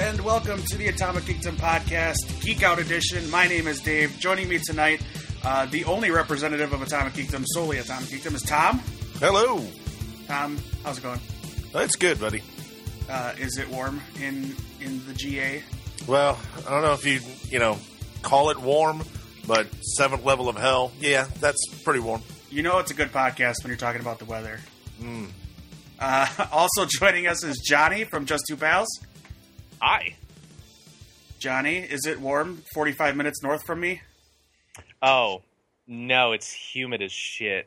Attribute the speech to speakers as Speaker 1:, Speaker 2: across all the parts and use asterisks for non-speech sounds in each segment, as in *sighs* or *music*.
Speaker 1: and welcome to the Atomic Geekdom Podcast, Geek Out Edition. My name is Dave. Joining me tonight, uh, the only representative of Atomic Geekdom, solely Atomic Geekdom, is Tom.
Speaker 2: Hello.
Speaker 1: Tom, how's it going?
Speaker 2: That's good, buddy.
Speaker 1: Uh, is it warm in in the GA?
Speaker 2: Well, I don't know if you you know call it warm, but seventh level of hell. Yeah, that's pretty warm.
Speaker 1: You know it's a good podcast when you're talking about the weather.
Speaker 3: Hmm.
Speaker 1: Uh, *laughs* also joining us is Johnny from Just Two Pals.
Speaker 3: I.
Speaker 1: Johnny, is it warm? Forty five minutes north from me.
Speaker 3: Oh no, it's humid as shit.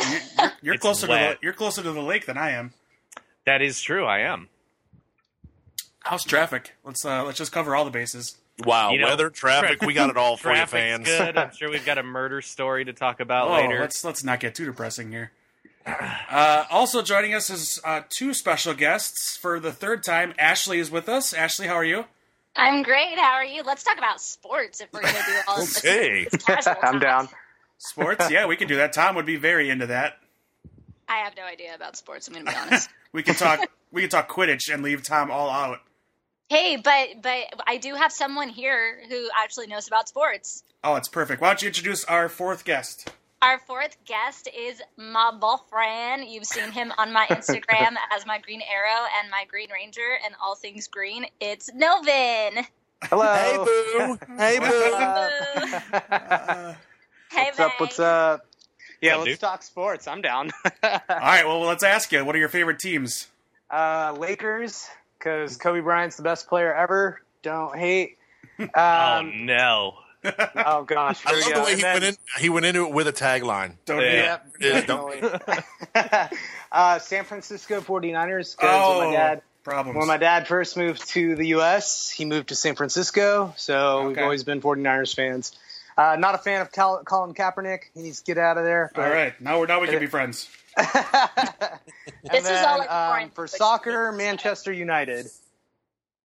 Speaker 1: You're, you're- you're
Speaker 3: It's
Speaker 1: closer to
Speaker 3: wet.
Speaker 1: the, you're closer to the lake than I am.
Speaker 3: that is true. I am.
Speaker 1: How's traffic? Let's uh, let's just cover all the bases.
Speaker 2: Wow,
Speaker 3: You know,
Speaker 2: weather, traffic, we got it all for you,
Speaker 3: Traffic's
Speaker 2: fans.
Speaker 3: good. I'm sure we've got a murder story to talk about
Speaker 1: Oh,
Speaker 3: later.
Speaker 1: let's let's not get too depressing here. Uh, also joining us is uh, two special guests for the third time. Ashley is with us. Ashley, how are you?
Speaker 4: I'm great. How are you? Let's talk about sports if we're going to do all this.
Speaker 2: Okay.
Speaker 4: *laughs*
Speaker 5: *laughs*
Speaker 4: this casual
Speaker 5: I'm
Speaker 4: talk.
Speaker 5: down. *laughs*
Speaker 1: Sports? yeah, we can do that. Tom would be very into that.
Speaker 4: I have no idea about sports. I'm going to be
Speaker 5: *laughs*
Speaker 4: honest.
Speaker 1: We can talk. we can talk Quidditch and leave Tom all out.
Speaker 4: hey, but but I do have someone here who actually knows about sports.
Speaker 1: Oh, it's perfect. Why don't you introduce our fourth
Speaker 5: *laughs*
Speaker 1: guest?
Speaker 4: Our fourth guest is my boyfriend. You've seen him on my
Speaker 5: *laughs*
Speaker 4: Instagram as my Green Arrow and my Green Ranger and all things green. It's Novin.
Speaker 5: Hello.
Speaker 2: Hey boo. Hey boo.
Speaker 5: Uh, *laughs*
Speaker 4: Hey,
Speaker 5: what's up?
Speaker 4: babe.
Speaker 5: What's up? Yeah,
Speaker 3: What's up,
Speaker 5: let's
Speaker 3: dude?
Speaker 5: talk sports. I'm down. *laughs*
Speaker 1: All right. Well, let's ask you. What are your favorite teams?
Speaker 5: uh, Lakers, because Kobe Bryant's the best player ever. Don't hate.
Speaker 2: *laughs*
Speaker 3: oh
Speaker 5: Um,
Speaker 3: no.
Speaker 5: oh gosh,
Speaker 2: I
Speaker 5: here we
Speaker 2: love
Speaker 5: go.
Speaker 2: the way he
Speaker 5: And then-
Speaker 2: went in he went into it with a tagline.
Speaker 1: Don't
Speaker 3: Yeah.
Speaker 1: do that.
Speaker 5: Yep,
Speaker 2: Yeah,
Speaker 5: definitely. *laughs* uh, San Francisco 49ers. 'cause when
Speaker 1: Oh,
Speaker 5: my dad,
Speaker 1: problems.
Speaker 5: when my dad first moved to the U.S., he moved to San Francisco. So we've
Speaker 1: Okay.
Speaker 5: always been 49ers fans. Uh, not a fan of Cal- Colin Kaepernick. He needs to get out of there. but-
Speaker 1: all right. Now we're now we
Speaker 5: *laughs*
Speaker 1: can be friends.
Speaker 4: This is all like
Speaker 5: um,
Speaker 4: foreign
Speaker 5: for
Speaker 4: language.
Speaker 5: soccer, Manchester United.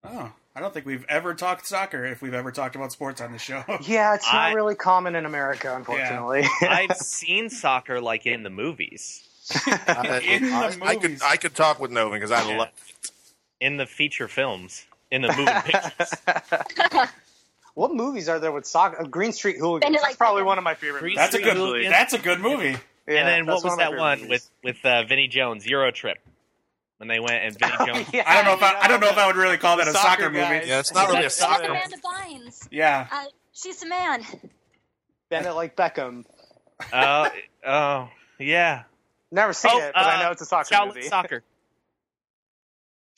Speaker 1: Oh, I don't think we've ever talked soccer. If we've ever talked about sports on the show.
Speaker 5: *laughs* Yeah, it's not
Speaker 3: I-
Speaker 5: really common in America, unfortunately.
Speaker 3: I've seen soccer like in the movies,
Speaker 2: I,
Speaker 1: In the
Speaker 2: I- I could
Speaker 1: movies.
Speaker 2: I could talk with Novin because I
Speaker 3: Yeah.
Speaker 2: love
Speaker 3: in the feature films, in the
Speaker 5: *laughs*
Speaker 3: moving pictures.
Speaker 5: what movies are there with soccer? Uh, Green Street Hooligans.
Speaker 4: Bend it
Speaker 5: That's
Speaker 4: like
Speaker 5: probably
Speaker 4: that.
Speaker 5: one of my favorite.
Speaker 3: Green
Speaker 5: Movies.
Speaker 1: That's a good.
Speaker 3: Absolutely.
Speaker 1: That's a good movie.
Speaker 5: Yeah,
Speaker 3: and then what
Speaker 5: that's
Speaker 3: was
Speaker 5: of my
Speaker 3: that
Speaker 5: favorite
Speaker 3: one with
Speaker 5: movies.
Speaker 3: with uh, Vinnie Jones, Euro Trip, when they went and Vinnie Jones.
Speaker 5: *laughs* Yeah,
Speaker 1: I don't know if I, I don't know if I
Speaker 5: the-
Speaker 1: would really call that
Speaker 5: the
Speaker 1: a soccer,
Speaker 5: soccer
Speaker 1: movie.
Speaker 5: guys.
Speaker 2: Yeah, it's not really a
Speaker 4: She's
Speaker 2: soccer.
Speaker 4: Amanda Bynes. *laughs*
Speaker 1: Yeah.
Speaker 4: Uh, she's a man.
Speaker 5: Bend it like Beckham.
Speaker 3: Oh, oh, yeah.
Speaker 5: Never seen
Speaker 3: Oh,
Speaker 5: it, but I
Speaker 3: uh,
Speaker 5: know it's a soccer
Speaker 3: Shaolin
Speaker 5: movie.
Speaker 3: soccer.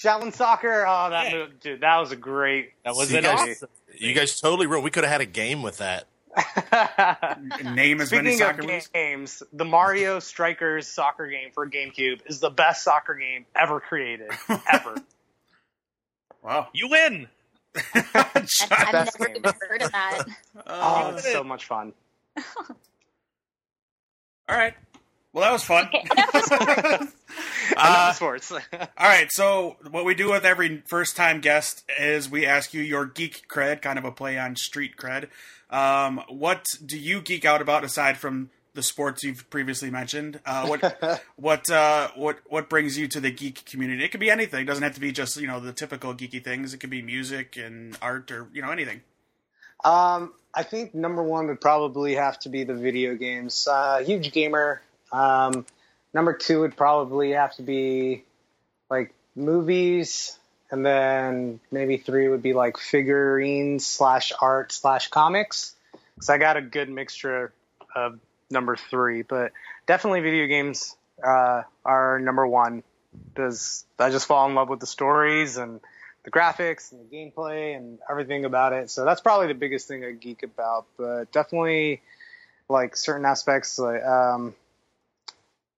Speaker 5: Shaolin Soccer. Oh, that
Speaker 3: Yeah.
Speaker 5: movie, dude, that was a great.
Speaker 3: That was
Speaker 2: See,
Speaker 3: an
Speaker 2: guys-
Speaker 3: awesome.
Speaker 2: You guys totally real. We could have had a game with that.
Speaker 1: Name as many
Speaker 5: Speaking
Speaker 1: soccer
Speaker 5: of
Speaker 1: movies.
Speaker 5: games, the Mario Strikers soccer game for GameCube is the best soccer game ever created,
Speaker 1: *laughs*
Speaker 5: ever.
Speaker 1: Wow. *laughs*
Speaker 3: You win.
Speaker 4: I've,
Speaker 1: John-
Speaker 4: I've
Speaker 5: Best
Speaker 4: never
Speaker 5: game.
Speaker 4: even heard of that.
Speaker 5: oh,
Speaker 1: Uh,
Speaker 5: it's so much fun.
Speaker 1: all right. Well, that was fun.
Speaker 5: Enough
Speaker 1: Uh,
Speaker 5: of sports. *laughs*
Speaker 1: all right. So, what we do with every first time guest is we ask you your geek cred, kind of a play on street cred. Um, what do you geek out about aside from the sports you've previously mentioned? Uh, what what uh, what what brings you to the geek community? It could be anything. It doesn't have to be just you know the typical geeky things. It could be music and art or you know anything.
Speaker 5: um, I think number one would probably have to be the video games. Uh, huge gamer. Um, number two would probably have to be like movies, and then maybe three would be like figurines slash art slash comics. Because I got a good mixture of number three, but definitely video games uh, are number one because I just fall in love with the stories and the graphics and the gameplay and everything about it. So that's probably the biggest thing I geek about. But definitely, like certain aspects, like um,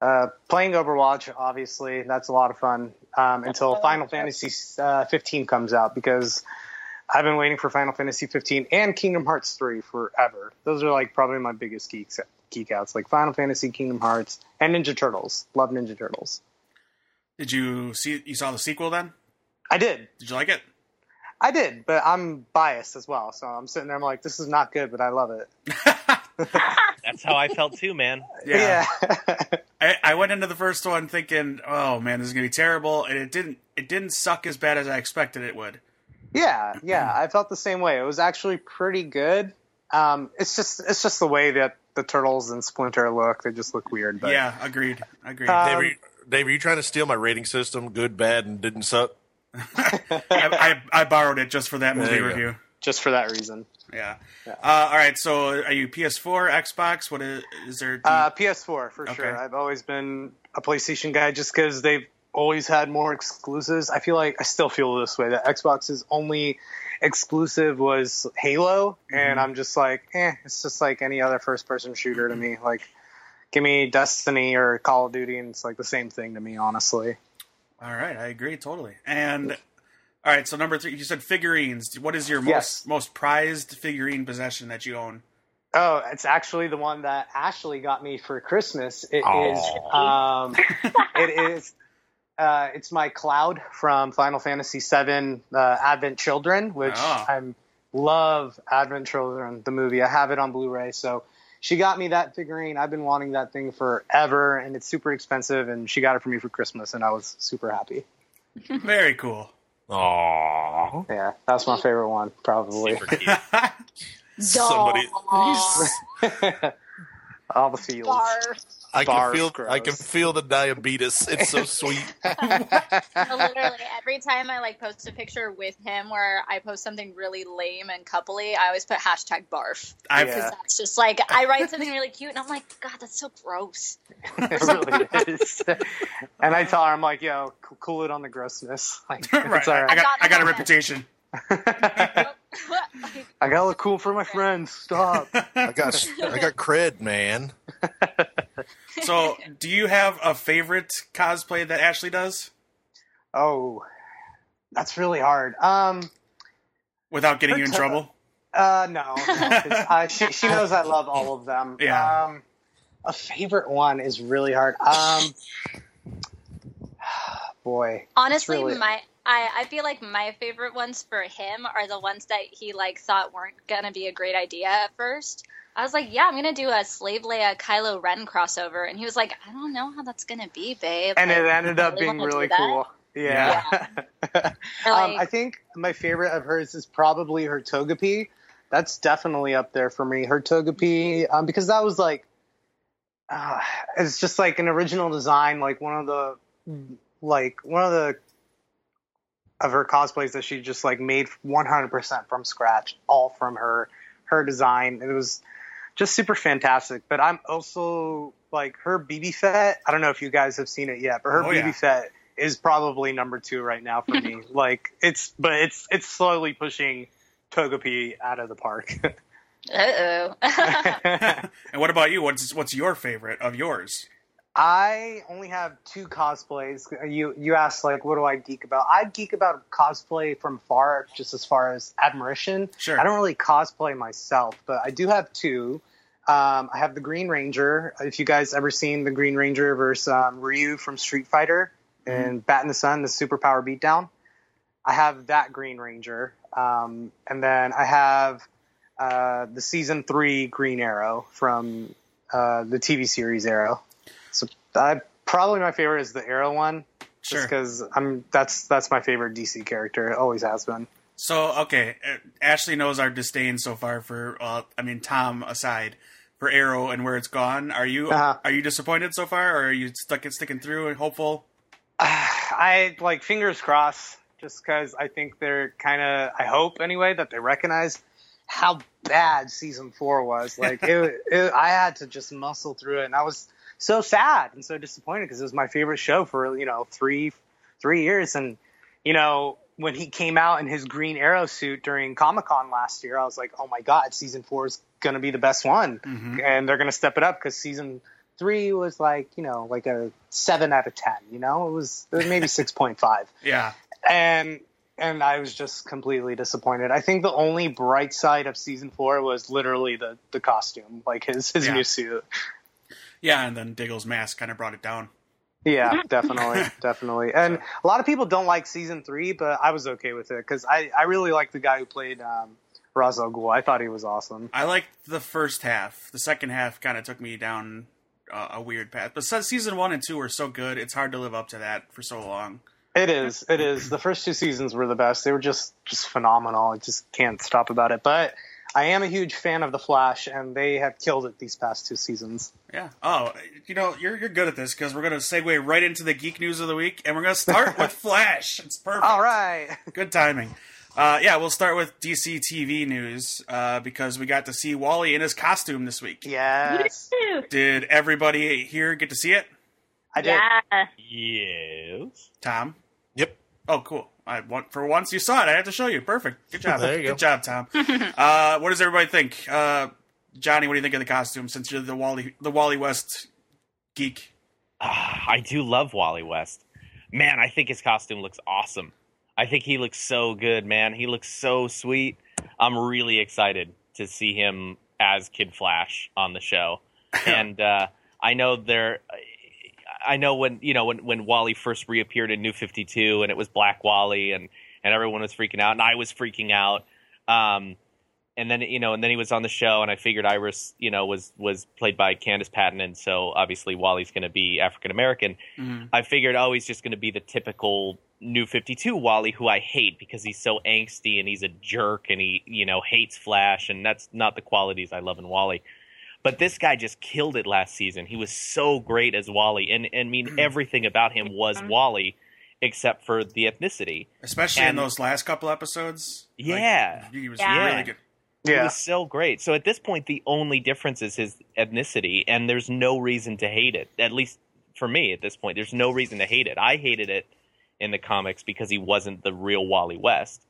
Speaker 5: uh, playing Overwatch, obviously that's a lot of fun um, until Final Fantasy uh, 15 comes out because. I've been waiting for Final Fantasy 15 and Kingdom Hearts 3 forever. Those are like probably my biggest geeks geek outs, like Final Fantasy, Kingdom Hearts, and Ninja Turtles. Love Ninja Turtles.
Speaker 1: Did you see? You saw the sequel then?
Speaker 5: I did.
Speaker 1: Did you like it?
Speaker 5: I did, but I'm biased as well. So I'm sitting there, I'm like, this is not good, but I love it.
Speaker 3: That's how I felt too, man.
Speaker 5: *laughs* Yeah.
Speaker 1: I, I went into the first one thinking, "Oh man, this is gonna be terrible," and it didn't. It didn't suck as bad as I expected it would.
Speaker 5: Yeah, yeah, I felt the same way. It was actually pretty good. Um, it's just it's just the way that the turtles and Splinter look. They just look weird. But
Speaker 1: yeah, agreed. Agreed.
Speaker 5: Uh,
Speaker 2: Dave, are you, Dave, are you trying to steal my rating system? Good, bad, and didn't suck.
Speaker 1: I, I, I borrowed it just for that movie
Speaker 2: There you go.
Speaker 1: review.
Speaker 5: just for that reason.
Speaker 1: Yeah.
Speaker 5: Yeah.
Speaker 1: Uh, all right. So, are you PS4, Xbox? What is, is there?
Speaker 5: Uh, PS4 for
Speaker 1: Okay.
Speaker 5: sure. I've always been a PlayStation guy just because they've always had more exclusives. I feel like I still feel this way that Xbox's only exclusive was Halo, and I'm just like, eh, it's just like any other first-person shooter to me. Like, give me Destiny or Call of Duty, and it's like the same thing to me, honestly.
Speaker 1: all right, I agree totally. And all right, so number three, you said figurines. What is your most
Speaker 5: Yes.
Speaker 1: most prized figurine possession that you own?
Speaker 5: Oh, it's actually the one that Ashley got me for Christmas. It is,
Speaker 2: Aw.
Speaker 5: um, it is, uh, it's my cloud from Final Fantasy VII, uh, Advent Children, which
Speaker 1: Ah.
Speaker 5: I'm love Advent Children, the movie. I have it on Blu-ray, so she got me that figurine. I've been wanting that thing forever, and it's super expensive. And she got it for me for Christmas, and I was super happy.
Speaker 1: Very cool.
Speaker 2: Aww.
Speaker 5: Yeah, that's my favorite one, probably. *laughs*
Speaker 3: Super cute.
Speaker 2: Somebody-
Speaker 4: Aw,
Speaker 5: All the fields.
Speaker 4: barf.
Speaker 2: I can
Speaker 5: Barf,
Speaker 2: feel I can
Speaker 5: gross.
Speaker 2: feel the diabetes. It's *laughs* so sweet.
Speaker 4: Literally every time I like post a picture with him where I post something really lame and coupley, I always put hashtag barf.
Speaker 1: I've *laughs*
Speaker 5: Yeah.
Speaker 4: Because that's just like I write something really cute and I'm like, God, that's so gross. *laughs*
Speaker 5: *laughs* it really is. and I tell her, I'm like, yo, c- cool it on the grossness. *laughs* Like,
Speaker 1: right.
Speaker 5: it's all
Speaker 1: I
Speaker 5: right.
Speaker 1: got I got a reputation.
Speaker 5: *laughs* I
Speaker 4: *laughs* Nope.
Speaker 5: gotta look cool for my friends. Stop.
Speaker 2: I got I got cred, man.
Speaker 1: So, do you have a favorite cosplay that Ashley does
Speaker 5: Oh, that's really hard. Um,
Speaker 1: without getting you
Speaker 5: *laughs*
Speaker 1: in trouble?
Speaker 5: uh, no, no, 'cause, uh, she, she knows I love all of them.
Speaker 1: Yeah.
Speaker 5: Um, a favorite one is really hard. Um, *sighs* boy,
Speaker 4: Honestly,
Speaker 5: really-
Speaker 4: my I, I feel like my favorite ones for him are the ones that he like thought weren't gonna be a great idea at first. I was like, yeah, I'm gonna do a Slave Leia Kylo Ren crossover, and he was like, I don't know how that's gonna be, babe.
Speaker 5: and
Speaker 4: Like,
Speaker 5: it ended up
Speaker 4: really
Speaker 5: being
Speaker 4: wanna do
Speaker 5: really
Speaker 4: that?
Speaker 5: cool. *laughs* yeah.
Speaker 4: or,
Speaker 5: Um,
Speaker 4: like,
Speaker 5: I think my favorite of hers is probably her Togepi. That's definitely up there for me. Her Togepi, um, because that was like, uh, it's just like an original design, like one of the, like one of the, of her cosplays that she just like made 100% from scratch, all from her, her design. It was just super fantastic. But I'm also like her BB Fett. I don't know if you guys have seen it yet, but her
Speaker 1: Oh,
Speaker 5: BB
Speaker 1: yeah.
Speaker 5: Fett is probably number two right now for
Speaker 1: *laughs*
Speaker 5: me. like it's, but it's it's slowly pushing Togepi out of
Speaker 1: *laughs*
Speaker 5: the park.
Speaker 4: uh-oh.
Speaker 1: And what about you? What's what's your favorite of yours?
Speaker 5: I only have two cosplays. You you asked like, what do I geek about? I geek about cosplay from far, just as far as admiration.
Speaker 1: Sure.
Speaker 5: I don't really cosplay myself, but I do have two. Um, I have the Green Ranger. If you guys ever seen the Green Ranger versus um, Ryu from Street Fighter and Bat in the Sun, the Superpower Beatdown, I have that Green Ranger, um, and then I have uh, the season three Green Arrow from uh, the TV series Arrow. So I probably my favorite is the Arrow one, just
Speaker 1: Sure.
Speaker 5: because I'm that's that's my favorite DC character. It always has been.
Speaker 1: So okay, uh, Ashley knows our disdain so far for. Uh, I mean, Tom aside for Arrow and where it's gone. Are you
Speaker 5: Uh-huh.
Speaker 1: are you disappointed so far, or are you stuck it sticking through and hopeful?
Speaker 5: *sighs* I like fingers crossed, just because I think they're kind of. I hope anyway that they recognize how bad season four was. Like it, it, I had to just muscle through it, and I was so sad and so disappointed because it was my favorite show for you know three three years, and you know when he came out in his green arrow suit during Comic Con last year, I was like, oh my god, season four is gonna be the best one
Speaker 1: Mm-hmm.
Speaker 5: and they're going to step it up because season three was like you know like a seven out of ten you know it was, it was maybe 6.5
Speaker 1: Yeah.
Speaker 5: and and i was just completely disappointed i think the only bright side of season four was literally the the costume like his his
Speaker 1: Yeah.
Speaker 5: new suit
Speaker 1: Yeah, and then Diggle's mask kind of brought it down.
Speaker 5: yeah definitely definitely and a lot of people don't like season three but i was okay with it because i i really liked the guy who played um Ra's al Ghul. i thought he was awesome
Speaker 1: I liked the first half. The second half kind of took me down uh, a weird path. But se- season one and two were so good; it's hard to live up to that for so long.
Speaker 5: It is. It is. The first two seasons were the best. They were just just phenomenal. I just can't stop about it. But I am a huge fan of The Flash, and they have killed it these past two seasons.
Speaker 1: Yeah. Oh, you know, you're you're good at this because we're gonna segue right into the geek news of the week, and we're gonna
Speaker 5: *laughs*
Speaker 1: start with Flash. It's perfect.
Speaker 5: All right. *laughs*
Speaker 1: Good timing. Uh, yeah, we'll start with DC TV news uh, because we got to see Wally in his costume this week.
Speaker 5: *laughs*
Speaker 4: *laughs*
Speaker 5: Yes.
Speaker 4: Woo!
Speaker 1: Did everybody here get to see it?
Speaker 5: I did.
Speaker 4: Yeah.
Speaker 3: Yes.
Speaker 1: Tom.
Speaker 2: Yep.
Speaker 1: Oh, cool. I want for once you saw it. I had to show you. Perfect. Good job.
Speaker 2: There you go.
Speaker 1: Good job, Tom. uh, what does everybody think? Uh, Johnny, what do you think of the costume? Since you're the Wally, the Wally West geek.
Speaker 3: Ah, I do love Wally West. Man, I think his costume looks awesome. I think he looks so good, man. He looks so sweet. I'm really excited to see him as Kid Flash on the show. and uh, I know there, I know when you know when when Wally first reappeared in New Fifty Two, and it was Black Wally, and and everyone was freaking out, and I was freaking out. Um, and then you know, and then he was on the show, and I figured Iris, you know, was was played by Candace Patton, and so obviously Wally's going to be African American.
Speaker 1: Mhm.
Speaker 3: I figured, oh, he's just going to be the typical New 52 Wally who I hate because he's so angsty and he's a jerk and he, you know, hates Flash. And that's not the qualities I love in Wally. But this guy just killed it last season. He was so great as Wally. And, and I mean, everything about him was Wally except for the ethnicity.
Speaker 1: Especially
Speaker 3: And-
Speaker 1: in those last couple episodes. Like,
Speaker 3: Yeah.
Speaker 1: he was
Speaker 4: Yeah.
Speaker 1: really good.
Speaker 3: It
Speaker 5: Yeah.
Speaker 3: was so great. So at this point, the only difference is his ethnicity, and there's no reason to hate it. At least for me, at this point, there's no reason to hate it. I hated it in the comics because he wasn't the real Wally West.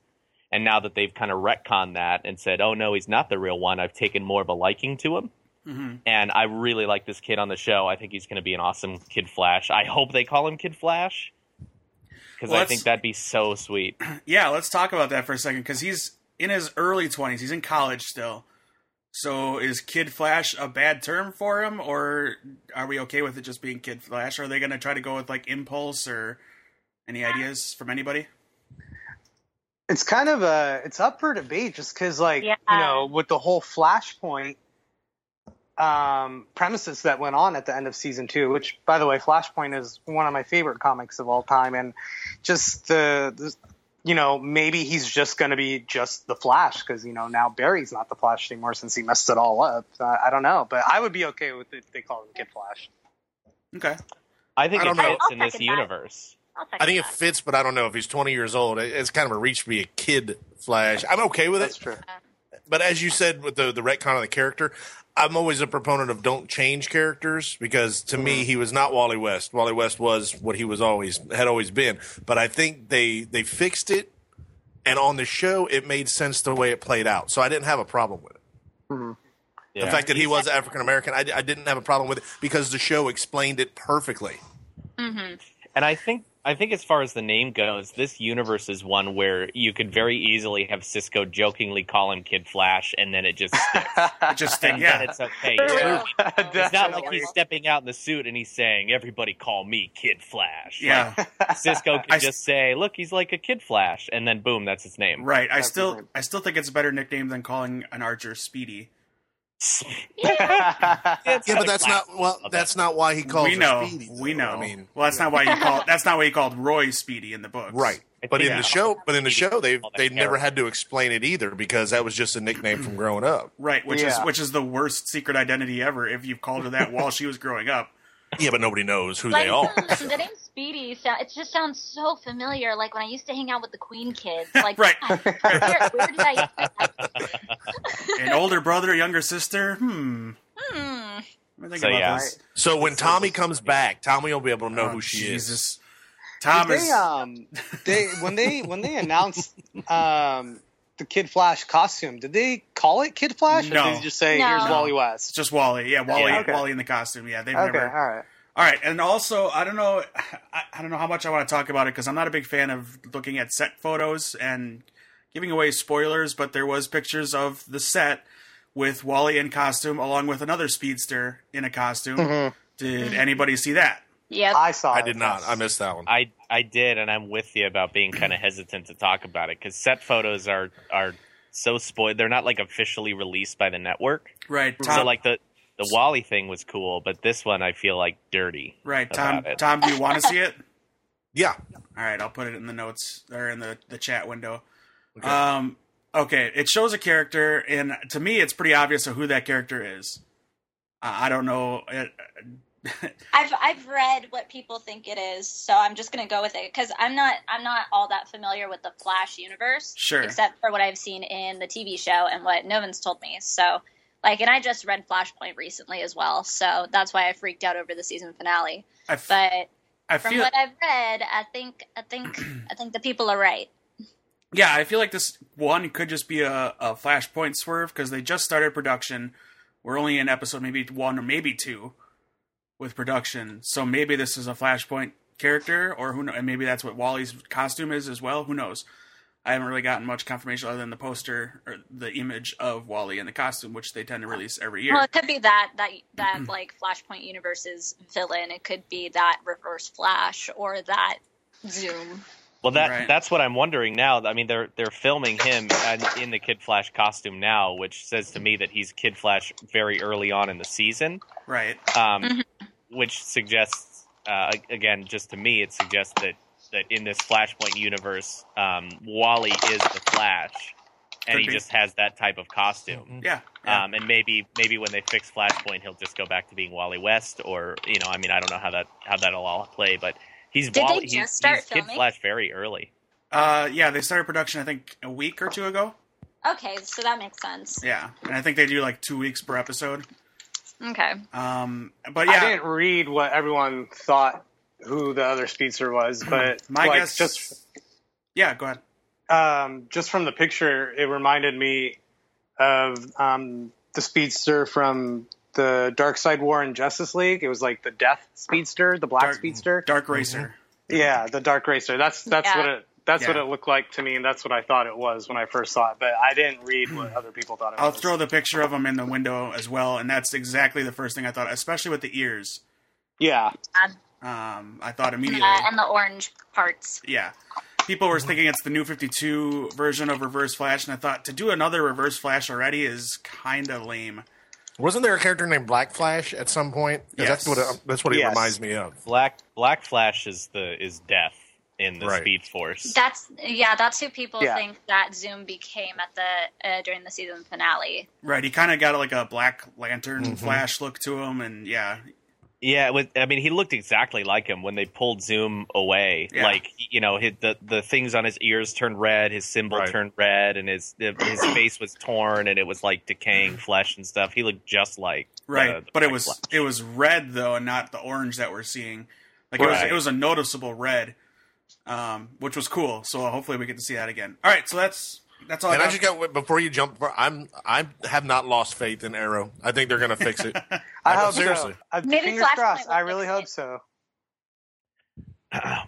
Speaker 3: And now that they've kind of retconned that and said, oh no, he's not the real one, I've taken more of a liking to him.
Speaker 1: hmm
Speaker 2: Mm-hmm.
Speaker 3: And I really like this kid on the show. I think he's going to be an awesome Kid Flash. I hope they call him Kid Flash because
Speaker 1: Well,
Speaker 3: I
Speaker 1: that's-
Speaker 3: think that'd be so sweet.
Speaker 1: Yeah, let's talk about that for a second because he's in his early twenties. He's in college still. So is Kid Flash a bad term for him, or are we okay with it just being Kid Flash? Are they going to try to go with like Impulse or any ideas from anybody?
Speaker 5: It's kind of a it's up for debate just because like
Speaker 4: Yeah.
Speaker 5: you know with the whole Flashpoint um, premises that went on at the end of season two, which by the way, Flashpoint is one of my favorite comics of all time, and just the, the you know maybe he's just going to be just the Flash because you know now Barry's not the Flash anymore since he messed it all up. Uh, I don't know, but I would be okay with it if they call him Kid Flash.
Speaker 1: Okay,
Speaker 3: I think
Speaker 2: I
Speaker 3: it
Speaker 2: don't know.
Speaker 3: fits
Speaker 4: I'll
Speaker 3: in this
Speaker 4: second that.
Speaker 3: universe.
Speaker 4: I'll second
Speaker 2: I think it
Speaker 4: that.
Speaker 2: fits, but I don't know if he's 20 years old. It- It's kind of a reach to be a kid Flash. I'm okay with
Speaker 5: That's
Speaker 2: it,
Speaker 5: true.
Speaker 2: but as you said with the the retcon of the character, I'm always a proponent of don't change characters because to me he was not Wally West. Wally West was what he was always had always been, but I think they they fixed it, and on the show it made sense the way it played out. So I didn't have a problem with it.
Speaker 3: Yeah.
Speaker 2: The fact that he was African American, I, I didn't have a problem with it because the show explained it perfectly.
Speaker 4: Mm-hmm.
Speaker 3: And I think I think as far as the name goes, this universe is one where you could very easily have Cisco jokingly call him Kid Flash, and then it just sticks,
Speaker 1: *laughs* It just
Speaker 3: and
Speaker 1: yeah,
Speaker 3: then it's okay.
Speaker 4: Yeah.
Speaker 5: *laughs*
Speaker 3: It's not like
Speaker 5: Definitely.
Speaker 3: he's stepping out in the suit and he's saying, "Everybody call me Kid Flash."
Speaker 1: yeah.
Speaker 3: Like, Cisco could
Speaker 1: I s-
Speaker 3: just say, "Look, he's like a Kid Flash," and then boom, that's his name.
Speaker 1: Right. I
Speaker 5: That's
Speaker 1: still
Speaker 5: different.
Speaker 1: I still think it's a better nickname than calling an archer Speedy.
Speaker 3: *laughs*
Speaker 2: Yeah, but that's not well. That's not why he calls.
Speaker 1: we
Speaker 2: her
Speaker 1: know.
Speaker 2: Speedy, though.
Speaker 1: we know.
Speaker 2: I mean,
Speaker 1: well, that's not why you call.
Speaker 2: *laughs*
Speaker 1: That's not why you called Roy Speedy in the book.
Speaker 2: Right.
Speaker 3: I
Speaker 2: But
Speaker 3: think
Speaker 2: in the
Speaker 3: that's
Speaker 2: show, but in the show, they
Speaker 3: all that
Speaker 2: they never
Speaker 3: character.
Speaker 2: had to explain it either because that was just a nickname from growing up.
Speaker 1: Right. Which is
Speaker 5: Yeah.
Speaker 1: which is the worst secret identity ever. If you've called her that while she was growing up.
Speaker 2: Yeah, but nobody knows who
Speaker 4: Like,
Speaker 2: they
Speaker 4: *laughs*
Speaker 2: are.
Speaker 4: hmm, the name Speedy, sound, it just sounds so familiar. Like when I used to hang out with the Queen kids.
Speaker 2: *laughs*
Speaker 4: Like, *laughs*
Speaker 1: Right.
Speaker 4: God, where, where did I? I
Speaker 1: An older brother, younger sister. Hmm.
Speaker 4: hmm.
Speaker 1: Let me think
Speaker 3: So,
Speaker 1: about
Speaker 3: yeah.
Speaker 1: this.
Speaker 2: So when Tommy comes back, Tommy will be able to know
Speaker 1: Oh,
Speaker 2: who she is.
Speaker 1: Jesus.
Speaker 5: Did
Speaker 1: Tom is.
Speaker 5: They, um, they when they when they announced um, the Kid Flash costume, did they call it Kid Flash? Or
Speaker 1: No.
Speaker 5: did they just say
Speaker 4: No.
Speaker 5: here's
Speaker 4: No.
Speaker 5: Wally
Speaker 1: it's
Speaker 5: West?
Speaker 1: just Wally. Yeah, Wally.
Speaker 5: Yeah. Okay.
Speaker 1: Wally in the costume. Yeah, they've
Speaker 5: Okay, all
Speaker 1: never.
Speaker 5: right.
Speaker 1: All right, and also I don't know, I, I don't know how much I want to talk about it because I'm not a big fan of looking at set photos and giving away spoilers. But there was pictures of the set with Wally in costume, along with another speedster in a costume.
Speaker 5: Mm-hmm.
Speaker 1: Did anybody see that?
Speaker 4: Yep.
Speaker 5: I saw.
Speaker 2: I
Speaker 5: it.
Speaker 2: did not. I missed that one.
Speaker 3: I I did, and I'm with you about being kind of hesitant to talk about it because set photos are are so spoiled. They're not like officially released by the network.
Speaker 1: Right, Tom.
Speaker 3: So like the the Wally thing was cool, but this one I feel like dirty.
Speaker 1: right, Tom.
Speaker 3: about it.
Speaker 1: Tom, do you want to see it?
Speaker 2: Yeah.
Speaker 1: All right, I'll put it in the notes or in the, the chat window. Um, okay, it shows a character, and to me, it's pretty obvious of who that character is. I I don't know. It,
Speaker 4: I've I've read what people think it is, so I'm just gonna go with it because I'm not I'm not all that familiar with the Flash universe,
Speaker 1: Sure.
Speaker 4: except for what I've seen in the TV show and what Novan's told me. So, like, and I just read Flashpoint recently as well, so that's why I freaked out over the season finale.
Speaker 1: I, f-
Speaker 4: But
Speaker 1: I
Speaker 4: from
Speaker 1: feel
Speaker 4: what I've read, I think
Speaker 1: *clears throat*
Speaker 4: I think I think the people are right.
Speaker 1: yeah, I feel like this one could just be a, a flashpoint swerve because they just started production. We're only in episode maybe one or maybe two with production, so maybe this is a flashpoint character, or who know, and maybe that's what Wally's costume is as well. Who knows? I haven't really gotten much confirmation other than the poster or the image of Wally in the costume, which they tend to release every year.
Speaker 4: Well, it could be that that
Speaker 1: Hmm.
Speaker 4: that like Flashpoint universe's villain. It could be that Reverse Flash or that Zoom.
Speaker 3: Well, that
Speaker 1: Right.
Speaker 3: that's what I'm wondering now. I mean, they're they're filming him and in the Kid Flash costume now, which says to me that he's Kid Flash very early on in the season,
Speaker 1: Right.
Speaker 3: um,
Speaker 4: Mhm.
Speaker 3: which suggests, uh, again, just to me, it suggests that that in this Flashpoint universe, um, Wally is the Flash,
Speaker 1: Could
Speaker 3: and he
Speaker 1: be. Mm-hmm.
Speaker 3: just has that type of costume.
Speaker 1: Yeah. yeah.
Speaker 3: Um, and maybe maybe when they fix Flashpoint, he'll just go back to being Wally West, or you know, I mean, I don't know how that how that'll all play, but he's
Speaker 4: Did they
Speaker 3: Wally.
Speaker 4: just
Speaker 3: he's,
Speaker 4: start
Speaker 3: he's Kid
Speaker 4: filming?
Speaker 3: Flash very early.
Speaker 1: Uh, yeah, they started production I think a week or two ago.
Speaker 4: Okay, so that makes sense.
Speaker 1: Yeah, and I think they do like two weeks per episode.
Speaker 4: Okay.
Speaker 1: Um, but
Speaker 5: I
Speaker 1: yeah,
Speaker 5: didn't read what everyone thought who the other
Speaker 1: *clears throat*
Speaker 5: speedster was, but
Speaker 1: my
Speaker 5: like,
Speaker 1: guess
Speaker 5: just
Speaker 1: Yeah, go ahead.
Speaker 5: um, just from the picture, it reminded me of um, the speedster from the Dark Side War in Justice League. It was like the Death Speedster, the Black
Speaker 1: Dark-
Speaker 5: Speedster.
Speaker 1: Dark Racer.
Speaker 5: Oh, Yeah, the Dark Racer. That's that's
Speaker 4: Yeah.
Speaker 5: what it that's what
Speaker 1: Yeah.
Speaker 5: it looked like to me, and that's what I thought it was when I first saw it. But I didn't read what other people thought it
Speaker 1: I'll
Speaker 5: was.
Speaker 1: throw the picture of him in the window as well, and that's exactly the first thing I thought, especially with the ears.
Speaker 5: yeah,
Speaker 1: Um, I thought immediately.
Speaker 4: Uh, and the orange parts.
Speaker 1: yeah. People were thinking it's the new 52 version of Reverse Flash, and I thought to do another Reverse Flash already is kind of lame.
Speaker 2: Wasn't there a character named Black Flash at some point? 'Cause That's
Speaker 1: Yes.
Speaker 2: what it, that's what he
Speaker 5: Yes.
Speaker 2: reminds me of.
Speaker 3: Black Black Flash is the is death in the
Speaker 2: Right.
Speaker 3: Speed Force.
Speaker 4: That's yeah. That's who people
Speaker 5: Yeah.
Speaker 4: think that Zoom became at the uh, during the season finale.
Speaker 1: Right, he kind of got like a Black Lantern
Speaker 5: Mm-hmm.
Speaker 1: Flash look to him, and yeah,
Speaker 3: yeah, with, I mean, he looked exactly like him when they pulled Zoom away.
Speaker 1: Yeah.
Speaker 3: Like you know, his, the the things on his ears turned red, his symbol
Speaker 2: Right.
Speaker 3: turned red, and his his face was torn, and it was like decaying flesh and stuff. He looked just like the-
Speaker 1: right.
Speaker 3: the
Speaker 1: but it
Speaker 3: Black
Speaker 1: was
Speaker 3: Flash.
Speaker 1: it was red though, and not the orange that we're seeing. Like it was
Speaker 3: Right.
Speaker 1: it was a noticeable red, um, which was cool. So hopefully we get to see that again. All right, so that's that's all.
Speaker 2: And
Speaker 1: I
Speaker 2: I
Speaker 1: got.
Speaker 2: just got before you jump. I'm I have not lost faith in Arrow. I think they're going to fix it.
Speaker 5: I
Speaker 2: No,
Speaker 5: hope
Speaker 2: seriously.
Speaker 5: so. I,
Speaker 4: Maybe
Speaker 5: fingers
Speaker 4: Flashpoint
Speaker 5: crossed.
Speaker 4: will
Speaker 5: I
Speaker 4: fix
Speaker 5: really
Speaker 4: it.
Speaker 5: hope so.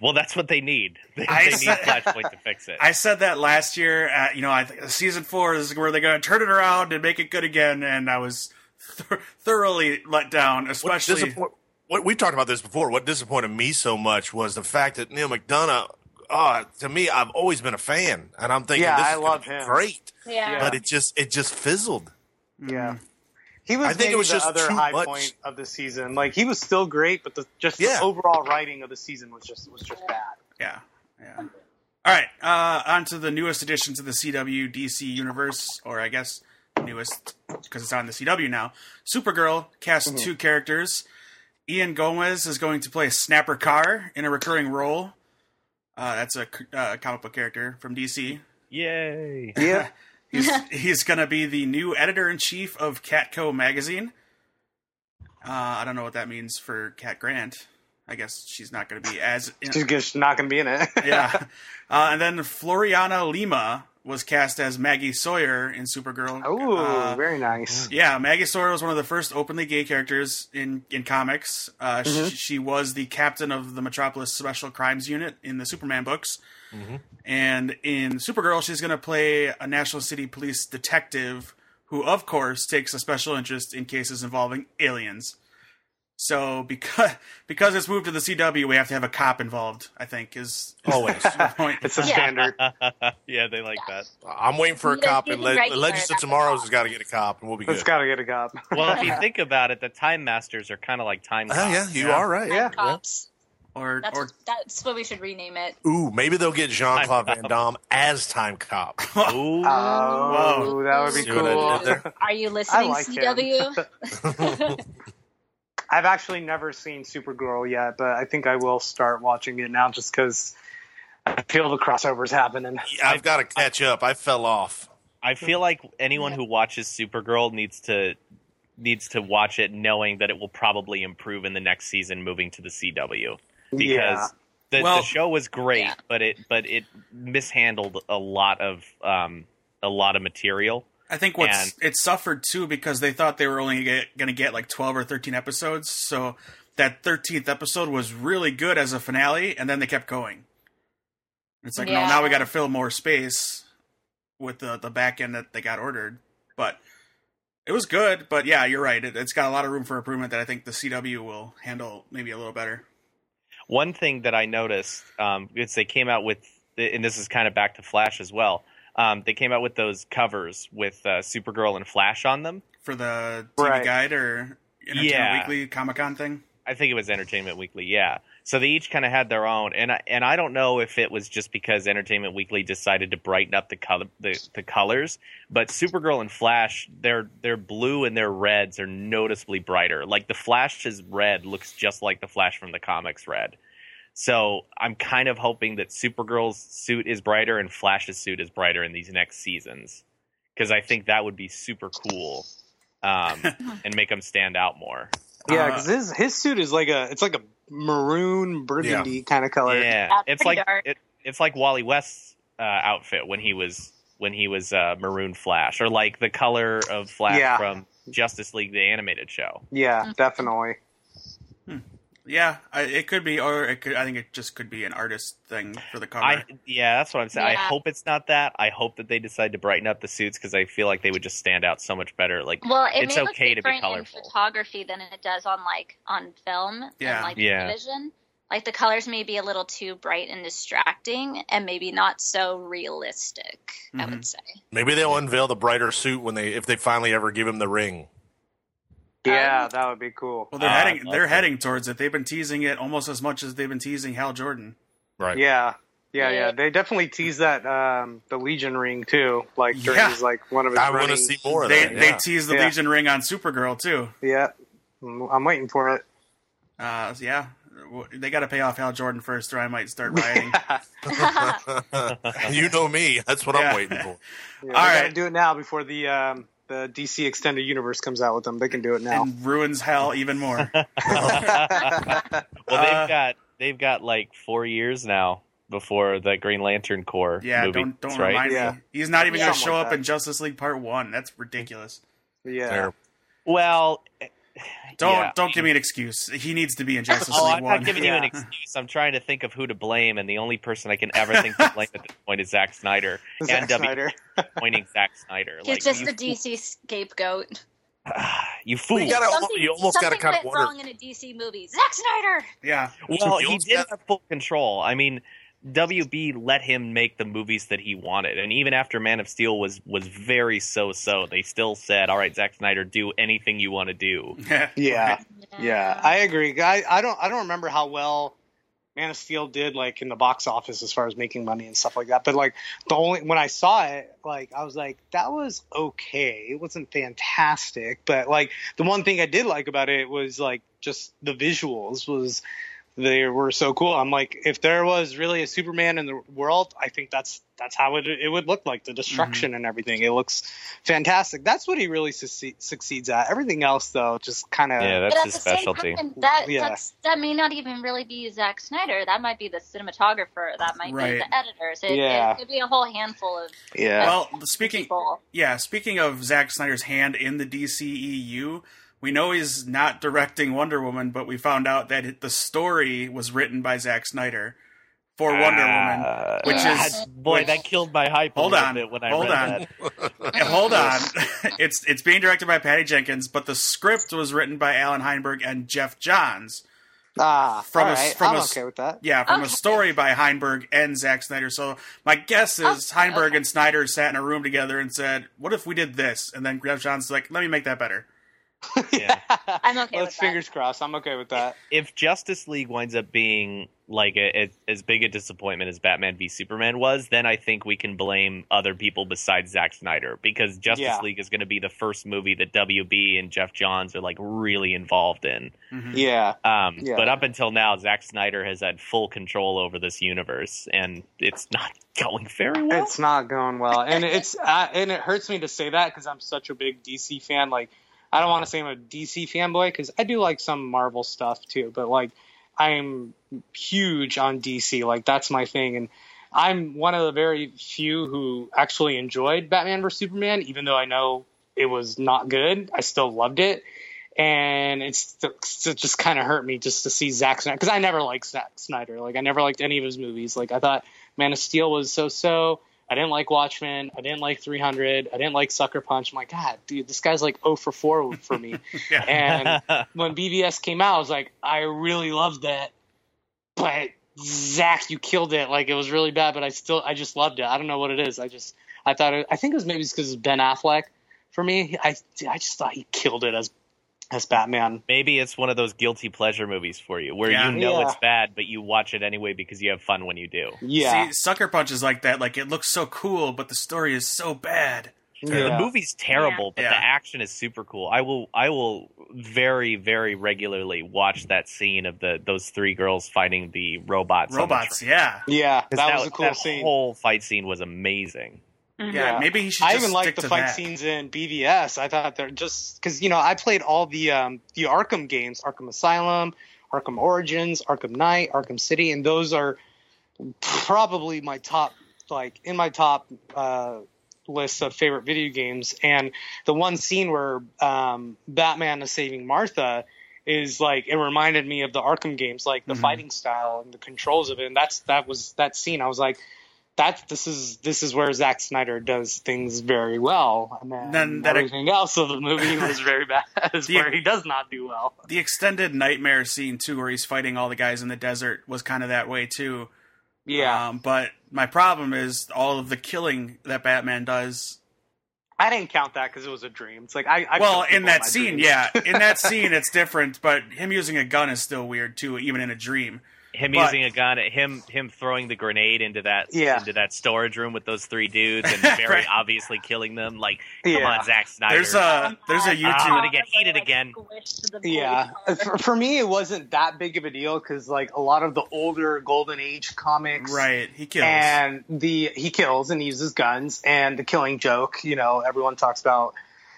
Speaker 3: well, that's what they need. *laughs* They,
Speaker 1: I
Speaker 3: they need
Speaker 1: said-
Speaker 3: Flashpoint to fix it.
Speaker 1: I said that last year. At, you know, I think season four is where they're going to turn it around and make it good again, and I was th- thoroughly let down,
Speaker 2: What
Speaker 1: especially.
Speaker 2: disappoint- what we talked about this before. What disappointed me so much was the fact that Neil McDonough. Uh, to me, I've always been a fan, and I'm thinking
Speaker 5: Yeah,
Speaker 2: this
Speaker 5: I
Speaker 2: is gonna
Speaker 5: love
Speaker 2: be
Speaker 5: him.
Speaker 2: great.
Speaker 5: Yeah.
Speaker 2: But it just it just fizzled.
Speaker 5: Yeah. He was
Speaker 2: Mm-hmm. I think it
Speaker 5: maybe
Speaker 2: was
Speaker 5: the
Speaker 2: just
Speaker 5: other
Speaker 2: too
Speaker 5: high
Speaker 2: much.
Speaker 5: point of the season. Like he was still great, but the just
Speaker 2: Yeah.
Speaker 5: the overall writing of the season was just was just bad.
Speaker 1: Yeah, yeah. All right, uh, on to the newest addition to the CW DC universe, or I guess newest because it's on the CW now. Supergirl cast two characters. Ian Gomez is going to play Snapper Carr in a recurring role. Uh, that's a c- uh, comic book character from DC.
Speaker 3: Yay! *laughs*
Speaker 5: Yeah.
Speaker 1: He's, he's going to be the new editor in chief of Catco magazine. Uh, I don't know what that means for Cat Grant. I guess she's not going to be as in-
Speaker 5: She's just not going to be in it.
Speaker 1: yeah. *laughs* Uh, and then Floriana Lima was cast as Maggie Sawyer in Supergirl.
Speaker 5: *laughs* Ooh,
Speaker 1: Uh,
Speaker 5: very nice.
Speaker 1: yeah, Maggie Sawyer was one of the first openly gay characters in in comics. Uh, sh- she, was the captain of the Metropolis Special Crimes Unit in the Superman books, and in Supergirl, she's going to play a National City Police detective who, of course, takes a special interest in cases involving aliens. So because *laughs* because it's moved to the CW, we have to have a cop involved. I think is, is
Speaker 5: *laughs*
Speaker 2: Always.
Speaker 1: the *laughs* point.
Speaker 5: It's a
Speaker 4: Yeah.
Speaker 5: standard.
Speaker 3: yeah, they like that.
Speaker 2: I'm waiting for a
Speaker 4: Neil
Speaker 2: cop, and
Speaker 4: Stephen
Speaker 2: Le-
Speaker 4: Regular,
Speaker 2: Legends of
Speaker 4: that's a
Speaker 2: Tomorrow's
Speaker 4: cop.
Speaker 2: has got to get a cop, and we'll be good.
Speaker 5: It's got to get a cop.
Speaker 3: Well, if you think about it, the Time Masters are kind of like time.
Speaker 2: Oh
Speaker 3: cops.
Speaker 2: yeah, you
Speaker 1: Yeah.
Speaker 2: are right.
Speaker 5: Yeah.
Speaker 4: Cops.
Speaker 1: or
Speaker 4: That's
Speaker 1: or
Speaker 4: that's what we should rename it.
Speaker 2: Ooh, maybe they'll get Jean Claude Van Damme as Time Cop.
Speaker 3: Ooh.
Speaker 5: Oh,
Speaker 1: Whoa.
Speaker 5: that would be
Speaker 2: See what I
Speaker 5: cool.
Speaker 2: did there?
Speaker 4: *laughs* Are you listening,
Speaker 5: like him. *laughs*
Speaker 4: CW?
Speaker 5: I've actually never seen Supergirl yet, but I think I will start watching it now just because I feel the crossovers happening.
Speaker 2: I've got to catch up. I fell off.
Speaker 3: I feel like anyone who watches Supergirl needs to needs to watch it knowing that it will probably improve in the next season moving to the CW because uh,
Speaker 5: yeah.
Speaker 3: the,
Speaker 1: Well-
Speaker 3: the show was great
Speaker 4: Yeah.
Speaker 3: but it but it mishandled a lot of um a lot of material.
Speaker 1: I think what's it suffered too because they thought they were only going to get like twelve or thirteen episodes. So that thirteenth episode was really good as a finale, and then they kept going. It's like no,
Speaker 4: Yeah.
Speaker 1: now we got to fill more space with the the back end that they got ordered, but. It was good, but yeah, you're right. It, it's got a lot of room for improvement that I think the CW will handle maybe a little better.
Speaker 3: One thing that I noticed um is they came out with and this is kind of back to Flash as well. Um, they came out with those covers with uh, Supergirl and Flash on them.
Speaker 1: for the TV
Speaker 5: Right.
Speaker 1: guide or Entertainment
Speaker 3: Yeah.
Speaker 1: Weekly Comic Con thing.
Speaker 3: I think it was Entertainment Weekly, yeah. So they each kind of had their own, and I, and I don't know if it was just because Entertainment Weekly decided to brighten up the color the, the colors, but Supergirl and Flash, their their blue and their reds are noticeably brighter. Like the Flash's red looks just like the Flash from the comics red. So I'm kind of hoping that Supergirl's suit is brighter and Flash's suit is brighter in these next seasons because I think that would be super cool um, and make them stand out more.
Speaker 5: Yeah,
Speaker 1: Uh,
Speaker 5: because his his suit is like a it's like a maroon burgundy kind of color.
Speaker 3: Yeah,
Speaker 4: Yeah,
Speaker 3: it's
Speaker 4: pretty
Speaker 3: like
Speaker 4: dark.
Speaker 3: it, it's like Wally West's uh, outfit when he was when he was uh, Maroon Flash, or like the color of Flash
Speaker 5: Yeah.
Speaker 3: from Justice League the animated show.
Speaker 5: Yeah, definitely.
Speaker 1: Yeah, I, it could be, or it could. I think it just could be an artist thing for the cover.
Speaker 3: I yeah, that's what I'm saying. I
Speaker 4: Yeah.
Speaker 3: hope it's not that. I hope that they decide to brighten up the suits because I feel like they would just stand out so much better.
Speaker 4: *laughs*
Speaker 3: Like *laughs*
Speaker 4: Well, it
Speaker 3: It's
Speaker 4: may look
Speaker 3: okay to be
Speaker 4: different in
Speaker 3: colorful.
Speaker 4: photography than it does on like on film
Speaker 1: Yeah.
Speaker 4: and like
Speaker 3: Yeah.
Speaker 4: television. Like the colors may be a little too bright and distracting, and maybe not so realistic. I
Speaker 1: Mhm.
Speaker 5: Mm-hmm.
Speaker 4: would say.
Speaker 2: Maybe they'll unveil the brighter suit when they if they finally ever give him the ring.
Speaker 5: Yeah, that would be cool.
Speaker 1: well, they're
Speaker 3: Ah,
Speaker 1: heading.
Speaker 3: that's
Speaker 1: They're
Speaker 3: it.
Speaker 1: heading towards it. They've been teasing it almost as much as they've been teasing Hal Jordan.
Speaker 2: Right.
Speaker 5: Yeah. Yeah, yeah.
Speaker 4: Yeah.
Speaker 5: They definitely tease that um the Legion ring too. Like during
Speaker 1: Yeah.
Speaker 5: his like one of his
Speaker 2: I want to
Speaker 5: running-
Speaker 2: see more of
Speaker 1: They
Speaker 2: that.
Speaker 1: they
Speaker 2: yeah.
Speaker 1: teased the
Speaker 5: Yeah.
Speaker 1: Legion ring on Supergirl too.
Speaker 5: Yeah. Mm, I'm waiting for it.
Speaker 1: Uh, so yeah, w- they got to pay off Hal Jordan first, or I might
Speaker 5: *laughs*
Speaker 1: start rioting.
Speaker 2: *laughs*
Speaker 4: *laughs*
Speaker 2: you know me. That's what
Speaker 1: Yeah.
Speaker 2: I'm waiting for.
Speaker 1: All
Speaker 5: Yeah, they gotta
Speaker 1: right.
Speaker 5: do it now before the um, the DC Extended Universe comes out with them. They can do it now.
Speaker 1: and ruins Hal even
Speaker 3: *laughs*
Speaker 1: more.
Speaker 3: well, they've
Speaker 1: Uh,
Speaker 3: got they've got like four years now before the Green Lantern Corps.
Speaker 1: Yeah,
Speaker 3: movie,
Speaker 1: don't don't
Speaker 3: right?
Speaker 1: remind
Speaker 5: Yeah.
Speaker 1: me. He's not even going to
Speaker 5: Something
Speaker 1: show
Speaker 5: like
Speaker 1: up
Speaker 5: that.
Speaker 1: in Justice League Part One. That's ridiculous.
Speaker 5: yeah,
Speaker 2: Terrible.
Speaker 3: Well,
Speaker 1: Don't
Speaker 3: yeah.
Speaker 1: don't give me an excuse. He needs to be in Justice
Speaker 3: *laughs* Oh,
Speaker 1: League
Speaker 3: I'm
Speaker 1: One.
Speaker 3: not giving you an excuse. I'm trying to think of who to blame, and the only person I can ever think to blame at this point is
Speaker 1: *laughs*
Speaker 3: Zack Snyder.
Speaker 5: Zack
Speaker 3: and W
Speaker 5: Snyder.
Speaker 3: pointing Zack Snyder.
Speaker 4: He's
Speaker 3: like,
Speaker 4: just
Speaker 3: you,
Speaker 4: the DC scapegoat.
Speaker 3: *sighs* you fool.
Speaker 2: Well, you gotta-
Speaker 4: Something-
Speaker 2: you almost gotta
Speaker 4: something
Speaker 2: kinda
Speaker 4: went
Speaker 2: wonder-
Speaker 4: wrong in a DC movie. Zack Snyder.
Speaker 1: Yeah,
Speaker 3: well,
Speaker 2: you
Speaker 3: he
Speaker 2: almost
Speaker 3: did
Speaker 2: gotta-
Speaker 3: have full control. I mean, WB let him make the movies that he wanted, and even after Man of Steel was was very so so, they still said, "All right, Zack Snyder, do anything you want to do."
Speaker 1: yeah, *laughs*
Speaker 5: Yeah, yeah. I agree. I, I don't I don't remember how well Man of Steel did like in the box office as far as making money and stuff like that. But like the only when I saw it, like I was like, that was okay. It wasn't fantastic, but like the one thing I did like about it was like just the visuals was they were so cool. I'm like, if there was really a Superman in the world, I think that's that's how it it would look like the destruction and everything. It looks fantastic. That's what he really succeed, succeeds at. Everything else though, just kind of
Speaker 3: Yeah,
Speaker 4: But
Speaker 3: that's
Speaker 4: at
Speaker 3: his
Speaker 4: the same
Speaker 3: specialty.
Speaker 4: time, that
Speaker 5: Yeah.
Speaker 4: that's, that may not even really be Zack Snyder. That might be the cinematographer. That might
Speaker 1: Right.
Speaker 4: be the editors. It,
Speaker 5: Yeah.
Speaker 4: it could be a whole handful of
Speaker 5: yeah.
Speaker 1: Well, speaking
Speaker 4: people.
Speaker 1: yeah, speaking of Zack Snyder's hand in the DCEU, we know he's not directing Wonder Woman, but we found out that it, the story was written by Zack Snyder for Wonder Woman.
Speaker 3: Ah,
Speaker 1: which
Speaker 4: is-
Speaker 3: boy,
Speaker 4: which-
Speaker 3: that killed my hype.
Speaker 1: Hold
Speaker 3: a little
Speaker 1: on,
Speaker 3: bit when I
Speaker 1: hold
Speaker 3: read
Speaker 1: on.
Speaker 3: that.
Speaker 1: Eh, Hold on. *laughs* it's it's being directed by Patty Jenkins, but the script was written by Alan Heinberg and Jeff Johns.
Speaker 5: Ah,
Speaker 1: From
Speaker 5: from
Speaker 1: a-
Speaker 5: all right.
Speaker 1: from
Speaker 5: I'm
Speaker 1: a-
Speaker 5: okay with *laughs* that.
Speaker 1: Yeah, from a
Speaker 4: Okay.
Speaker 1: story by Heinberg and Zack Snyder. So my guess is
Speaker 4: Okay,
Speaker 1: Heinberg
Speaker 4: okay.
Speaker 1: and Snyder sat in a room together and said, "What if we did this?" And then Jeff Johns like, "Let me make that better."
Speaker 5: *laughs*
Speaker 3: Yeah.
Speaker 4: I'm okay with
Speaker 5: Let's
Speaker 4: that.
Speaker 5: fingers crossed. I'm okay with that.
Speaker 3: if Justice League winds up being like a, a, as big a disappointment as Batman v Superman was, then I think we can blame other people besides Zack Snyder because Justice
Speaker 5: Yeah.
Speaker 3: League is going to be the first movie that WB and Jeff Johns are like really involved in.
Speaker 1: Mhm.
Speaker 5: Yeah.
Speaker 3: Um,
Speaker 5: Yeah.
Speaker 3: But up until now, Zack Snyder has had full control over this universe, and it's not *laughs* going very well.
Speaker 5: It's not going well, and *laughs* it's uh, and it hurts me to say that because I'm such a big DC fan. Like, I don't want to say I'm a DC fanboy because I do like some Marvel stuff too, but like, I'm huge on DC. Like, that's my thing, and I'm one of the very few who actually enjoyed Batman vs Superman, even though I know it was not good. I still loved it, and it's it just kind of hurt me just to see Zack Snyder because I never liked Zack Snyder. Like, I never liked any of his movies. Like, I thought. Man of Steel was so so. I didn't like Watchmen. I didn't like 300. I didn't like Sucker Punch. I'm like, God, dude, this guy's like 0 for 4 for me.
Speaker 1: Yeah.
Speaker 5: And when BVS came out, I was like, I really loved that, but Zach, you killed it. Like it was really bad, but I still, I just loved it. I don't know what it is. I just, I thought, it, I think it was maybe because it's Ben Affleck for me. I, I just thought he killed it as, as Batman.
Speaker 3: *laughs* Maybe it's one of those guilty pleasure movies for you, where
Speaker 1: Yeah.
Speaker 3: you know
Speaker 5: Yeah.
Speaker 3: it's bad, but you watch it anyway because you have fun when you do.
Speaker 5: Yeah,
Speaker 1: See, Sucker Punch is like that. Like it looks so cool, but the story is so bad.
Speaker 5: yeah.
Speaker 3: The movie's terrible, but
Speaker 1: Yeah.
Speaker 3: the action is super cool. I will I will very very regularly watch that scene of the those three girls fighting the robots. on the
Speaker 1: Robots,
Speaker 3: train.
Speaker 1: yeah.
Speaker 5: yeah, that,
Speaker 3: 'Cause
Speaker 5: was a cool
Speaker 3: that
Speaker 5: scene.
Speaker 3: whole fight scene was amazing.
Speaker 1: Yeah,
Speaker 5: Yeah.
Speaker 1: maybe he should.
Speaker 5: I
Speaker 1: just
Speaker 5: even
Speaker 1: stick
Speaker 5: liked the
Speaker 1: to
Speaker 5: fight
Speaker 1: that.
Speaker 5: scenes in BVS. I thought they're just because you know I played all the um, the Arkham games: Arkham Asylum, Arkham Origins, Arkham Knight, Arkham City, and those are probably my top like in my top uh, list of favorite video games. And the one scene where um, Batman is saving Martha is like it reminded me of the Arkham games, like the
Speaker 1: Mhm.
Speaker 5: fighting style and the controls of it. And that's that was that scene. I was like, that this is this is where Zack Snyder does things very well. And then,
Speaker 1: Then that-
Speaker 5: everything else of
Speaker 1: *laughs*
Speaker 5: the movie was very bad. *laughs* is
Speaker 1: Yeah.
Speaker 5: where he does not do well.
Speaker 1: The extended nightmare scene too, where he's fighting all the guys in the desert, was kind of that way too.
Speaker 5: Yeah,
Speaker 1: Um, but my problem is all of the killing that Batman does.
Speaker 5: I didn't count that because it was a dream. It's like I, I
Speaker 1: well,
Speaker 5: kill people
Speaker 1: in that
Speaker 5: my
Speaker 1: scene,
Speaker 5: dreams.
Speaker 1: yeah, in that
Speaker 5: *laughs*
Speaker 1: scene, it's different. But him using a gun is still weird too, even in a dream.
Speaker 3: Him
Speaker 1: But-
Speaker 3: using a gun, him him throwing the grenade into that
Speaker 5: Yeah.
Speaker 3: into that storage room with those three dudes
Speaker 5: *laughs*
Speaker 3: and very
Speaker 1: Right.
Speaker 3: obviously killing them. Like, come
Speaker 5: Yeah.
Speaker 3: on, Zack Snyder.
Speaker 1: There's a there's a
Speaker 3: Ah, I'm
Speaker 1: YouTube.
Speaker 3: gonna get heated again.
Speaker 5: Yeah, *laughs* for, for me, it wasn't that big of a deal because like a lot of the older Golden Age comics,
Speaker 1: Right, he kills.
Speaker 5: and the he kills and uses guns and the killing joke. You know, everyone talks about.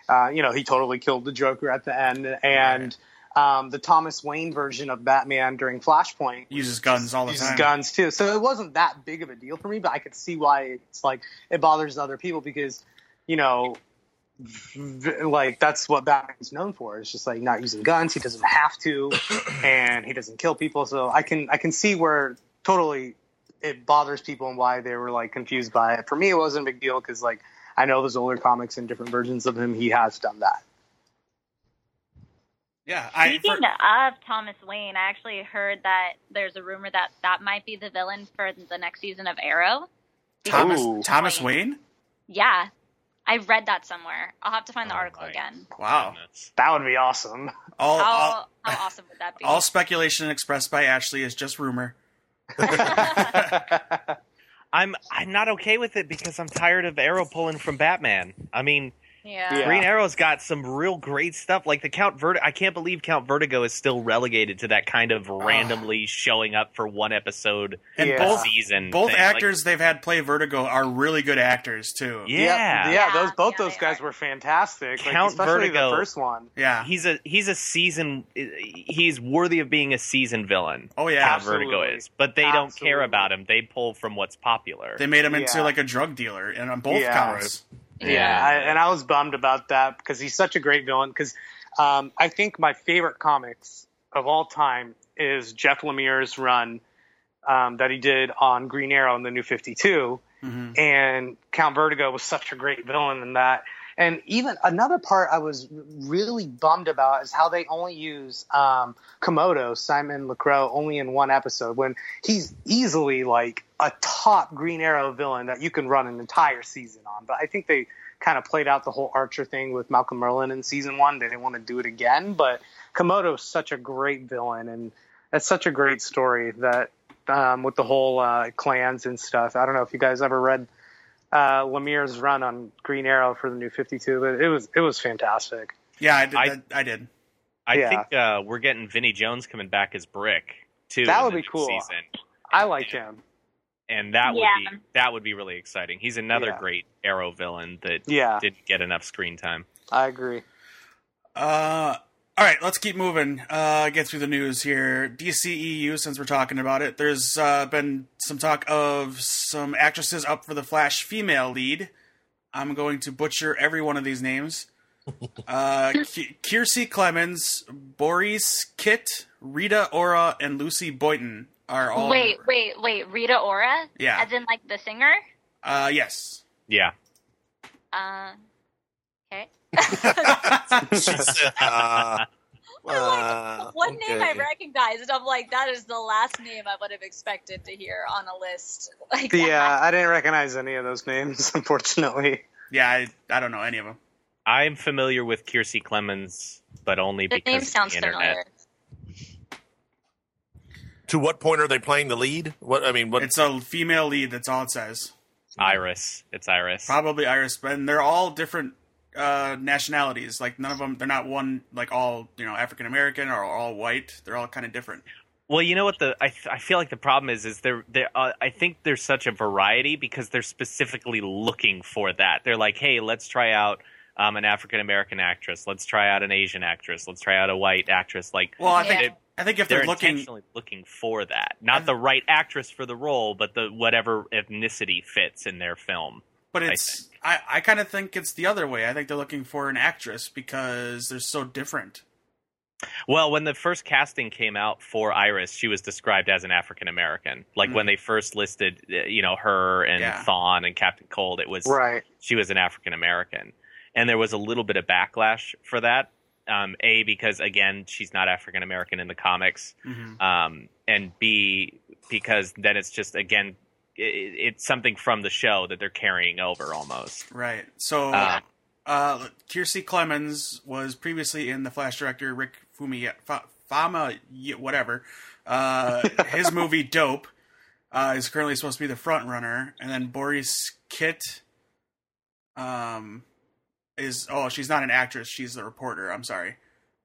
Speaker 5: Uh, you know, he totally killed the Joker at the end, and um, the Thomas Wayne version of Batman during Flashpoint
Speaker 1: uses guns all the
Speaker 5: uses
Speaker 1: time.
Speaker 5: guns too. So it wasn't that big of a deal for me, but I could see why it's like it bothers other people because you know, v- like that's what Batman's known for. It's just like not using guns. He doesn't have to, and he doesn't kill people. So I can I can see where totally it bothers people and why they were like confused by it. For me, it wasn't a big deal because like I know those older comics and different versions of him, he has done that.
Speaker 1: Yeah, I for,
Speaker 4: Speaking of Thomas Wayne, I actually heard that there's a rumor that that might be the villain for the next season of Arrow.
Speaker 1: Thomas
Speaker 5: Ooh.
Speaker 1: Thomas Wayne.
Speaker 4: Yeah, I read that somewhere. I'll have to find the
Speaker 3: Oh
Speaker 4: article
Speaker 3: my
Speaker 4: again.
Speaker 1: Wow,
Speaker 3: Goodness.
Speaker 5: That would be awesome. *laughs*
Speaker 1: all all,
Speaker 4: How, how awesome would that be?
Speaker 1: all
Speaker 4: *laughs*
Speaker 1: speculation expressed by Ashley is just rumor.
Speaker 3: I'm I'm not okay with it because I'm tired of Arrow pulling from Batman. I mean,
Speaker 4: yeah.
Speaker 5: Yeah.
Speaker 3: Green Arrow's got some real great stuff. Like the Count Vertigo, I can't believe Count Vertigo is still relegated to that kind of randomly showing up for one episode
Speaker 1: And
Speaker 5: Yeah.
Speaker 3: a
Speaker 1: both
Speaker 3: season.
Speaker 1: both
Speaker 3: thing. Like,
Speaker 1: actors they've had play Vertigo are really good actors too.
Speaker 3: Yeah.
Speaker 5: Yep.
Speaker 4: Yeah,
Speaker 5: yeah. Those both
Speaker 4: yeah,
Speaker 5: those
Speaker 4: they
Speaker 5: guys
Speaker 4: are.
Speaker 5: were fantastic. Like,
Speaker 3: Count
Speaker 5: especially
Speaker 3: Vertigo.
Speaker 5: the first one.
Speaker 1: Yeah.
Speaker 3: he's a he's a season. He's worthy of being a season villain.
Speaker 1: Oh yeah.
Speaker 3: Count Vertigo
Speaker 5: Absolutely.
Speaker 3: is, but they don't care
Speaker 5: Absolutely.
Speaker 3: about him. They pull from what's popular.
Speaker 1: They made him into
Speaker 5: Yeah.
Speaker 1: like a drug dealer, and on both
Speaker 5: Yeah.
Speaker 1: counts.
Speaker 4: Yeah.
Speaker 5: Yeah, I, and I was bummed about that because he's such a great villain. Because um, I think my favorite comics of all time is Jeff Lemire's run um, that he did on Green Arrow in the New Fifty Two,
Speaker 1: Mhm.
Speaker 5: and Count Vertigo was such a great villain in that. And even another part I was really bummed about is how they only use um, Komodo, Simon LeCrow, only in one episode when he's easily like a top Green Arrow villain that you can run an entire season on. But I think they kind of played out the whole Archer thing with Malcolm Merlin in season one. They didn't want to do it again, but Komodo's such a great villain, and that's such a great story that um, with the whole uh, clans and stuff. I don't know if you guys ever read uh, Lemire's run on Green Arrow for the New Fifty Two, but it was it was fantastic.
Speaker 1: Yeah, I did.
Speaker 3: I-
Speaker 1: that- I did.
Speaker 3: I
Speaker 5: Yeah.
Speaker 3: think uh, we're getting Vinny Jones coming back as Brick too.
Speaker 5: That
Speaker 3: in
Speaker 5: would
Speaker 3: the
Speaker 5: be
Speaker 3: next
Speaker 5: cool.
Speaker 3: Season.
Speaker 5: I liked him.
Speaker 3: and that
Speaker 4: Yeah.
Speaker 3: would be that would be really exciting. He's another
Speaker 5: Yeah.
Speaker 3: great Arrow villain that
Speaker 5: Yeah,
Speaker 3: didn't get enough screen time.
Speaker 5: I agree.
Speaker 1: Uh, all right, let's keep moving. Uh, get through the news here. DCEU, since we're talking about it, there's uh, been some talk of some actresses up for the Flash female lead. I'm going to butcher every one of these names. Uh, Ki- Kiersey Clemens, Boris Kit, Rita Ora, and Lucy Boynton are all.
Speaker 4: Wait, wait, wait. Rita Ora?
Speaker 1: Yeah.
Speaker 4: As in, like, the singer?
Speaker 1: Uh,
Speaker 4: *laughs*
Speaker 1: yes. *laughs*
Speaker 3: Yeah,
Speaker 4: Uh, okay.
Speaker 2: She *laughs* said, uh, uh,
Speaker 4: One name I
Speaker 2: okay.
Speaker 4: recognized, I'm like, that is the last name I would have expected to hear on a list. *laughs* Like,
Speaker 5: Yeah, uh, I didn't recognize any of those names, *laughs* unfortunately.
Speaker 1: Yeah, I, I don't know any of them.
Speaker 3: I'm familiar with Kiersey Clemens, but only
Speaker 4: that- the
Speaker 3: because
Speaker 4: name
Speaker 3: of
Speaker 4: sounds
Speaker 3: the internet.
Speaker 4: familiar.
Speaker 2: To what point are they playing the lead? What I mean, what
Speaker 1: It's a female lead. That's all it says.
Speaker 3: Iris, it's Iris.
Speaker 1: probably Irish, but and they're all different uh, nationalities. Like none of them, they're not one like all you know African American or all white. They're all kind of different.
Speaker 3: Well, you know what the I, th- I feel like the problem is is there there uh, I think there's such a variety because they're specifically looking for that. They're like, hey, let's try out um, an African American actress. Let's try out an Asian actress. Let's try out a white actress. Like
Speaker 1: Well, I
Speaker 4: Yeah.
Speaker 1: think I think if
Speaker 3: they're,
Speaker 1: they're, looking,
Speaker 3: intentionally looking for that, not the right actress for the role, but the whatever ethnicity fits in their film.
Speaker 1: but
Speaker 3: I
Speaker 1: it's I, I kind of think it's the other way. I think they're looking for an actress because they're so different.
Speaker 3: Well, when the first casting came out for Iris, she was described as an African American. Like when they first listed, uh, you know, her and
Speaker 1: Mm. Yeah.
Speaker 3: Thawne and Captain Cold, it was
Speaker 5: Right.
Speaker 3: she was an African American, and there was a little bit of backlash for that. Um, a because again, she's not African American in the comics,
Speaker 1: Mhm.
Speaker 3: um, and B because then it's just again, i i- it's something from the show that they're carrying over almost.
Speaker 1: Right. So
Speaker 3: Uh,
Speaker 1: uh, Kiersey Clemens was previously in the Flash director Rick Fumi Fa- Fama y- whatever. Uh, his movie Dope uh, is currently supposed to be the front runner, and then Boris Kit um, is oh she's not an actress, she's the reporter. I'm sorry.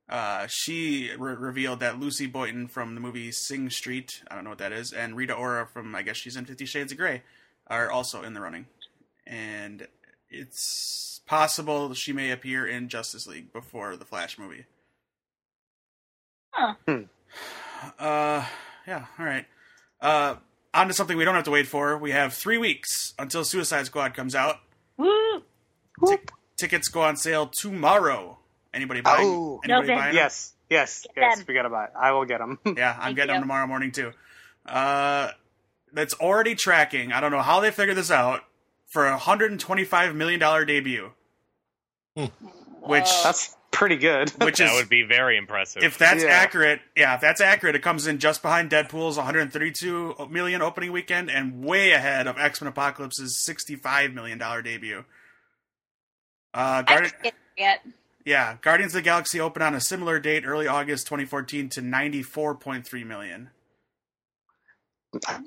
Speaker 1: Uh, she re- revealed that Lucy Boynton from the movie Sing Street, I don't know what that is, and Rita Ora from I guess she's in Fifty Shades of Grey, are also in the running, and it's possible she may appear in Justice League before the Flash movie.
Speaker 4: Huh.
Speaker 5: Hmm.
Speaker 1: Uh, yeah. All right. Uh, on to something we don't have to wait for. We have three weeks until Suicide Squad comes out.
Speaker 4: Woo!
Speaker 1: Tickets go on sale tomorrow. Anybody buying?
Speaker 5: Oh.
Speaker 1: anybody
Speaker 4: Okay.
Speaker 1: buying 'em?
Speaker 5: Yes, yes,
Speaker 4: Get
Speaker 5: yes.
Speaker 4: them.
Speaker 5: We gotta buy. It. I will get them.
Speaker 1: Yeah, I'm
Speaker 4: Thank
Speaker 1: getting them
Speaker 4: you.
Speaker 1: tomorrow morning too. Uh, that's already tracking. I don't know how they figured this out for a 125 million dollar
Speaker 5: *laughs*
Speaker 1: debut, which
Speaker 5: *laughs* That's pretty good.
Speaker 1: which is
Speaker 3: that would be very impressive.
Speaker 1: if that's
Speaker 5: Yeah.
Speaker 1: accurate, yeah, if that's accurate, it comes in just behind Deadpool's 132 million opening weekend and way ahead of X Men Apocalypse's 65 million dollar debut. Uh,
Speaker 4: I
Speaker 1: Guardi-
Speaker 4: just can't forget.
Speaker 1: yeah, Guardians of the Galaxy opened on a similar date, early August 2014, to 94.3 million.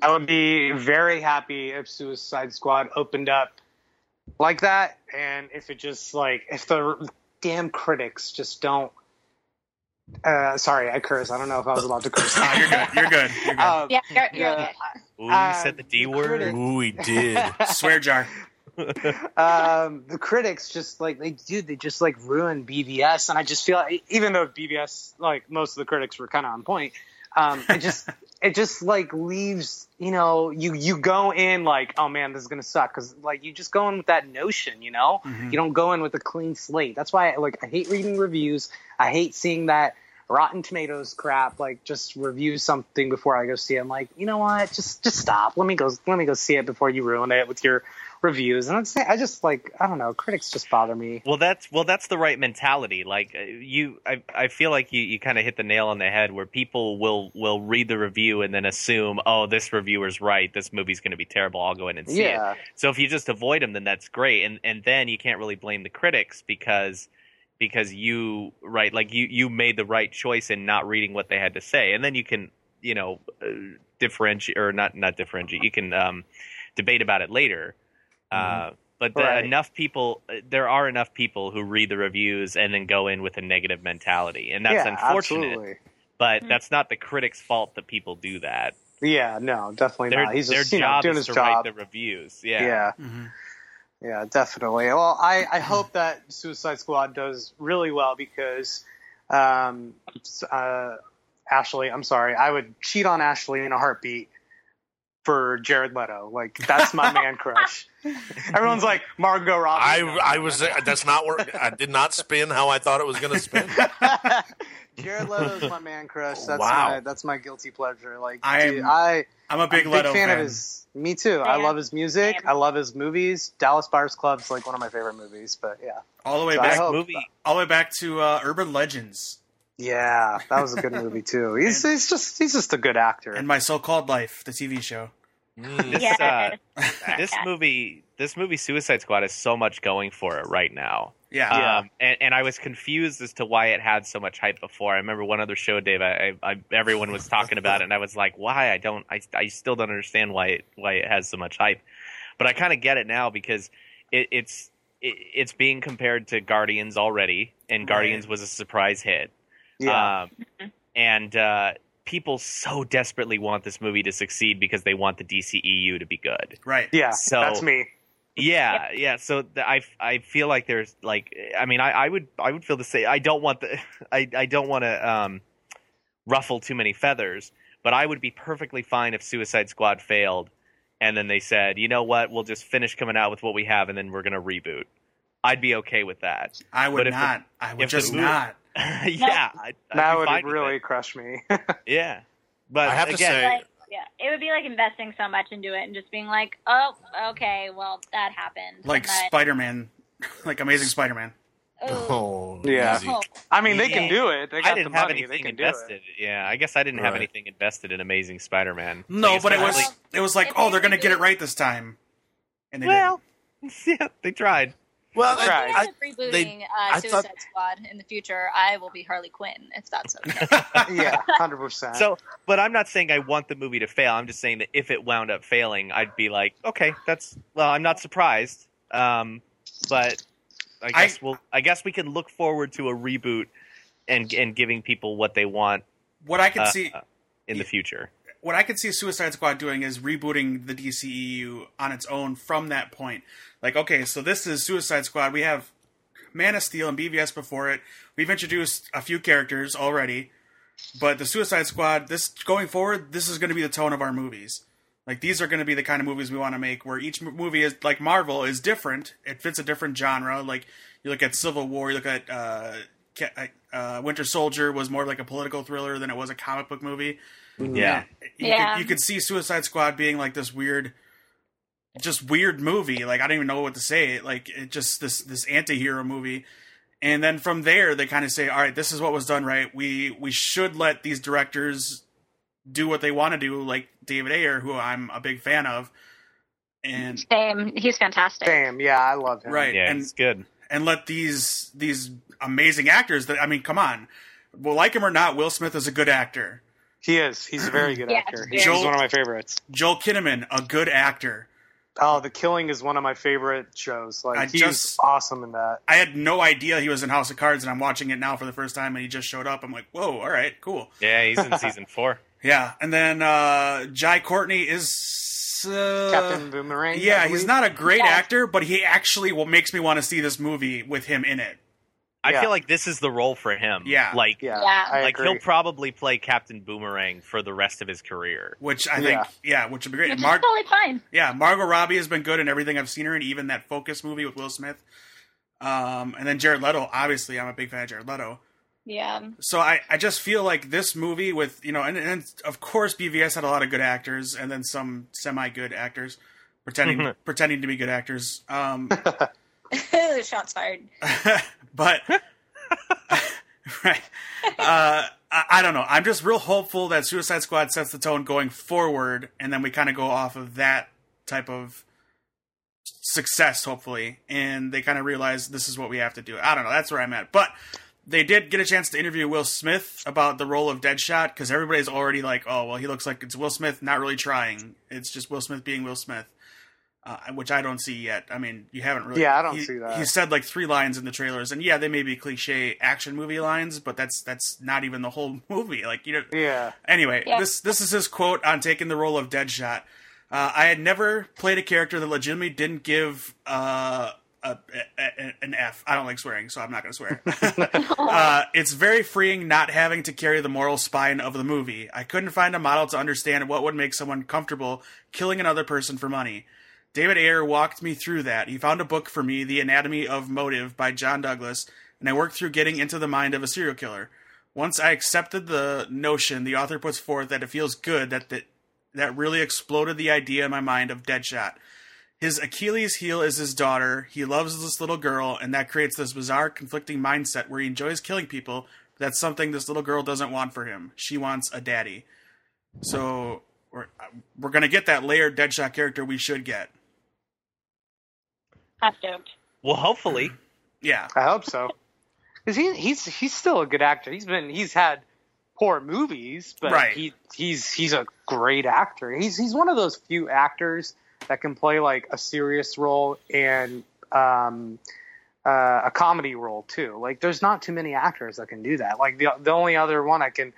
Speaker 5: I would be very happy if Suicide Squad opened up like that, and if it just like if the damn critics just don't. Uh, sorry, I curse. I don't know if I was allowed to curse.
Speaker 1: Oh, *laughs* you're good. You're good. You're good.
Speaker 5: Um,
Speaker 4: Yeah, you're, you're
Speaker 5: Yeah.
Speaker 4: good.
Speaker 3: Ooh,
Speaker 5: uh,
Speaker 3: you said the D
Speaker 5: the
Speaker 3: word.
Speaker 5: critic-
Speaker 2: Ooh, *laughs* we did.
Speaker 1: Swear
Speaker 5: *laughs*
Speaker 1: jar.
Speaker 5: um, the critics just like they dude they just like ruined BVS and I just feel even though BVS like most of the critics were kind of on point um, it just it just like leaves you know you you go in like oh man this is gonna suck because like you just go in with that notion you know
Speaker 1: Mhm.
Speaker 5: you don't go in with a clean slate that's why like I hate reading reviews I hate seeing that Rotten Tomatoes crap like just review something before I go see it I'm like you know what just just stop let me go let me go see it before you ruin it with your reviews, and I'm saying I just like I don't know. Critics just bother me.
Speaker 3: Well, that's well, that's the right mentality. Like uh, you, I, I feel like you, you kind of hit the nail on the head where people will will read the review and then assume, oh, this reviewer's right. This movie's going to be terrible. I'll go in and see it.
Speaker 5: yeah,
Speaker 3: So if you just avoid them, then that's great, and and then you can't really blame the critics because because you right like you you made the right choice in not reading what they had to say, and then you can you know uh, differentiate or not not differentiate. You can um, debate about it later. Uh, but the,
Speaker 5: Mm-hmm. Right.
Speaker 3: enough people, uh, there are enough people who read the reviews and then go in with a negative mentality, and that's
Speaker 5: yeah,
Speaker 3: unfortunate.
Speaker 5: Absolutely.
Speaker 3: But
Speaker 4: Mm.
Speaker 3: that's not the critic's fault that people do that.
Speaker 5: Yeah, no, definitely
Speaker 3: Their,
Speaker 5: not. He's
Speaker 3: their
Speaker 5: just you know,
Speaker 3: job
Speaker 5: doing
Speaker 3: is
Speaker 5: his
Speaker 3: to
Speaker 5: job.
Speaker 3: write the reviews.
Speaker 5: yeah.
Speaker 1: hmm
Speaker 5: Yeah, definitely. Well, I, I hope that Suicide Squad does really well because um, uh, Ashley, I'm sorry, I would cheat on Ashley in a heartbeat for Jared Leto. Like that's my man crush. Everyone's like Margot Robbie.
Speaker 2: I I was uh, that's not where I did not spin how I thought it was going to *laughs* spin.
Speaker 5: *laughs* Jared Leto's my man crush. That's
Speaker 2: Wow.
Speaker 5: my that's my guilty pleasure. Like
Speaker 1: I am
Speaker 5: dude, I
Speaker 1: I'm a big
Speaker 5: I'm a big
Speaker 1: Leto
Speaker 5: fan, of his. Me too. I
Speaker 4: Same.
Speaker 5: love his music.
Speaker 4: Same.
Speaker 5: I love his movies. Dallas Buyers Club's like one of my favorite movies. But yeah.
Speaker 1: all the way
Speaker 5: So I
Speaker 1: back,
Speaker 5: hope-
Speaker 3: movie.
Speaker 1: all the way back to uh, Urban Legends
Speaker 5: Yeah, that was a good
Speaker 3: *laughs*
Speaker 5: movie too. He's he's just he's just a good actor.
Speaker 1: and my so-called life, the TV show.
Speaker 2: Mm.
Speaker 3: This,
Speaker 4: Yeah.
Speaker 3: uh, this movie, this movie, Suicide Squad, has so much going for it right now.
Speaker 1: Yeah,
Speaker 5: Yeah.
Speaker 3: Um, and, and I was confused as to why it had so much hype before. I remember one other show, Dave. I, I, I everyone was talking about it, and I was like, "Why? I don't. I, I still don't understand why it, why it has so much hype." But I kind of get it now because it, it's it, it's being compared to Guardians already, and Guardians was a surprise hit.
Speaker 5: yeah,
Speaker 3: Um, and uh, people so desperately want this movie to succeed because they want the DCEU to be good.
Speaker 1: right.
Speaker 5: yeah,
Speaker 3: so- uh,
Speaker 5: that's me.
Speaker 3: Yeah, yeah. So th I, I feel like there's like I mean I, I would I would feel the same. I don't want the *laughs* I, I don't want to um, ruffle too many feathers, but I would be perfectly fine if Suicide Squad failed, and then they said, you know what, we'll just finish coming out with what we have, and then we're gonna reboot. I'd be okay with that. *laughs*
Speaker 1: I
Speaker 3: But
Speaker 1: would
Speaker 3: if the-
Speaker 1: not. I would
Speaker 3: if the
Speaker 1: just
Speaker 3: movie-
Speaker 1: not.
Speaker 3: yeah, I'd, I'd
Speaker 5: That
Speaker 3: be
Speaker 5: would
Speaker 3: fine with
Speaker 5: really
Speaker 3: it.
Speaker 5: crush me. *laughs*
Speaker 3: yeah. But
Speaker 2: I have to
Speaker 3: again,
Speaker 2: say-
Speaker 4: Like, yeah, it would be like investing so much into it and just being like, oh, okay, well, that happened.
Speaker 1: Like
Speaker 4: But,
Speaker 1: Spider-Man, *laughs* like Amazing Spider-Man.
Speaker 4: oh,
Speaker 2: Oh,
Speaker 5: Yeah.
Speaker 2: easy.
Speaker 4: oh,
Speaker 5: I mean, they
Speaker 4: Yeah.
Speaker 5: can do it. They got
Speaker 3: I didn't
Speaker 5: the
Speaker 3: have
Speaker 5: money. They
Speaker 3: anything
Speaker 5: can do
Speaker 3: invested.
Speaker 5: it.
Speaker 3: Yeah, I guess I didn't have
Speaker 2: Right.
Speaker 3: anything invested in Amazing Spider-Man.
Speaker 1: No,
Speaker 3: Like,
Speaker 1: but it was
Speaker 3: especially-
Speaker 1: *laughs*
Speaker 4: Well,
Speaker 1: it was like,
Speaker 4: if
Speaker 1: oh,
Speaker 4: they
Speaker 1: they're gonna
Speaker 4: do-
Speaker 1: get it right this time, and they
Speaker 3: well, *laughs* yeah, they tried.
Speaker 2: Well,
Speaker 5: I
Speaker 2: I,
Speaker 5: tried.
Speaker 2: I,
Speaker 4: I, rebooting
Speaker 2: they-
Speaker 4: uh,
Speaker 2: I
Speaker 4: Suicide
Speaker 2: thought-
Speaker 4: Squad in the future, I will be Harley Quinn if that's okay.
Speaker 3: *laughs*
Speaker 5: Yeah, hundred percent.
Speaker 3: So, but I'm not saying I want the movie to fail. I'm just saying that if it wound up failing, I'd be like, okay, that's well, I'm not surprised. Um, but I guess we'll, I guess we can look forward to a reboot and and giving people what they want
Speaker 1: did. What I could
Speaker 3: uh,
Speaker 1: see,
Speaker 3: in the future.
Speaker 1: what I could see Suicide Squad doing is rebooting the DCEU on its own from that point. Like, okay, so this is Suicide Squad. We have Man of Steel and BVS before it. We've introduced a few characters already, but the Suicide Squad, this going forward, this is going to be the tone of our movies. Like these are going to be the kind of movies we want to make, where each m- movie is like Marvel is different. It fits a different genre. Like you look at Civil War, you look at uh, Ca- uh, Winter Soldier was more like a political thriller than it was a comic book movie
Speaker 5: Mm-hmm.
Speaker 3: Yeah,
Speaker 1: you,
Speaker 4: Yeah.
Speaker 1: could, you could see Suicide Squad being like this weird, just weird movie. Like I don't even know what to say. Like it just this this anti-hero movie, and then from there they kind of say, all right, this is what was done right. We we should let these directors do what they want to do, like David Ayer, who I'm a big fan of, and
Speaker 4: Same. He's fantastic.
Speaker 5: damn. Yeah, I love him.
Speaker 1: right
Speaker 3: yeah,
Speaker 1: and
Speaker 3: it's good.
Speaker 1: and let these these amazing actors that I mean, come on, well, like him or not, Will Smith is a good actor.
Speaker 5: He is. He's a very good
Speaker 4: Yeah,
Speaker 5: actor.
Speaker 4: very.
Speaker 5: He's
Speaker 1: Joel-
Speaker 5: one of my favorites.
Speaker 1: Joel Kinnaman, a good actor.
Speaker 5: Oh, The Killing is one of my favorite shows. Like
Speaker 1: I
Speaker 5: he's
Speaker 1: just-
Speaker 5: awesome in that.
Speaker 1: I had no idea he was in House of Cards, and I'm watching it now for the first time, and he just showed up. I'm like, whoa, all right, cool.
Speaker 3: Yeah, he's in
Speaker 1: *laughs*
Speaker 3: season four.
Speaker 1: Yeah, and then uh, Jai Courtney is. Uh,
Speaker 5: Captain Boomerang. I
Speaker 1: Yeah, he's
Speaker 5: believe.
Speaker 1: not a great
Speaker 4: Yeah.
Speaker 1: actor, but he actually will, makes me want to see this movie with him in it.
Speaker 3: I
Speaker 5: Yeah.
Speaker 3: feel like this is the role for him.
Speaker 1: Yeah.
Speaker 3: like
Speaker 5: Yeah,
Speaker 4: Yeah.
Speaker 5: I
Speaker 3: like
Speaker 5: agree.
Speaker 3: he'll probably play Captain Boomerang for the rest of his career.
Speaker 1: Which I
Speaker 5: Yeah.
Speaker 1: think, yeah, which would be great.
Speaker 4: Which
Speaker 1: And
Speaker 4: is *laughs*
Speaker 1: Mar-
Speaker 4: totally fine.
Speaker 1: yeah, Margot Robbie has been good in everything I've seen her in, even that Focus movie with Will Smith. Um, and then Jared Leto. Obviously, I'm a big fan of Jared Leto.
Speaker 2: *laughs*
Speaker 4: Yeah.
Speaker 1: so I, I just feel like this movie with you know and, and of course BVS had a lot of good actors and then some semi good actors, pretending pretending to be good actors. Um,
Speaker 4: Shots fired.
Speaker 1: but *laughs* right, uh, I, I don't know. I'm just real hopeful that Suicide Squad sets the tone going forward, and then we kind of go off of that type of success, hopefully, and they kind of realize this is what we have to do. I don't know. That's where I'm at, but. They did get a chance to interview Will Smith about the role of Deadshot because everybody's already like, "Oh, well, he looks like it's Will Smith, not really trying. It's just Will Smith being Will Smith." uh, which I don't see yet. I mean, you haven't really.
Speaker 5: Yeah, I don't
Speaker 1: he-
Speaker 5: see that.
Speaker 1: He said like three lines in the trailers, and yeah, they may be cliche action movie lines, but that's that's not even the whole *laughs* movie. Like you know.
Speaker 5: Yeah.
Speaker 1: Anyway,
Speaker 4: Yeah.
Speaker 1: this this is his quote on taking the role of Deadshot. Uh, I had never played a character that legitimately didn't give uh, a, a, a- an F. I don't like swearing, so I'm not going to swear. *laughs* uh, it's very freeing not having to carry the moral spine of the movie. I couldn't find a model to understand what would make someone comfortable killing another person for money. David Ayer walked me through that. He found a book for me, The Anatomy of Motive by John Douglas, and I worked through getting into the mind of a serial killer. Once I accepted the notion the author puts forth that it feels good that that, that really exploded the idea in my mind of Deadshot. His Achilles heel is his daughter. He loves this little girl, and that creates this bizarre, conflicting mindset where he enjoys killing people. But that's something this little girl doesn't want for him. She wants a daddy. So we're we're gonna get that layered Deadshot character we should get.
Speaker 4: Half doped.
Speaker 3: Well, hopefully.
Speaker 1: Yeah,
Speaker 5: I hope so. *laughs* Because he, he's he's still a good actor. He's been he's had poor movies, but
Speaker 1: Right.
Speaker 5: he he's he's a great actor. He's he's one of those few actors that can play like a serious role and um, uh, a comedy role too. Like there's not too many actors that can do that. Like the the only other one I can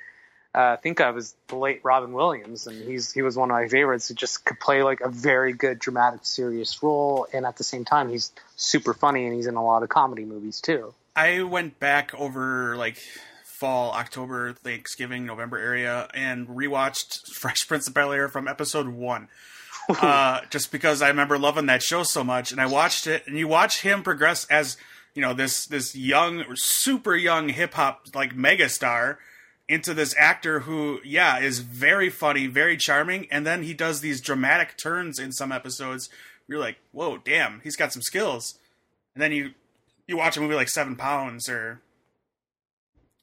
Speaker 5: uh, think of is the late Robin Williams, and he's he was one of my favorites. Who just could play like a very good dramatic, serious role, and at the same time, he's super funny, and he's in a lot of comedy movies too.
Speaker 1: I went back over like fall, October, Thanksgiving, November area, and rewatched Fresh Prince of Bel Air from episode one. uh, just because I remember loving that show so much, and I watched it, and you watch him progress as you know this this young, super young hip hop like megastar into this actor who, yeah, is very funny, very charming, and then he does these dramatic turns in some episodes. You're like, whoa, damn, he's got some skills. And then you you watch a movie like Seven Pounds or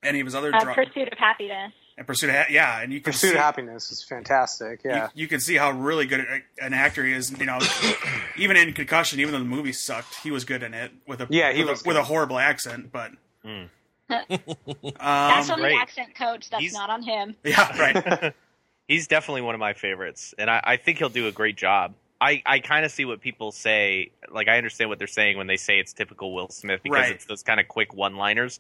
Speaker 1: any of his other
Speaker 4: Uh,
Speaker 1: dra-
Speaker 4: pursuit of happiness.
Speaker 1: and Pursuit of Ha- yeah, and you can
Speaker 5: Pursuit
Speaker 1: see,
Speaker 5: of Happiness is fantastic.
Speaker 1: you-
Speaker 5: Yeah,
Speaker 1: you, can see how really good an actor he is. You
Speaker 5: *coughs*
Speaker 1: know, even in Concussion, even though the movie sucked, he was good in it with a
Speaker 5: Yeah, he
Speaker 1: with,
Speaker 5: was
Speaker 1: a, with
Speaker 5: good.
Speaker 1: a horrible accent, but *laughs*
Speaker 3: Mm.
Speaker 1: um,
Speaker 4: That's from
Speaker 3: great.
Speaker 4: the accent coach. That's
Speaker 3: He's-
Speaker 4: not on him.
Speaker 1: *laughs* yeah, right.
Speaker 3: *laughs* He's definitely one of my favorites, and I, I think he'll do a great job. I, I kind of see what people say. Like, I understand what they're saying when they say it's typical Will Smith because
Speaker 1: Right.
Speaker 3: it's those kind of quick one liners.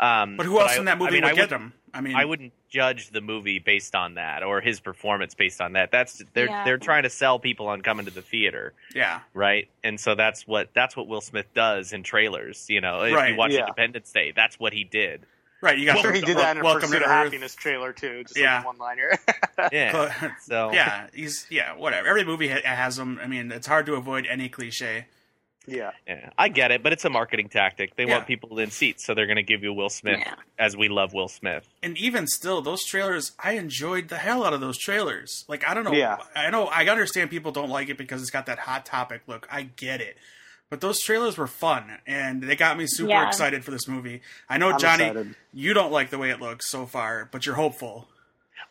Speaker 3: Um,
Speaker 1: But who else
Speaker 3: I-
Speaker 1: in that movie
Speaker 3: I mean,
Speaker 1: would
Speaker 3: I
Speaker 1: get them? I mean,
Speaker 3: I wouldn't judge the movie based on that or his performance based on that. That's they're
Speaker 4: Yeah.
Speaker 3: they're trying to sell people on coming to the theater,
Speaker 1: yeah,
Speaker 3: right? And so that's what that's what Will Smith does in trailers. You know, if
Speaker 1: Right,
Speaker 3: you watch
Speaker 5: yeah.
Speaker 3: Independence Day, that's what he did.
Speaker 1: right. You got
Speaker 5: I'm sure he did that in a
Speaker 1: Welcome
Speaker 5: Pursuit
Speaker 1: to
Speaker 5: of
Speaker 1: Earth.
Speaker 5: Happiness trailer too. Just
Speaker 1: Yeah.
Speaker 5: like one
Speaker 1: *laughs*
Speaker 5: liner.
Speaker 3: Yeah.
Speaker 1: Cl- *laughs*
Speaker 3: so
Speaker 1: yeah, he's yeah, whatever. Every movie ha- has them. I mean, it's hard to avoid any cliche.
Speaker 5: yeah,
Speaker 3: yeah, I get it, but it's a marketing tactic. They
Speaker 1: Yeah.
Speaker 3: want people in seats, so they're going to give you Will Smith
Speaker 4: Yeah.
Speaker 3: as we love Will Smith.
Speaker 1: and even still, those trailers, I enjoyed the hell out of those trailers. Like, I don't know.
Speaker 5: Yeah.
Speaker 1: I know, I understand people don't like it because it's got that hot topic look. I get it. But those trailers were fun, and they got me super
Speaker 4: Yeah.
Speaker 1: excited for this movie. I know,
Speaker 5: I'm
Speaker 1: Oh, Johnny,
Speaker 5: excited.
Speaker 1: you don't like the way it looks so far, but you're hopeful.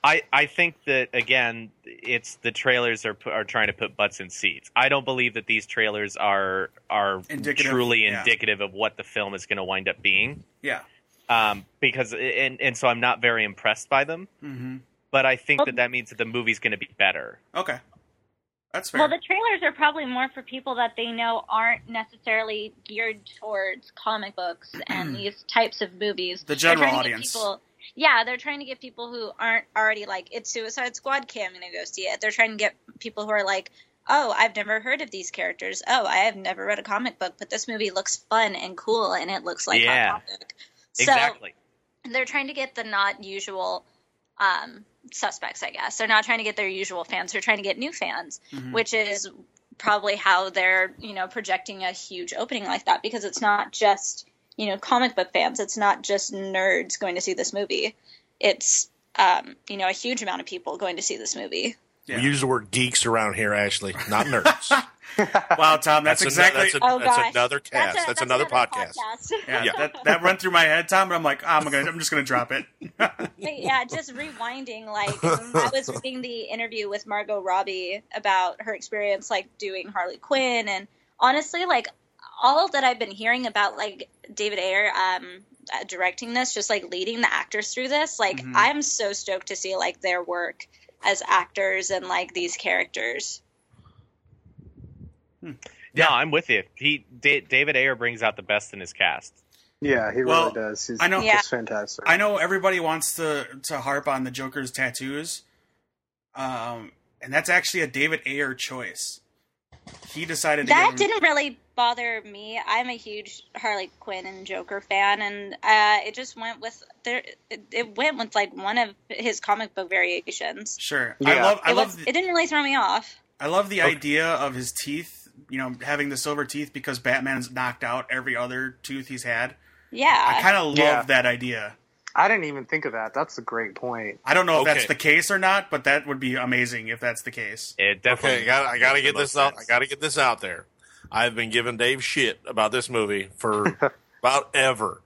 Speaker 3: I, I think that again, it's the trailers are pu- are trying to put butts in seats. I don't believe that these trailers are are
Speaker 1: Indicative,
Speaker 3: truly
Speaker 1: yeah.
Speaker 3: indicative of what the film is going to wind up being.
Speaker 1: Yeah.
Speaker 3: Um, because and and so I'm not very impressed by them.
Speaker 1: hmm
Speaker 3: But I think
Speaker 4: Um,
Speaker 3: that that means that the movie's going to be better.
Speaker 1: Okay. That's fair.
Speaker 4: Well, the trailers are probably more for people that they know aren't necessarily geared towards
Speaker 1: *clears throat*
Speaker 4: comic books and these types of movies.
Speaker 1: The
Speaker 4: They're
Speaker 1: general
Speaker 4: trying to get
Speaker 1: audience.
Speaker 4: People, yeah, they're trying to get people who aren't already like, it's Suicide Squad, okay, I'm going to go see it. They're trying to get people who are like, oh, I've never heard of these characters. Oh, I have never read a comic book, but this movie looks fun and cool and it looks like
Speaker 3: Yeah.
Speaker 4: Hot Topic. So
Speaker 3: exactly.
Speaker 4: they're trying to get the not usual um, suspects, I guess. They're not trying to get their usual fans. They're trying to get new fans,
Speaker 2: Mm-hmm.
Speaker 1: Mhm.
Speaker 4: which is probably how they're you know projecting a huge opening like that because it's not just you know comic book fans. It's not just nerds going to see this movie. It's um, you know a huge amount of people going to see this movie.
Speaker 1: Yeah.
Speaker 2: We use the word geeks around here, Ashley, not nerds.
Speaker 1: Wow, Tom, that's,
Speaker 2: an-
Speaker 1: exactly
Speaker 2: that's, a-
Speaker 4: Oh,
Speaker 2: that's
Speaker 4: gosh.
Speaker 2: another cast. That's, another, podcast.
Speaker 1: yeah,
Speaker 2: yeah.
Speaker 1: That, that went through my head, Tom, and I'm like, "Ah, I'm gonna, I'm just gonna drop it.
Speaker 4: But yeah, just rewinding, like I was reading the interview with Margot Robbie about her experience, like doing Harley Quinn, and honestly, like all that I've been hearing about, like David Ayer um, uh, directing this, just like leading the actors through this, like
Speaker 1: Mhm.
Speaker 4: I'm so stoked to see like their work as actors and like these characters.
Speaker 1: Yeah.
Speaker 3: No, I'm with you. He Da- David Ayer brings out the best in his cast.
Speaker 5: Yeah, he
Speaker 1: Well,
Speaker 5: really does. He's,
Speaker 1: I know-
Speaker 4: Yeah.
Speaker 5: he's fantastic.
Speaker 1: I know everybody wants to to harp on the Joker's tattoos, um, and that's actually a David Ayer choice. He decided to
Speaker 4: that
Speaker 1: give him-
Speaker 4: didn't really bother me i'm a huge harley quinn and joker fan and uh, it just went with there it, it went with like one of his comic book variations
Speaker 1: Sure, I
Speaker 5: Yeah.
Speaker 1: love, I
Speaker 4: it,
Speaker 1: love,
Speaker 4: was,
Speaker 1: the,
Speaker 4: it didn't really throw me off
Speaker 1: I love the
Speaker 2: Okay.
Speaker 1: idea of his teeth. You know, having the silver teeth because Batman's knocked out every other tooth he's had. I
Speaker 4: yeah
Speaker 1: kind of love
Speaker 5: Yeah.
Speaker 1: that idea.
Speaker 5: I didn't even think of that. That's a great point.
Speaker 1: I don't know if that's
Speaker 2: Okay.
Speaker 1: the case or not, but that would be amazing if that's the case.
Speaker 3: It
Speaker 2: Okay,
Speaker 3: definitely.
Speaker 2: I gotta, I gotta
Speaker 3: makes the
Speaker 2: get this
Speaker 3: most
Speaker 2: out. I
Speaker 3: sense.
Speaker 2: gotta get this out there. I've been giving Dave shit about this movie for about ever,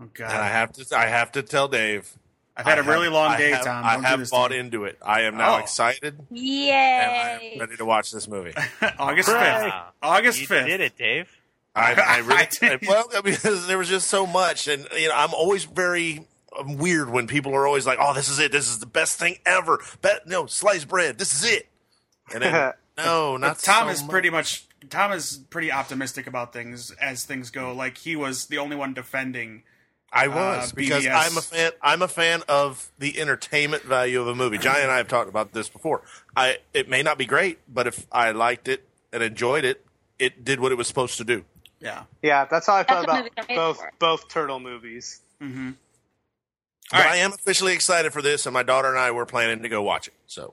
Speaker 1: Oh
Speaker 2: and I
Speaker 1: God,
Speaker 2: have to. I have to tell Dave.
Speaker 1: I've had
Speaker 2: a
Speaker 1: a really long day,
Speaker 2: I have,
Speaker 1: Tom.
Speaker 2: I
Speaker 1: Don't do
Speaker 2: have
Speaker 1: this to
Speaker 2: bought
Speaker 1: me.
Speaker 2: into it. I am now
Speaker 1: Oh.
Speaker 2: excited, and I
Speaker 4: yay
Speaker 2: am ready to watch this
Speaker 1: *laughs*
Speaker 2: movie.
Speaker 1: August
Speaker 3: Hooray.
Speaker 1: fifth. August
Speaker 3: You
Speaker 1: fifth.
Speaker 3: did it, Dave.
Speaker 1: *laughs*
Speaker 2: I, I
Speaker 1: I
Speaker 2: really
Speaker 1: didn't-
Speaker 2: well because *laughs* there was just so much, and you know, I'm always very um weird when people are always like, "Oh, this is it. This is the best thing ever." Bet no sliced bread. This is it. And
Speaker 5: *laughs*
Speaker 2: then, no, not
Speaker 1: Tom
Speaker 2: so
Speaker 1: is
Speaker 2: much.
Speaker 1: pretty much Tom is pretty optimistic about things as things go. Like he was the only one defending.
Speaker 2: I was
Speaker 1: uh,
Speaker 2: because
Speaker 1: BBS.
Speaker 2: I'm a fan. I'm a fan of the entertainment value of a movie. Johnny and I have talked about this before. I it may not be great, but if I liked it and enjoyed it, it did what it was supposed to do.
Speaker 1: Yeah.
Speaker 5: Yeah, that's how I
Speaker 4: That's
Speaker 5: felt
Speaker 4: what
Speaker 5: about
Speaker 4: movies are made
Speaker 5: both
Speaker 4: for.
Speaker 5: both turtle movies.
Speaker 1: Mm-hmm. All
Speaker 2: But
Speaker 1: right.
Speaker 2: I am officially excited for this, and my daughter and I were planning to go watch it. So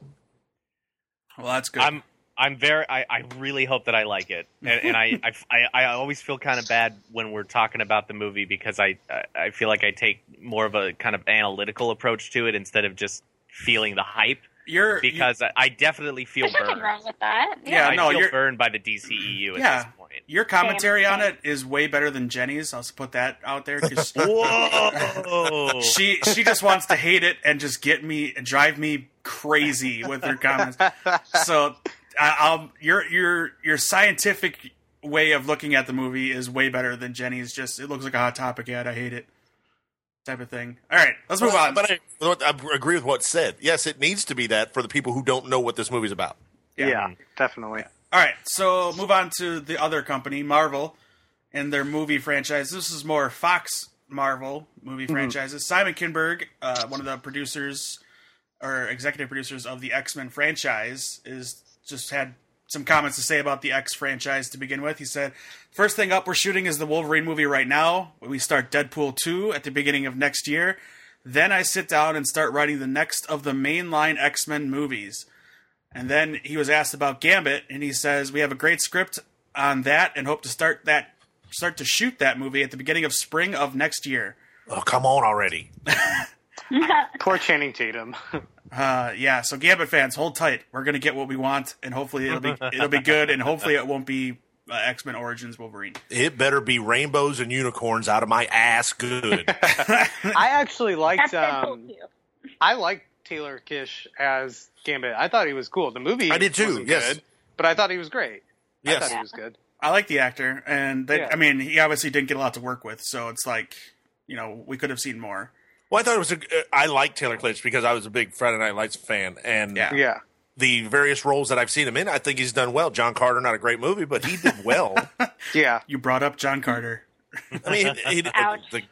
Speaker 1: Well, that's good.
Speaker 3: I'm I'm very I, I really hope that I like it, and,
Speaker 1: *laughs*
Speaker 3: and I, I, I I always feel kind of bad when we're talking about the movie because I I- I feel like I take more of a kind of analytical approach to it instead of just feeling the hype
Speaker 1: you're you-
Speaker 3: because I, I definitely feel
Speaker 4: there's nothing
Speaker 3: burned.
Speaker 4: wrong with that
Speaker 1: Yeah,
Speaker 3: I
Speaker 1: no,
Speaker 3: feel
Speaker 1: you're-
Speaker 3: burned by the DCEU at
Speaker 1: Yeah.
Speaker 3: this
Speaker 1: *laughs*
Speaker 3: point.
Speaker 1: your commentary
Speaker 4: Same,
Speaker 1: on
Speaker 4: same.
Speaker 1: it is way better than Jenny's. I'll just put that out there
Speaker 2: *laughs*
Speaker 1: because
Speaker 3: Whoa!
Speaker 1: she she just wants to hate it and just get me drive me crazy with her
Speaker 2: *laughs*
Speaker 1: comments. So I, I'll, your your your scientific way of looking at the movie is way better than Jenny's. Just it looks like a hot topic ad. I hate it. Type of thing. All right, let's move
Speaker 2: Well,
Speaker 1: on.
Speaker 2: But I, but I agree with what's said. Yes, it needs to be that for the people who don't know what this movie's about.
Speaker 1: Yeah.
Speaker 5: yeah.
Speaker 1: Mm-hmm.
Speaker 5: definitely.
Speaker 1: All right, so move on to the other company, Marvel, and their movie franchise. This is more Fox Marvel movie franchises. Simon Kinberg, uh, one of the producers or executive producers of the X Men franchise, is just had some comments to say about the X franchise to begin with. He said, First thing up we're shooting is the Wolverine movie right now. We start Deadpool 2 at the beginning of next year. Then I sit down and start writing the next of the mainline X Men movies. And then he was asked about Gambit, and he says, "We have a great script on that, and hope to start that start to shoot that movie at the beginning of spring of next year."
Speaker 2: Oh, come on already!
Speaker 5: Poor Channing Tatum. *laughs*
Speaker 1: Uh, yeah, so Gambit fans, hold tight. We're gonna get what we want, and hopefully it'll
Speaker 5: *laughs*
Speaker 1: be it'll be good, and hopefully it won't be uh, X Men Origins Wolverine.
Speaker 2: It better be rainbows and unicorns out of my
Speaker 1: *laughs*
Speaker 2: ass. Good.
Speaker 5: I actually liked
Speaker 4: that's cool
Speaker 5: um,
Speaker 4: too.
Speaker 5: *laughs* I liked Taylor Kish as Gambit. I thought he was cool. The movie
Speaker 2: I did too,
Speaker 5: wasn't
Speaker 2: yes.
Speaker 5: good, but I thought he was great. I
Speaker 2: yes,
Speaker 5: thought he was good.
Speaker 1: I like the actor, and they,
Speaker 5: Yeah.
Speaker 1: I mean, he obviously didn't get a lot to work with, so it's like you know we could have seen more.
Speaker 2: Well, I thought it was. A, I like Taylor Klitsch because I was a big Friday Night Lights fan, and
Speaker 1: Yeah.
Speaker 5: Yeah.
Speaker 2: the various roles that I've seen him in, I think he's done well. John Carter, not a great movie, but he did well.
Speaker 5: Yeah.
Speaker 1: You brought up John Carter.
Speaker 2: I
Speaker 3: *laughs*
Speaker 2: mean, he, he-
Speaker 4: Ouch.
Speaker 2: the-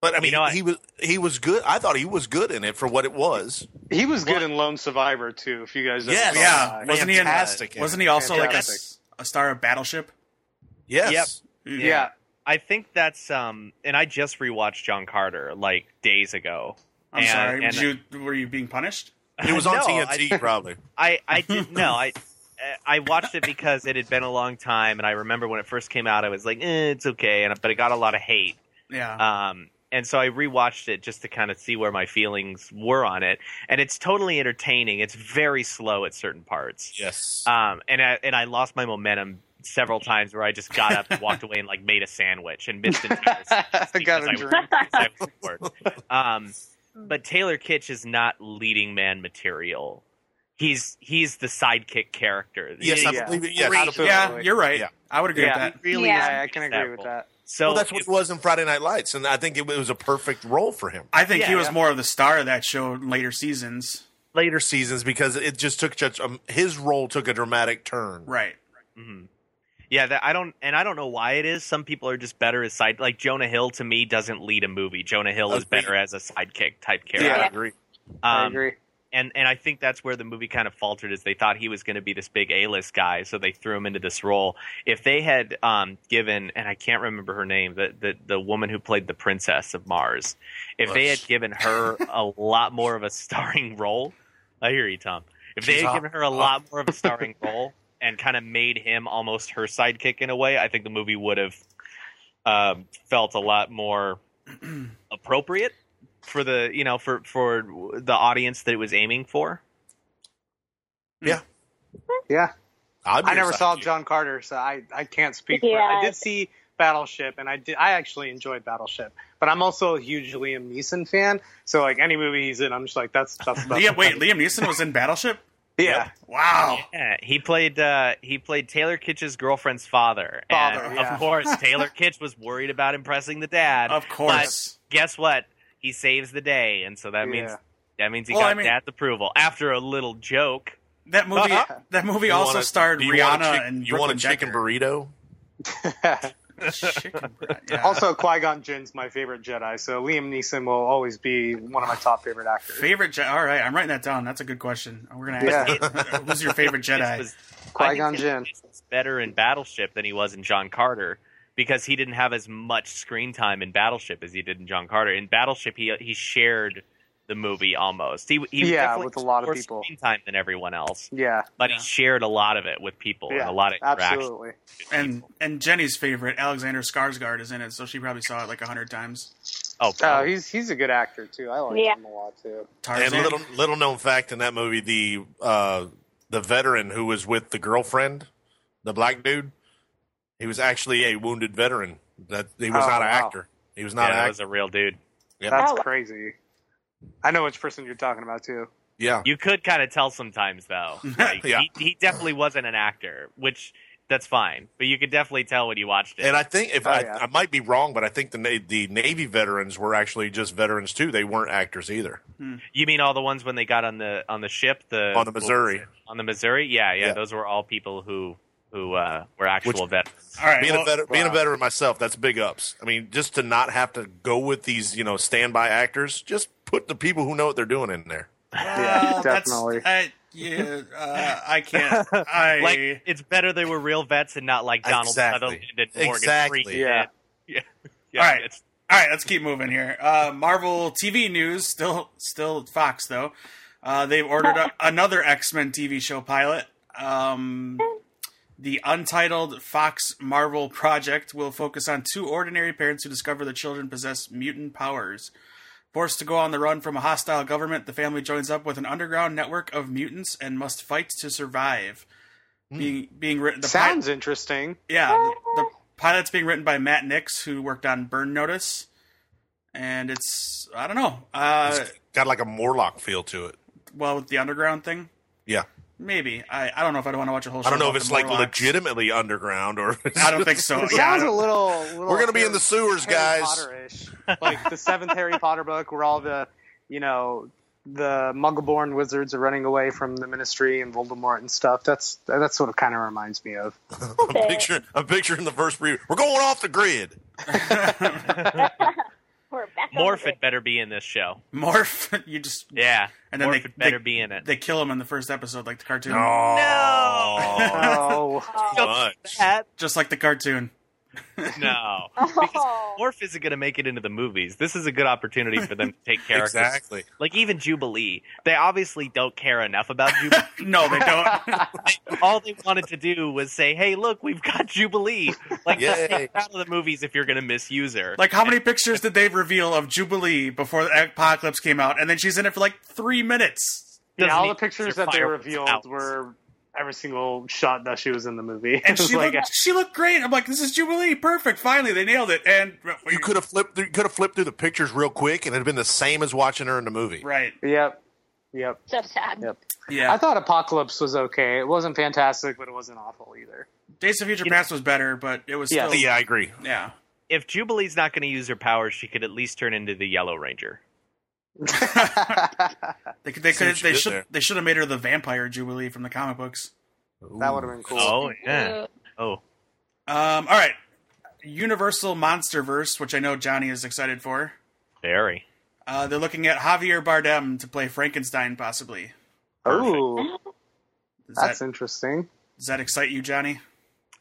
Speaker 2: but I mean,
Speaker 3: know what?
Speaker 2: he was he was good. I thought he was good in it for what it was.
Speaker 5: He was good in Lone Survivor too, if you guys ever
Speaker 2: Yes.
Speaker 5: saw
Speaker 1: Yeah,
Speaker 5: that.
Speaker 1: wasn't he in,
Speaker 2: Fantastic in it.
Speaker 1: Wasn't he also like a,
Speaker 5: Oh, uh, Fantastic.
Speaker 1: a star of Battleship?
Speaker 2: Yes,
Speaker 3: Yep.
Speaker 5: yeah.
Speaker 3: I think that's um, and I just rewatched John Carter like days ago.
Speaker 1: I'm
Speaker 3: And-
Speaker 1: sorry.
Speaker 3: and-
Speaker 1: Did you, were you being punished?
Speaker 2: it
Speaker 3: *laughs*
Speaker 2: was on
Speaker 3: No, I-
Speaker 2: TNT probably.
Speaker 3: I I didn't know. I I watched it because it had been a long
Speaker 2: Uh,
Speaker 3: time, and I remember when it first came out, I was like, eh, "It's okay," and but it got a lot of hate.
Speaker 1: Yeah.
Speaker 3: Um, and so I rewatched it just to kind of see where my feelings were on it. And it's totally entertaining. It's very slow at certain parts.
Speaker 2: Yes.
Speaker 3: Um, and I, and I lost my momentum several times where I just got up and walked away and like made a sandwich and missed entire
Speaker 5: *laughs*
Speaker 3: *laughs* scenes
Speaker 5: Got a
Speaker 3: because I-
Speaker 5: drink.
Speaker 3: because I was bored. Um, but Taylor Kitsch is not leading man material. He's he's the sidekick character.
Speaker 2: yes, I
Speaker 5: yeah.
Speaker 2: believe it. Yes.
Speaker 5: Absolutely.
Speaker 1: Yeah, you're right.
Speaker 2: Yeah.
Speaker 1: I would agree
Speaker 3: Yeah.
Speaker 1: with that.
Speaker 5: Really,
Speaker 4: Yeah.
Speaker 5: yeah, I can agree with that.
Speaker 3: So
Speaker 2: Well, that's what it was in Friday Night Lights, and I think it was a perfect role for him.
Speaker 1: I think he
Speaker 3: Yeah.
Speaker 1: was more of the star of that show in later seasons.
Speaker 2: Later seasons, because it just took such um, his role took a dramatic turn.
Speaker 1: Right.
Speaker 3: Mhm. Yeah, that I don't, and I don't know why it is. Some people are just better as side. Like Jonah Hill, to me, doesn't lead a movie. Jonah Hill is
Speaker 2: Agreed.
Speaker 3: better as a sidekick type
Speaker 2: Yeah,
Speaker 3: character.
Speaker 2: I
Speaker 4: Yeah.
Speaker 2: agree.
Speaker 5: I
Speaker 3: Um,
Speaker 5: agree.
Speaker 3: and and I think that's where the movie kind of faltered is they thought he was going to be this big A list guy, so they threw him into this role. If they had um, given, and I can't remember her name, the, the the woman who played the princess of Mars, if they had
Speaker 2: Ugh.
Speaker 3: given her a lot more of a starring role, I hear you, Tom. If they
Speaker 2: She's
Speaker 3: had
Speaker 2: hot.
Speaker 3: given her a lot more of a starring *laughs* role and kind of made him almost her sidekick in a way, I think the movie would have um, felt a lot more appropriate for the you know for for the audience that it was aiming for.
Speaker 5: Yeah.
Speaker 2: I'd be
Speaker 5: I never
Speaker 2: excited.
Speaker 5: saw John Carter, so I, I can't speak. For, I did
Speaker 4: Yes.
Speaker 5: see Battleship, and I did, I actually enjoyed Battleship, but I'm also a huge Liam Neeson fan. So like any movie he's in, I'm just like that's
Speaker 2: *laughs*
Speaker 5: that's. that's
Speaker 1: Liam, wait, Liam Neeson was in Battleship?
Speaker 5: *laughs* yeah,
Speaker 1: Wow.
Speaker 3: Yeah, he played uh, he played Taylor Kitsch's girlfriend's father,
Speaker 5: Father,
Speaker 3: and
Speaker 5: yeah.
Speaker 3: of course Taylor Kitsch was worried about impressing the dad.
Speaker 1: Of course.
Speaker 3: Guess what? He saves the day, and so that means
Speaker 5: Yeah.
Speaker 3: that means he
Speaker 1: Well,
Speaker 3: got
Speaker 1: I mean-
Speaker 3: dad's approval after a little joke.
Speaker 1: That movie that movie
Speaker 2: Uh-huh. You
Speaker 1: also
Speaker 2: want a-
Speaker 1: starred
Speaker 2: do you want a
Speaker 1: Rihanna
Speaker 2: chick-
Speaker 1: and
Speaker 2: you want a
Speaker 1: Brooklyn
Speaker 2: chicken
Speaker 1: Decker.
Speaker 2: burrito?
Speaker 1: *laughs* Chicken burrito,
Speaker 2: *laughs*
Speaker 1: yeah.
Speaker 5: Also, Qui Gon Jinn's my favorite Jedi, so Liam Neeson will always be one of my top favorite actors.
Speaker 1: favorite Jedi. All right, I'm writing that down. That's a good question. We're gonna ask Uh,
Speaker 2: Yeah.
Speaker 1: who's your
Speaker 2: *laughs*
Speaker 1: favorite
Speaker 3: This
Speaker 1: Jedi?
Speaker 3: was- I
Speaker 5: Qui
Speaker 3: think
Speaker 5: Gon
Speaker 3: Taylor
Speaker 5: Jinn.
Speaker 3: Kitsch was better in Battleship than he was in John Carter because he didn't have as much screen time in Battleship as he did in John Carter. In Battleship, he he shared the movie almost. He, he
Speaker 5: Yeah,
Speaker 3: definitely
Speaker 5: with a lot of
Speaker 3: more
Speaker 5: people.
Speaker 3: screen time than everyone else,
Speaker 5: Yeah,
Speaker 3: but
Speaker 1: Yeah.
Speaker 3: he shared a lot of it with people and
Speaker 5: Yeah,
Speaker 3: a lot of interaction.
Speaker 5: absolutely.
Speaker 1: And and Jenny's favorite, Alexander Skarsgård, is in it, so she probably saw it like a hundred times.
Speaker 3: Oh,
Speaker 5: Oh,
Speaker 3: probably.
Speaker 5: he's he's a good actor too. I like
Speaker 4: Yeah.
Speaker 5: him a lot too.
Speaker 1: Tarzan.
Speaker 2: And little little known fact in that movie, the uh, the veteran who was with the girlfriend, the black dude, he was actually a wounded veteran. That he was
Speaker 5: Oh,
Speaker 2: not an
Speaker 5: wow.
Speaker 2: actor. He was not
Speaker 3: yeah,
Speaker 2: an
Speaker 3: that
Speaker 2: actor.
Speaker 3: was a real dude.
Speaker 5: That's
Speaker 4: Oh.
Speaker 5: crazy. I know which person you're talking about too.
Speaker 2: yeah.
Speaker 3: You could kind of tell
Speaker 2: *laughs*
Speaker 3: sometimes, though. Like,
Speaker 2: Yeah.
Speaker 3: he, he definitely wasn't an actor, which that's fine, but you could definitely tell when you watched it.
Speaker 2: And I think if
Speaker 5: Oh,
Speaker 2: I,
Speaker 5: yeah.
Speaker 2: I might be wrong, but I think the Na- the Navy veterans were actually just veterans too. They weren't actors either.
Speaker 3: You mean all the ones when they got on the on the ship, the
Speaker 2: On the Missouri.
Speaker 3: on the Missouri? Yeah, yeah,
Speaker 2: Yeah.
Speaker 3: Those were all people who who uh, were actual veterans.
Speaker 1: All right,
Speaker 2: Being
Speaker 1: well,
Speaker 2: a veteran, being a
Speaker 5: wow.
Speaker 2: veteran myself, that's big ups. I mean, just to not have to go with these you know standby actors, just put the people who know what they're doing in there.
Speaker 5: Yeah,
Speaker 1: uh, *laughs* that's-
Speaker 5: definitely.
Speaker 1: I, yeah, uh, I can't.
Speaker 5: *laughs*
Speaker 1: I
Speaker 3: Like it's better they were real vets and not like Donald
Speaker 2: Exactly.
Speaker 3: Sutherland and Morgan
Speaker 2: Exactly.
Speaker 3: Freeman.
Speaker 5: Yeah.
Speaker 3: yeah,
Speaker 1: All right.
Speaker 3: it's-
Speaker 1: All right, let's keep moving here. Uh, Marvel TV news, still, still Fox though. Uh, they've ordered a, another X Men TV show pilot. Um, the untitled Fox Marvel project will focus on two ordinary parents who discover their children possess mutant powers. Forced to go on the run from a hostile government, the family joins up with an underground network of mutants and must fight to survive. Being being written, the pi-
Speaker 5: Hmm. Sounds interesting.
Speaker 1: yeah, the, the pilot's being written by Matt Nix, who worked on Burn Notice, and it's I don't know. Uh,
Speaker 2: It's got like a Morlock feel to it.
Speaker 1: well, with the underground thing,
Speaker 2: Yeah,
Speaker 1: maybe I, I don't know if I'd want to watch a whole. Show
Speaker 2: I don't know if
Speaker 1: about
Speaker 2: it's
Speaker 1: the
Speaker 2: like
Speaker 1: Morlocks.
Speaker 2: legitimately underground or.
Speaker 1: I don't think so.
Speaker 5: It
Speaker 1: yeah, I
Speaker 5: sounds a
Speaker 1: don't-
Speaker 5: little, little
Speaker 2: We're gonna be in the sewers,
Speaker 5: Harry
Speaker 2: guys.
Speaker 5: Potter-ish. like the seventh Harry Potter book, where all the, you know, the Muggle-born wizards are running away from the Ministry and Voldemort and stuff. That's that's what it kind of reminds me of.
Speaker 2: *laughs* I'm picturing, I'm picturing the first preview. We're going off the grid.
Speaker 4: We're back on
Speaker 3: Morph
Speaker 4: the-
Speaker 3: had better be in this show.
Speaker 1: *laughs* morph. You just
Speaker 3: Yeah,
Speaker 1: And then
Speaker 3: Morph
Speaker 1: they-
Speaker 3: had better
Speaker 1: they-
Speaker 3: be in it.
Speaker 1: they kill him in the first episode, like the cartoon,
Speaker 2: No.
Speaker 5: Oh,
Speaker 2: *laughs* Much.
Speaker 3: That-
Speaker 1: just like the cartoon.
Speaker 3: *laughs* No.
Speaker 1: *laughs*
Speaker 4: Oh.
Speaker 3: Morph isn't going to make it into the movies. This is a good opportunity for them to take characters.
Speaker 2: Exactly.
Speaker 3: Like even Jubilee, they obviously don't care enough about Jubilee.
Speaker 1: No, they
Speaker 2: *laughs*
Speaker 1: don't.
Speaker 3: All they wanted to do was say, "Hey, look, we've got Jubilee." Like
Speaker 2: Yay.
Speaker 3: take her out of the movies if you're going to misuse her.
Speaker 1: Like, how many pictures did they reveal of Jubilee before the apocalypse came out? And then she's in it for like three minutes.
Speaker 3: Doesn't
Speaker 6: Yeah, all
Speaker 3: need
Speaker 6: the pictures
Speaker 3: their
Speaker 6: that they
Speaker 3: fireworks
Speaker 6: revealed
Speaker 3: out.
Speaker 6: were every single shot that she was in the movie. *laughs*
Speaker 5: *laughs*
Speaker 1: And
Speaker 6: It was
Speaker 1: she
Speaker 6: like,
Speaker 1: looked, she looked great. I'm like, this is Jubilee, perfect. Finally, they nailed it. And
Speaker 2: You could have flipped. Through, you could have flipped through the pictures real quick, and it'd been the same as watching her in the movie.
Speaker 1: right,
Speaker 5: Yep. Yep.
Speaker 4: So sad.
Speaker 5: Yep.
Speaker 1: yeah.
Speaker 5: I
Speaker 1: Days
Speaker 5: thought Apocalypse was
Speaker 6: was okay. It wasn't fantastic, but it wasn't awful either.
Speaker 5: *laughs*
Speaker 1: Days of Future Past was better, but it was
Speaker 5: Yeah.
Speaker 1: still
Speaker 2: Yeah, I agree.
Speaker 1: yeah.
Speaker 3: If Jubilee's not going to use her powers, she could at least turn into the Yellow Ranger.
Speaker 5: that
Speaker 1: They could, they
Speaker 2: See
Speaker 1: could,
Speaker 2: what you
Speaker 1: they
Speaker 2: did
Speaker 1: should,
Speaker 2: there.
Speaker 1: they should have made her the vampire Jubilee from the comic books.
Speaker 5: would have been cool.
Speaker 3: Oh yeah.
Speaker 4: Ooh.
Speaker 3: Oh,
Speaker 1: Um, all right, Universal MonsterVerse, which I know Johnny is excited for.
Speaker 3: very.
Speaker 1: Uh, they're looking at Javier Bardem to play Frankenstein, possibly.
Speaker 6: Oh,
Speaker 5: Ooh,
Speaker 1: Does
Speaker 5: that's
Speaker 1: that,
Speaker 5: interesting.
Speaker 1: does that excite you, Johnny?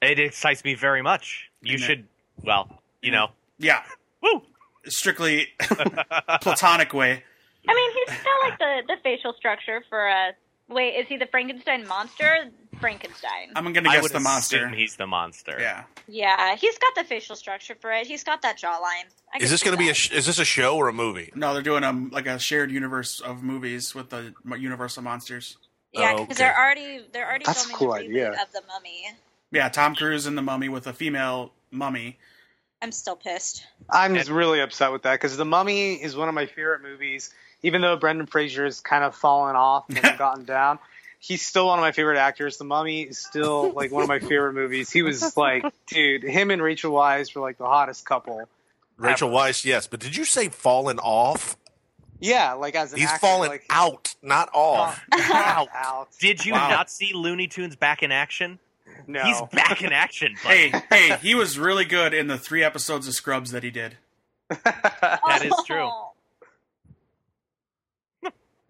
Speaker 3: It excites me very much. You
Speaker 1: Isn't it?
Speaker 3: should. Well, you know.
Speaker 1: Yeah,
Speaker 3: Woo.
Speaker 1: strictly platonic way.
Speaker 4: I mean, he's got like the, the facial structure for a. Wait, is he the Frankenstein monster? Frankenstein.
Speaker 1: I'm gonna
Speaker 3: I
Speaker 1: guess
Speaker 3: would
Speaker 1: the monster.
Speaker 3: assume he's the monster.
Speaker 1: Yeah,
Speaker 4: yeah, he's got the facial structure for it. He's got that jawline. I
Speaker 2: Is
Speaker 4: can
Speaker 2: this
Speaker 4: see
Speaker 2: going to be a?
Speaker 4: that.
Speaker 2: Sh- is this a show or a movie?
Speaker 1: no, they're doing a like a shared universe of movies with the m- Universal monsters.
Speaker 4: Yeah,
Speaker 2: Oh,
Speaker 4: because
Speaker 2: okay.
Speaker 4: they're already they're already
Speaker 5: That's a
Speaker 4: filming
Speaker 5: cool
Speaker 4: a reboot
Speaker 5: idea.
Speaker 4: of the Mummy.
Speaker 1: Yeah, Tom Cruise in the Mummy with a female mummy.
Speaker 4: I'm still pissed.
Speaker 5: I'm really upset with that because The Mummy is one of my favorite movies. Even though Brendan Fraser has kind of fallen
Speaker 6: *laughs*
Speaker 5: off and gotten down, he's still one of my favorite actors. The Mummy is still like one of my favorite movies. He was like, dude, him and Rachel Wise were like the hottest couple.
Speaker 2: Rachel Weisz, yes. But did you say fallen off?
Speaker 5: Yeah, like as an
Speaker 2: He's
Speaker 5: actor,
Speaker 2: fallen
Speaker 5: like,
Speaker 2: out, not off.
Speaker 5: *laughs*
Speaker 6: *laughs*
Speaker 5: out. *laughs* out.
Speaker 3: Did you
Speaker 1: Wow.
Speaker 3: not see Looney Tunes back in action?
Speaker 5: No, *laughs*
Speaker 3: He's back
Speaker 1: *laughs*
Speaker 3: in action. But
Speaker 1: Hey, hey, he was really good in the three episodes of Scrubs that he did.
Speaker 3: That is true.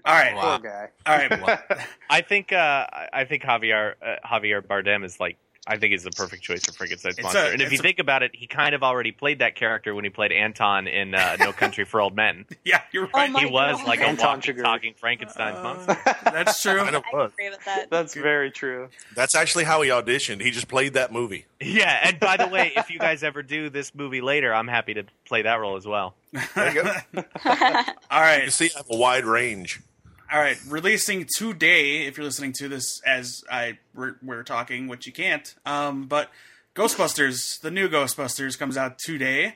Speaker 1: All right,
Speaker 2: Wow.
Speaker 5: poor guy.
Speaker 1: all right. *laughs*
Speaker 3: I think uh, I I think Javier uh, Javier Bardem is like I think is the perfect choice for Frankenstein's
Speaker 1: It's
Speaker 3: monster.
Speaker 1: a-
Speaker 3: and if
Speaker 1: it's
Speaker 3: you
Speaker 1: a-
Speaker 3: think about it, he kind of already played that character when he played Anton in uh, No Country for Old Men.
Speaker 1: Yeah, you're
Speaker 4: Oh
Speaker 1: right.
Speaker 4: my
Speaker 3: he was
Speaker 4: God.
Speaker 3: like a
Speaker 5: Anton
Speaker 3: walking,
Speaker 5: Chigurh.
Speaker 3: talking
Speaker 1: Uh,
Speaker 3: Frankenstein's monster.
Speaker 1: *laughs* That's true.
Speaker 2: I know
Speaker 4: *laughs* I
Speaker 2: what.
Speaker 4: agree with
Speaker 5: *laughs*
Speaker 4: that.
Speaker 5: That's very true.
Speaker 2: That's actually how he auditioned. He just played that movie.
Speaker 3: Yeah, and by the way, if you guys ever do this movie later, I'm happy to play that role as well.
Speaker 2: There you go.
Speaker 1: All
Speaker 2: You
Speaker 1: right,
Speaker 2: see, I have a wide range.
Speaker 1: all right. Releasing today, if you're listening to this as I we're, we're talking, which you can't. Um, but Ghostbusters, the new Ghostbusters, comes out today.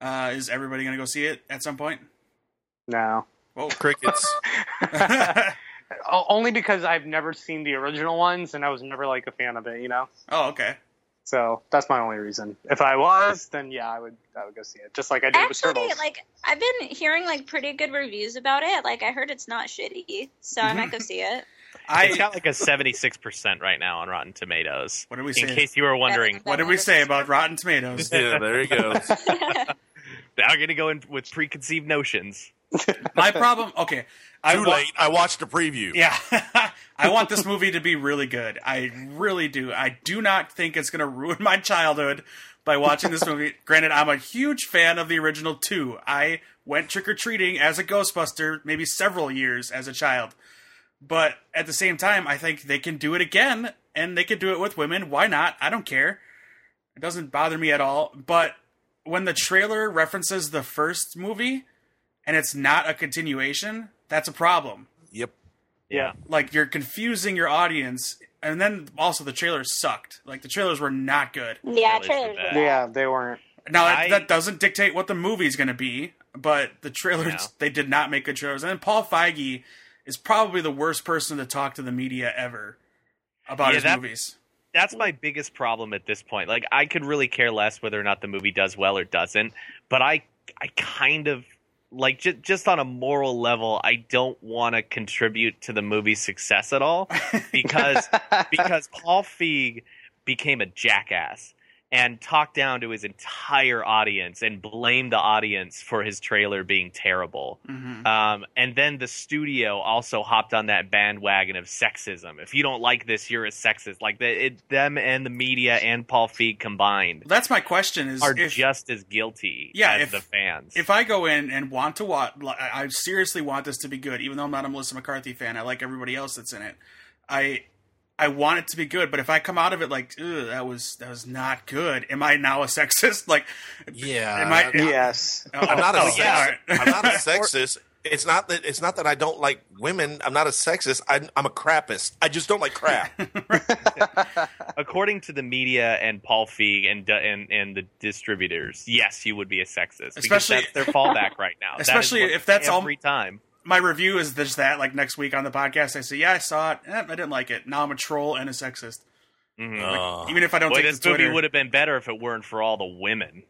Speaker 1: Uh, is everybody gonna go see it at some point? *laughs*
Speaker 5: No,
Speaker 1: Whoa.
Speaker 2: Crickets.
Speaker 6: O- Only because I've never seen the original ones, and I was never like a fan of it, you know.
Speaker 1: oh, okay.
Speaker 5: so
Speaker 6: That's my only reason. If I was, then yeah, I would I would go see it, just like I did with
Speaker 4: Actually,
Speaker 6: Turtles.
Speaker 4: like I've been hearing like pretty good reviews about it. Like I heard it's not shitty, so I might go see it.
Speaker 3: It's
Speaker 1: I
Speaker 3: got like a 76% right now on Rotten Tomatoes.
Speaker 1: what did we
Speaker 3: In
Speaker 1: say?
Speaker 3: case you were wondering,
Speaker 1: What did we say about Rotten Tomatoes?
Speaker 2: *laughs* yeah, there he goes.
Speaker 3: I'm going to go in with preconceived notions.
Speaker 1: *laughs* My problem. Okay, I
Speaker 2: *laughs* Too
Speaker 1: wa-
Speaker 2: late. I watched the preview.
Speaker 1: Yeah, *laughs* I want this movie to be really good. I really do. I do not think it's going to ruin my childhood by watching this movie. Granted, I'm a huge fan of the original two. I went trick or treating as a Ghostbuster maybe several years as a child, but at the same time, I think they can do it again, and they can do it with women. Why not? I don't care. It doesn't bother me at all. But when the trailer references the first movie and it's not a continuation, that's a problem
Speaker 2: Yep.
Speaker 6: Yeah.
Speaker 1: like you're confusing your audience and then also the trailers sucked like the trailers were not good
Speaker 4: *laughs* yeah,
Speaker 3: Trailers
Speaker 4: trailers.
Speaker 3: are bad.
Speaker 5: yeah, they weren't.
Speaker 1: now that,
Speaker 3: I-
Speaker 1: that doesn't dictate what the movie's going to be but the trailers
Speaker 3: No.
Speaker 1: they did not make good trailers and then paul feige is probably the worst person to talk to the media ever about
Speaker 3: Yeah,
Speaker 1: his
Speaker 3: that-
Speaker 1: movies
Speaker 3: that's my biggest problem at this point. Like I could really care less whether or not the movie does well or doesn't, but I I kind of like just just on a moral level, I don't want to contribute to the movie's success at all because because Paul Feig became a jackass. and talked down to his entire audience and blamed the audience for his trailer being terrible.
Speaker 1: Mhm.
Speaker 3: Um, and then the studio also hopped on that bandwagon of sexism. If you don't like this, you're a sexist. Like the, it, them and the media and Paul Feig combined
Speaker 1: That's my question: is
Speaker 3: are
Speaker 1: if,
Speaker 3: just as guilty
Speaker 1: Yeah,
Speaker 3: as
Speaker 1: if-
Speaker 3: the fans.
Speaker 1: if I go in and want to watch, I I seriously want this to be good. Even though I'm not a Melissa McCarthy fan, I like everybody else that's in it. I I want it to be good, but if I come out of it like, Ugh, that was that was not good, am I now a *laughs* sexist? Like,
Speaker 2: Yeah.
Speaker 1: Am I-
Speaker 2: I-
Speaker 5: Yes.
Speaker 2: I'm not a
Speaker 1: oh,
Speaker 2: sexist.
Speaker 1: yeah.
Speaker 2: I'm *laughs* not a sexist. It's not that it's not that I don't like women. I'm not a sexist. I'm, I'm a crapist. I just don't like *laughs* crap.
Speaker 3: according to the media and Paul Feig and du- and and the distributors, yes, you would be a sexist. because
Speaker 1: Especially-
Speaker 3: that's their fallback right
Speaker 1: *laughs*
Speaker 3: now. That is
Speaker 1: Especially
Speaker 3: what-
Speaker 1: if that's all-
Speaker 3: every time.
Speaker 1: *laughs* my review is just that. Like next week on the podcast, I say, yeah, I saw it. Eh, I didn't like it. Now I'm a troll and a sexist.
Speaker 3: Mhm.
Speaker 2: Uh,
Speaker 1: Even if I Oh. don't
Speaker 3: Boy,
Speaker 1: take
Speaker 3: this
Speaker 1: to Twitter.
Speaker 3: movie would have been better if it weren't for all
Speaker 1: *laughs*
Speaker 3: the women.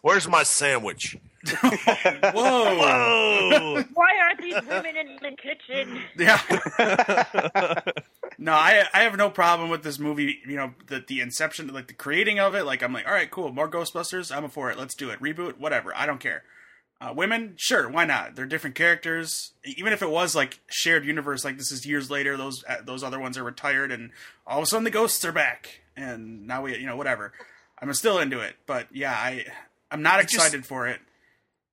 Speaker 2: where's my sandwich?
Speaker 1: Whoa.
Speaker 3: *laughs*
Speaker 1: Oh.
Speaker 3: Whoa!
Speaker 7: Why aren't these women in the kitchen?
Speaker 1: *laughs* Yeah. no, I I have no problem with this movie. You know, the the inception, like the creating of it. Like I'm like, all right, cool, more Ghostbusters. I'm for it. Let's do it. Reboot, whatever. I don't care. Uh, women, sure, why not? They're different characters. E-, Even if it was like shared universe, like this is years later. Those uh, those other ones are retired, and all of a sudden the ghosts are back, and now we, you know, whatever. I'm still into it, but yeah, I I'm not
Speaker 2: just-
Speaker 1: excited for it.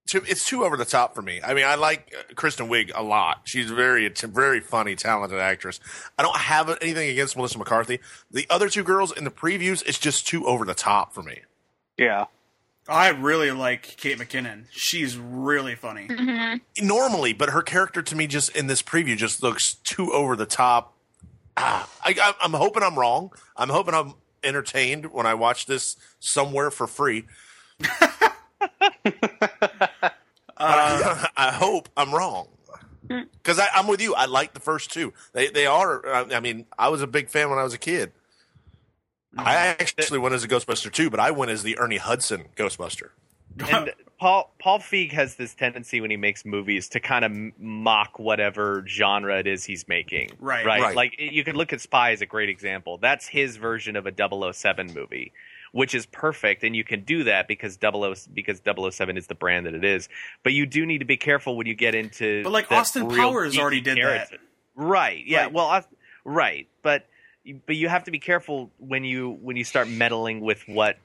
Speaker 2: Too- It's too over the top for me. I mean, I like uh, Kristen Wiig a lot. She's very, it's a very funny, talented actress. I don't have anything against Melissa McCarthy. The other two girls in the previews, it's just too over the top for me.
Speaker 6: Yeah.
Speaker 1: I really like Kate McKinnon. She's really funny.
Speaker 2: normally, but her character to me just in this preview just looks too over the top. Ah, I, I, I'm hoping I'm wrong. I'm hoping I'm entertained when I watch this somewhere for free.
Speaker 1: Uh,
Speaker 2: But Uh, *laughs* I, I hope I'm wrong because I'm with you. I like the first two. They they are. uh, I, I mean, I was a big fan when I was a kid. I actually went as a Ghostbuster too, but I went as the Ernie Hudson Ghostbuster.
Speaker 3: *laughs* and Paul Paul Feig has this tendency when he makes movies to kind of mock whatever genre it is he's making.
Speaker 1: Right.
Speaker 3: right.
Speaker 2: Right.
Speaker 3: Like you could look at Spy as a great example. That's his version of a 007 movie, which is perfect, and you can do that because 00 because 007 is the brand that it is. But you do need to be careful when you get into.
Speaker 1: But, like,
Speaker 3: the
Speaker 1: Austin
Speaker 3: real
Speaker 1: Powers
Speaker 3: geeky
Speaker 1: already did that.
Speaker 3: character. Right. Yeah.
Speaker 1: Right.
Speaker 3: Well, I, right. But but you have to be careful when you when you start meddling with what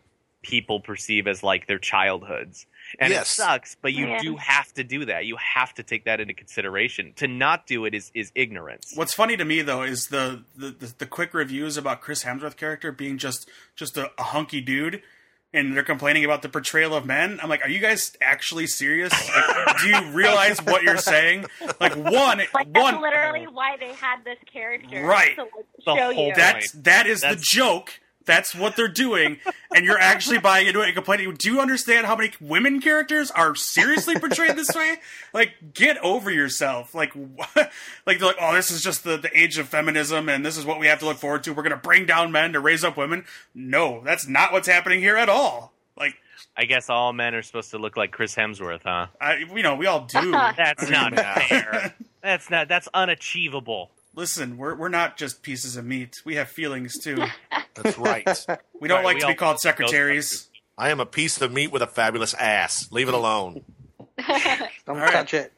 Speaker 3: people perceive as like their childhoods. And
Speaker 2: Yes.
Speaker 3: it sucks, but you
Speaker 7: Yeah.
Speaker 3: do have to do that. You have to take that into consideration. To not do it is is ignorance.
Speaker 1: What's funny to me though is the the, the, the quick reviews about Chris Hemsworth character being just just a, a hunky dude, and they're complaining about the portrayal of men. I'm like, are you guys actually serious? Like, do you realize what you're saying? Like one
Speaker 7: *laughs* Like that's
Speaker 1: one
Speaker 7: literally why they had this character,
Speaker 1: Right.
Speaker 7: To like,
Speaker 3: The
Speaker 7: show
Speaker 3: whole-
Speaker 7: you.
Speaker 1: that's that is the
Speaker 3: That's-
Speaker 1: joke. That's what they're doing, and you're actually buying into it and complaining. Do you understand how many women characters are seriously portrayed this way? Like, get over yourself. Like, what? like they're like, oh, this is just the, the age of feminism, and this is what we have to look forward to. We're gonna bring down men to raise up women. No, that's not what's happening here at all. Like,
Speaker 3: I guess all men are supposed to look like Chris Hemsworth, huh?
Speaker 1: I, you know, we all do. *laughs*
Speaker 3: That's not fair. That's not that's unachievable.
Speaker 1: Listen, we're we're not just pieces of meat. We have feelings too.
Speaker 2: That's right.
Speaker 1: We don't
Speaker 3: Right,
Speaker 1: like
Speaker 3: we
Speaker 1: to be
Speaker 3: all-
Speaker 1: called secretaries.
Speaker 2: I am a piece of meat with a fabulous ass. Leave it alone.
Speaker 5: Don't
Speaker 1: All right.
Speaker 5: touch
Speaker 1: *laughs*
Speaker 5: it.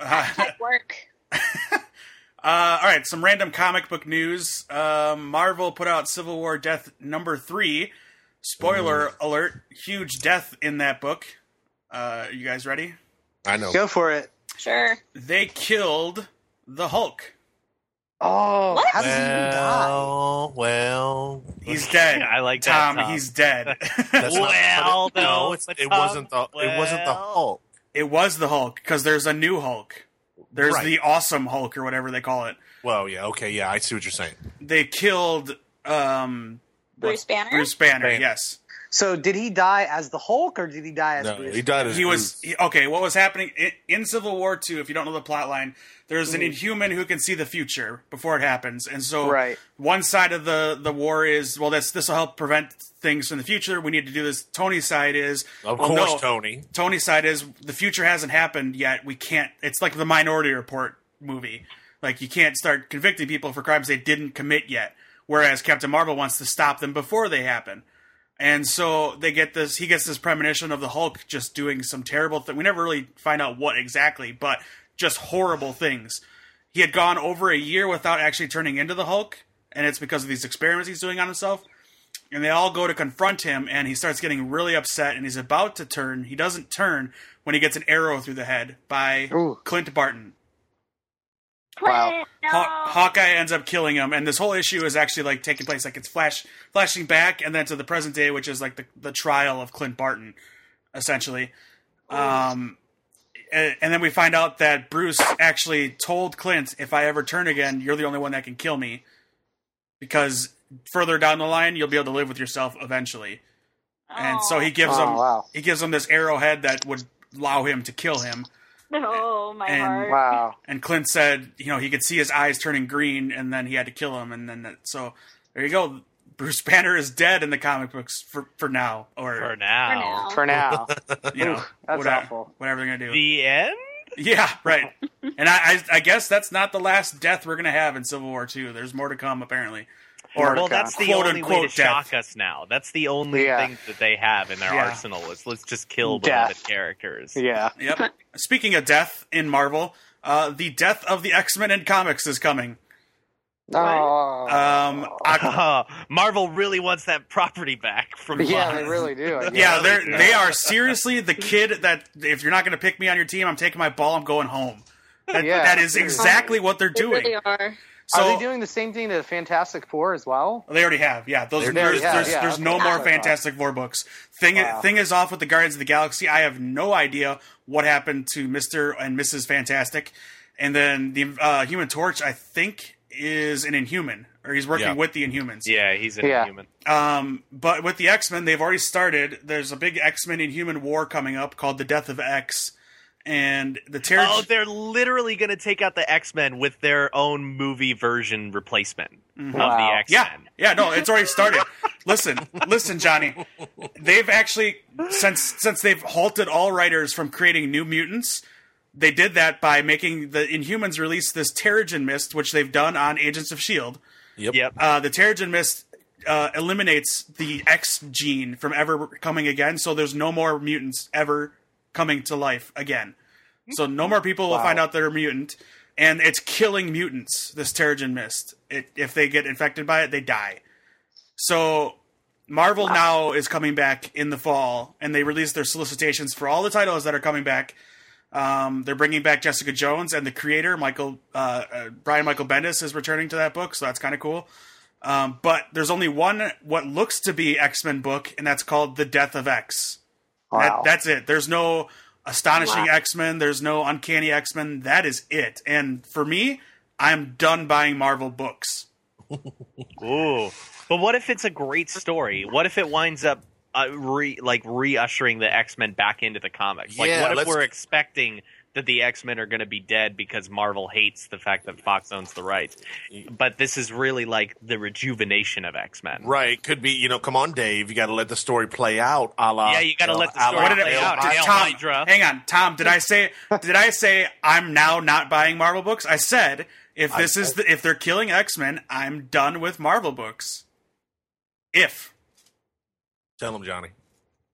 Speaker 4: At work.
Speaker 1: Uh, all right, some random comic book news. Um, Marvel put out Civil War Death number three. Spoiler
Speaker 3: Mm.
Speaker 1: alert: huge death in that book. Uh, you guys ready?
Speaker 2: I know.
Speaker 5: Go for it.
Speaker 4: Sure.
Speaker 1: They killed the Hulk.
Speaker 5: Oh,
Speaker 4: What?
Speaker 5: how did he die?
Speaker 2: Well, Oh, well,
Speaker 1: He's dead.
Speaker 3: *laughs* I like that,
Speaker 1: Tom.
Speaker 3: Tom.
Speaker 1: He's
Speaker 3: *laughs*
Speaker 1: dead.
Speaker 2: that's not-
Speaker 3: Well,
Speaker 2: but it-
Speaker 3: no,
Speaker 2: no, it's,
Speaker 3: but
Speaker 2: it
Speaker 3: Tom,
Speaker 2: wasn't the it wasn't the
Speaker 3: well.
Speaker 2: Hulk.
Speaker 1: it was the Hulk because there's a new Hulk. There's
Speaker 2: Right.
Speaker 1: the awesome Hulk or whatever they call it.
Speaker 2: Well, yeah, okay, yeah, I see what you're saying.
Speaker 1: They killed um,
Speaker 4: Bruce Banner.
Speaker 1: Bruce Banner.
Speaker 2: Banner.
Speaker 1: Yes.
Speaker 5: So, did he die as the Hulk or did he die as
Speaker 2: No,
Speaker 5: Bruce?
Speaker 2: he died as
Speaker 1: he was
Speaker 2: Bruce.
Speaker 1: he- okay. What was happening in, in Civil War Two? If you don't know the plot line, there's
Speaker 2: Mm-hmm.
Speaker 1: an Inhuman who can see the future before it happens, and so
Speaker 5: Right.
Speaker 1: one side of the the war is well, this this will help prevent things from the future. We need to do this. Tony's side is
Speaker 2: Of
Speaker 1: well,
Speaker 2: course,
Speaker 1: no.
Speaker 2: Tony.
Speaker 1: Tony's side is the future hasn't happened yet. We can't. It's like the Minority Report movie. Like you can't start convicting people for crimes they didn't commit yet. whereas Captain Marvel wants to stop them before they happen. And so they get this. He gets this premonition of the Hulk just doing some terrible thing. We never really find out what exactly, but just horrible things. He had gone over a year without actually turning into the Hulk, and it's because of these experiments he's doing on himself. And they all go to confront him, and he starts getting really upset, and he's about to turn. He doesn't turn when he gets an arrow through the head by
Speaker 5: Ooh.
Speaker 1: Clint Barton.
Speaker 5: Wow.
Speaker 7: No.
Speaker 1: Haw- Hawkeye ends up killing him, and this whole issue is actually like taking place like it's flash flashing back and then to the present day, which is like the the trial of Clint Barton, essentially. Um, and, and then we find out that Bruce actually told Clint, "If I ever turn again, you're the only one that can kill me, because further down the line, you'll be able to live with yourself eventually." And so
Speaker 4: *laughs*
Speaker 1: he gives
Speaker 5: Oh,
Speaker 1: him
Speaker 5: wow.
Speaker 1: he gives him this arrowhead that would allow him to kill him.
Speaker 7: Oh, my
Speaker 1: and-
Speaker 7: heart.
Speaker 5: Wow.
Speaker 1: And Clint said, you know, he could see his eyes turning green, and then he had to kill him, and then that, so there you go. Bruce Banner is dead in the comic books for for now,
Speaker 3: For
Speaker 1: or
Speaker 3: now.
Speaker 4: For now. *laughs*
Speaker 5: For
Speaker 6: *laughs*
Speaker 5: now.
Speaker 1: you know,
Speaker 5: Oof, that's
Speaker 1: whatever,
Speaker 5: awful.
Speaker 1: whatever they're gonna do.
Speaker 3: The end?
Speaker 1: yeah,
Speaker 3: *laughs*
Speaker 1: right. and I, I I guess that's not the last death we're gonna have in Civil War Two. There's more to come apparently. Or
Speaker 3: well, that's the
Speaker 1: quote
Speaker 3: only way
Speaker 1: unquote
Speaker 3: to
Speaker 1: death.
Speaker 3: shock us now. That's the only
Speaker 5: Yeah.
Speaker 3: thing that they have in their
Speaker 1: Yeah.
Speaker 3: arsenal is let's just kill
Speaker 5: Death.
Speaker 3: beloved characters.
Speaker 5: Yeah.
Speaker 1: Yep. Speaking of death in Marvel, uh, the death of the X Men in comics is coming.
Speaker 5: Oh.
Speaker 1: Um, Oc-
Speaker 3: *laughs* Marvel really wants that property back from
Speaker 5: *laughs* yeah,
Speaker 3: us.
Speaker 5: they really do. I
Speaker 1: Yeah,
Speaker 5: guess.
Speaker 1: they're they are seriously the kid that if you're not going to pick me on your team, I'm taking my ball. I'm going
Speaker 5: *laughs*
Speaker 1: home. That,
Speaker 5: Yeah.
Speaker 1: that is exactly what they're
Speaker 4: They really
Speaker 1: doing.
Speaker 4: are.
Speaker 1: So
Speaker 5: Are they doing the same thing to the Fantastic Four as well?
Speaker 1: they already have. Yeah, those
Speaker 2: They already
Speaker 1: there's
Speaker 5: have,
Speaker 1: there's,
Speaker 5: yeah,
Speaker 1: there's
Speaker 5: okay.
Speaker 1: no more
Speaker 5: Wow.
Speaker 1: Fantastic Four books. Thing
Speaker 5: Wow.
Speaker 1: thing is off with the Guardians of the Galaxy. I have no idea what happened to Mister and Mrs. Fantastic, and then the uh, Human Torch. I think is an Inhuman, or he's working
Speaker 2: Yeah.
Speaker 1: with the Inhumans.
Speaker 3: Yeah, he's a
Speaker 5: Yeah.
Speaker 3: human.
Speaker 1: Um, but with the X Men, they've already started. There's a big X Men Inhuman War coming up called the Death of X, and the Terry.
Speaker 3: Oh, they're literally going to take out the X Men with their own movie version replacement of
Speaker 5: Wow.
Speaker 3: the X Men.
Speaker 1: yeah, yeah, no, it's already started. listen, listen, Johnny. They've actually since since they've halted all writers from creating New Mutants. They did that by making the Inhumans release this Terrigen Mist, which they've done on Agents of Shield.
Speaker 2: Yep.
Speaker 3: Yep.
Speaker 1: uh, the Terrigen Mist uh, eliminates the X gene from ever coming again, so there's no more mutants ever coming to life again. So no more people will
Speaker 5: Wow.
Speaker 1: find out they're a mutant, and it's killing mutants. This Terrigen Mist, it, if they get infected by it, they die. So Marvel now is coming back in the fall, and they released their solicitations for all the titles that are coming back. Um, they're bringing back Jessica Jones, and the creator Michael uh, uh, Brian Michael Bendis is returning to that book, so that's kind of cool. Um, but there's only one what looks to be X Men book, and that's called The Death of X. That-
Speaker 5: *laughs* Wow.
Speaker 1: that's it. There's no astonishing X Men. There's no uncanny X Men. That is it. And for me, I'm done buying Marvel books.
Speaker 3: Ooh. But what if it's a great story? What if it winds up uh, re like re-ushering the X-Men back into the comics? Like
Speaker 2: Yeah,
Speaker 3: what if
Speaker 2: let's-
Speaker 3: we're expecting that the X-Men are going to be dead because Marvel hates the fact that Fox owns the rights? But this is really like the rejuvenation of X-Men.
Speaker 2: Right, could be. You know, come on, Dave. You got to let the story play out. A la,
Speaker 3: Yeah, you got to
Speaker 2: know,
Speaker 3: let the
Speaker 2: a
Speaker 3: story
Speaker 2: la
Speaker 1: What did
Speaker 3: play
Speaker 1: I-
Speaker 3: out.
Speaker 1: did
Speaker 3: Hail
Speaker 1: Tom-
Speaker 3: Hydra.
Speaker 1: Hang on, Tom. Did I say? Did I say I'm now not buying Marvel books? I said if this is the, if they're killing X Men, I'm done with Marvel books. If
Speaker 2: Tell him, Johnny.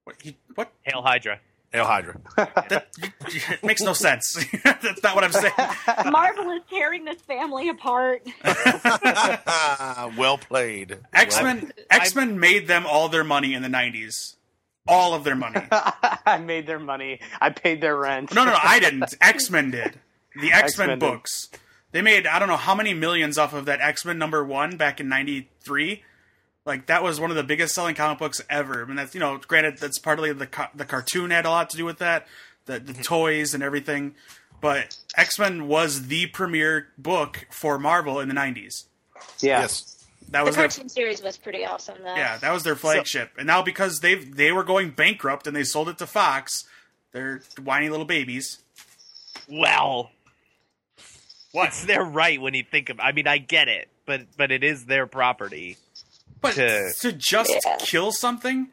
Speaker 1: what, he, what
Speaker 3: Hail Hydra.
Speaker 2: Hail
Speaker 3: *laughs*
Speaker 2: Hydra. *laughs*
Speaker 1: that *laughs* it makes no sense. *laughs* That's not what I'm saying.
Speaker 7: Marvel is tearing this family *laughs* apart.
Speaker 2: well played.
Speaker 1: X Men X Men made them all their money in the '90s, all of their money.
Speaker 6: I made their money. I paid their rent.
Speaker 1: No, no, no, I didn't. X Men did. The X Men
Speaker 6: X-Men did.
Speaker 1: books. They made I don't know how many millions off of that X Men number one back in '93. Like that was one of the biggest selling comic books ever. And that's you know, granted, that's partly the ca- the cartoon had a lot to do with that, the the toys and everything. But X Men was the premier book for Marvel in the '90s.
Speaker 5: *laughs* yeah.
Speaker 2: Yes.
Speaker 1: That
Speaker 4: The
Speaker 1: was their
Speaker 4: cartoon series was pretty awesome, though.
Speaker 1: Yeah, that was their flagship. and now because they they were going bankrupt and they sold it to Fox, they're whiny little babies.
Speaker 3: Well, what's their right when you think of? I mean, I get it, but but it is their property.
Speaker 1: But
Speaker 3: To-
Speaker 1: to just
Speaker 4: Yeah.
Speaker 1: kill something,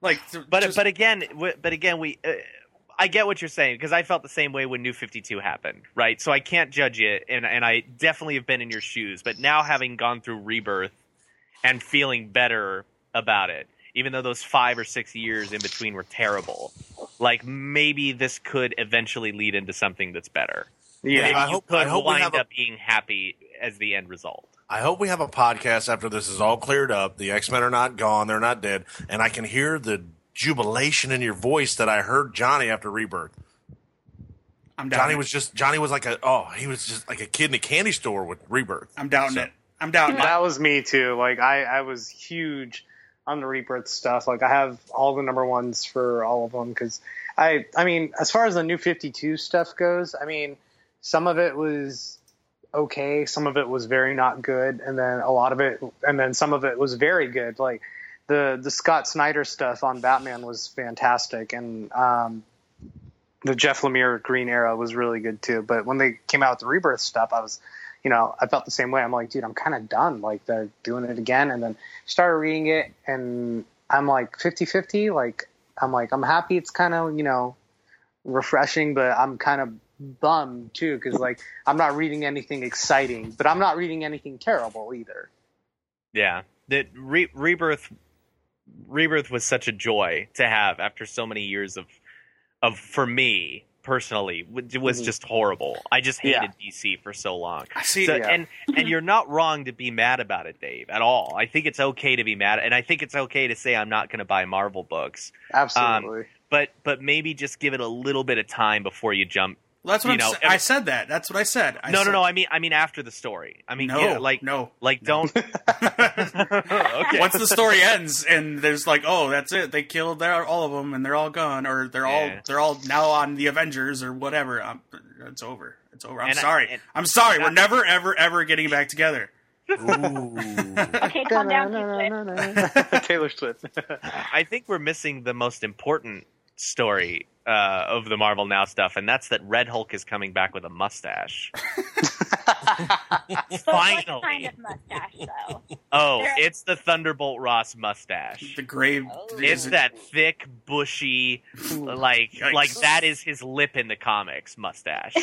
Speaker 1: like to
Speaker 3: But
Speaker 1: just-
Speaker 3: but again, w- but again, we. Uh, I get what you're saying because I felt the same way when New 52 happened, right? So I can't judge it, and and I definitely have been in your shoes. But now having gone through rebirth and feeling better about it, even though those five or six years in between were terrible. Like maybe this could eventually lead into something that's better.
Speaker 6: Yeah.
Speaker 3: Maybe
Speaker 2: I
Speaker 3: you
Speaker 2: hope-
Speaker 3: could
Speaker 2: I hope we
Speaker 3: wind
Speaker 2: have a-
Speaker 3: up being happy as the end result.
Speaker 2: I hope we have a podcast after this is all cleared up. The X Men are not gone; they're not dead, and I can hear the jubilation in your voice that I heard Johnny after Rebirth.
Speaker 1: I'm doubting
Speaker 2: Johnny
Speaker 1: it.
Speaker 2: was just Johnny was like a oh he was just like a kid in a candy store with Rebirth.
Speaker 1: I'm doubting
Speaker 2: So-
Speaker 1: it. I'm doubting it.
Speaker 5: That
Speaker 6: That
Speaker 5: was me too. Like I, I was huge on the Rebirth stuff. Like I have all the number ones for all of them because I, I mean, as far as the New Fifty Two stuff goes, I mean, some of it was okay, some of it was very not good, and then a lot of it, and then some of it was very good. Like the the Scott Snyder stuff on Batman was fantastic, and um, the Jeff Lemire Green Arrow was really good too. But when they came out with the Rebirth stuff, I was you know, I felt the same way. I'm like, dude, I'm kind of done. Like, they're doing it again. And then started reading it, and I'm like 50 50. Like, I'm like, I'm happy it's kind of, you know, refreshing, but I'm kind of bummed too, because, like, I'm not reading anything exciting, but I'm not reading anything terrible either.
Speaker 3: Yeah, that re- rebirth, rebirth was such a joy to have after so many years of, of for me personally, w- it was
Speaker 5: Mhm.
Speaker 3: just horrible. I just
Speaker 6: Yeah.
Speaker 3: hated DC for so long.
Speaker 1: I see.
Speaker 3: So,
Speaker 5: Yeah.
Speaker 3: And and you're not wrong to be mad about it, Dave, at all. I think it's okay to be mad, and I think it's okay to say I'm not going to buy Marvel books,
Speaker 5: Absolutely.
Speaker 3: but but maybe just give it a little bit of time before you jump.
Speaker 1: That's what
Speaker 3: you
Speaker 1: I'm,
Speaker 3: know,
Speaker 1: sa-
Speaker 3: every-
Speaker 1: I said that. That's what I said. I
Speaker 3: no,
Speaker 1: said,
Speaker 3: no, no. I mean, I mean after the story. I mean,
Speaker 1: no,
Speaker 3: yeah, like
Speaker 1: no. *laughs*
Speaker 3: like don't. okay.
Speaker 1: Once the story ends and there's like, oh, that's it. They killed their, all of them and they're all gone, or they're all
Speaker 3: Yeah.
Speaker 1: they're all now on the Avengers or whatever. i it's over. It's over. I'm
Speaker 3: And I-
Speaker 1: sorry.
Speaker 3: and-
Speaker 1: I'm sorry. We're
Speaker 3: and
Speaker 1: never ever ever getting back together.
Speaker 2: Ooh. *laughs*
Speaker 7: Okay, calm down. Keith.
Speaker 6: Taylor
Speaker 5: *laughs*
Speaker 6: Swift.
Speaker 3: I think we're missing the most important story uh, of the Marvel Now stuff, and that's that Red Hulk is coming back with a mustache.
Speaker 7: But what
Speaker 3: Finally.
Speaker 7: kind of mustache, though?
Speaker 3: Oh,
Speaker 7: There-
Speaker 3: it's the Thunderbolt Ross mustache.
Speaker 1: The grave.
Speaker 4: Oh.
Speaker 3: It's that thick, bushy,
Speaker 5: Oh,
Speaker 3: like
Speaker 1: Yikes.
Speaker 3: like that is his lip in the comics mustache.
Speaker 7: Ew.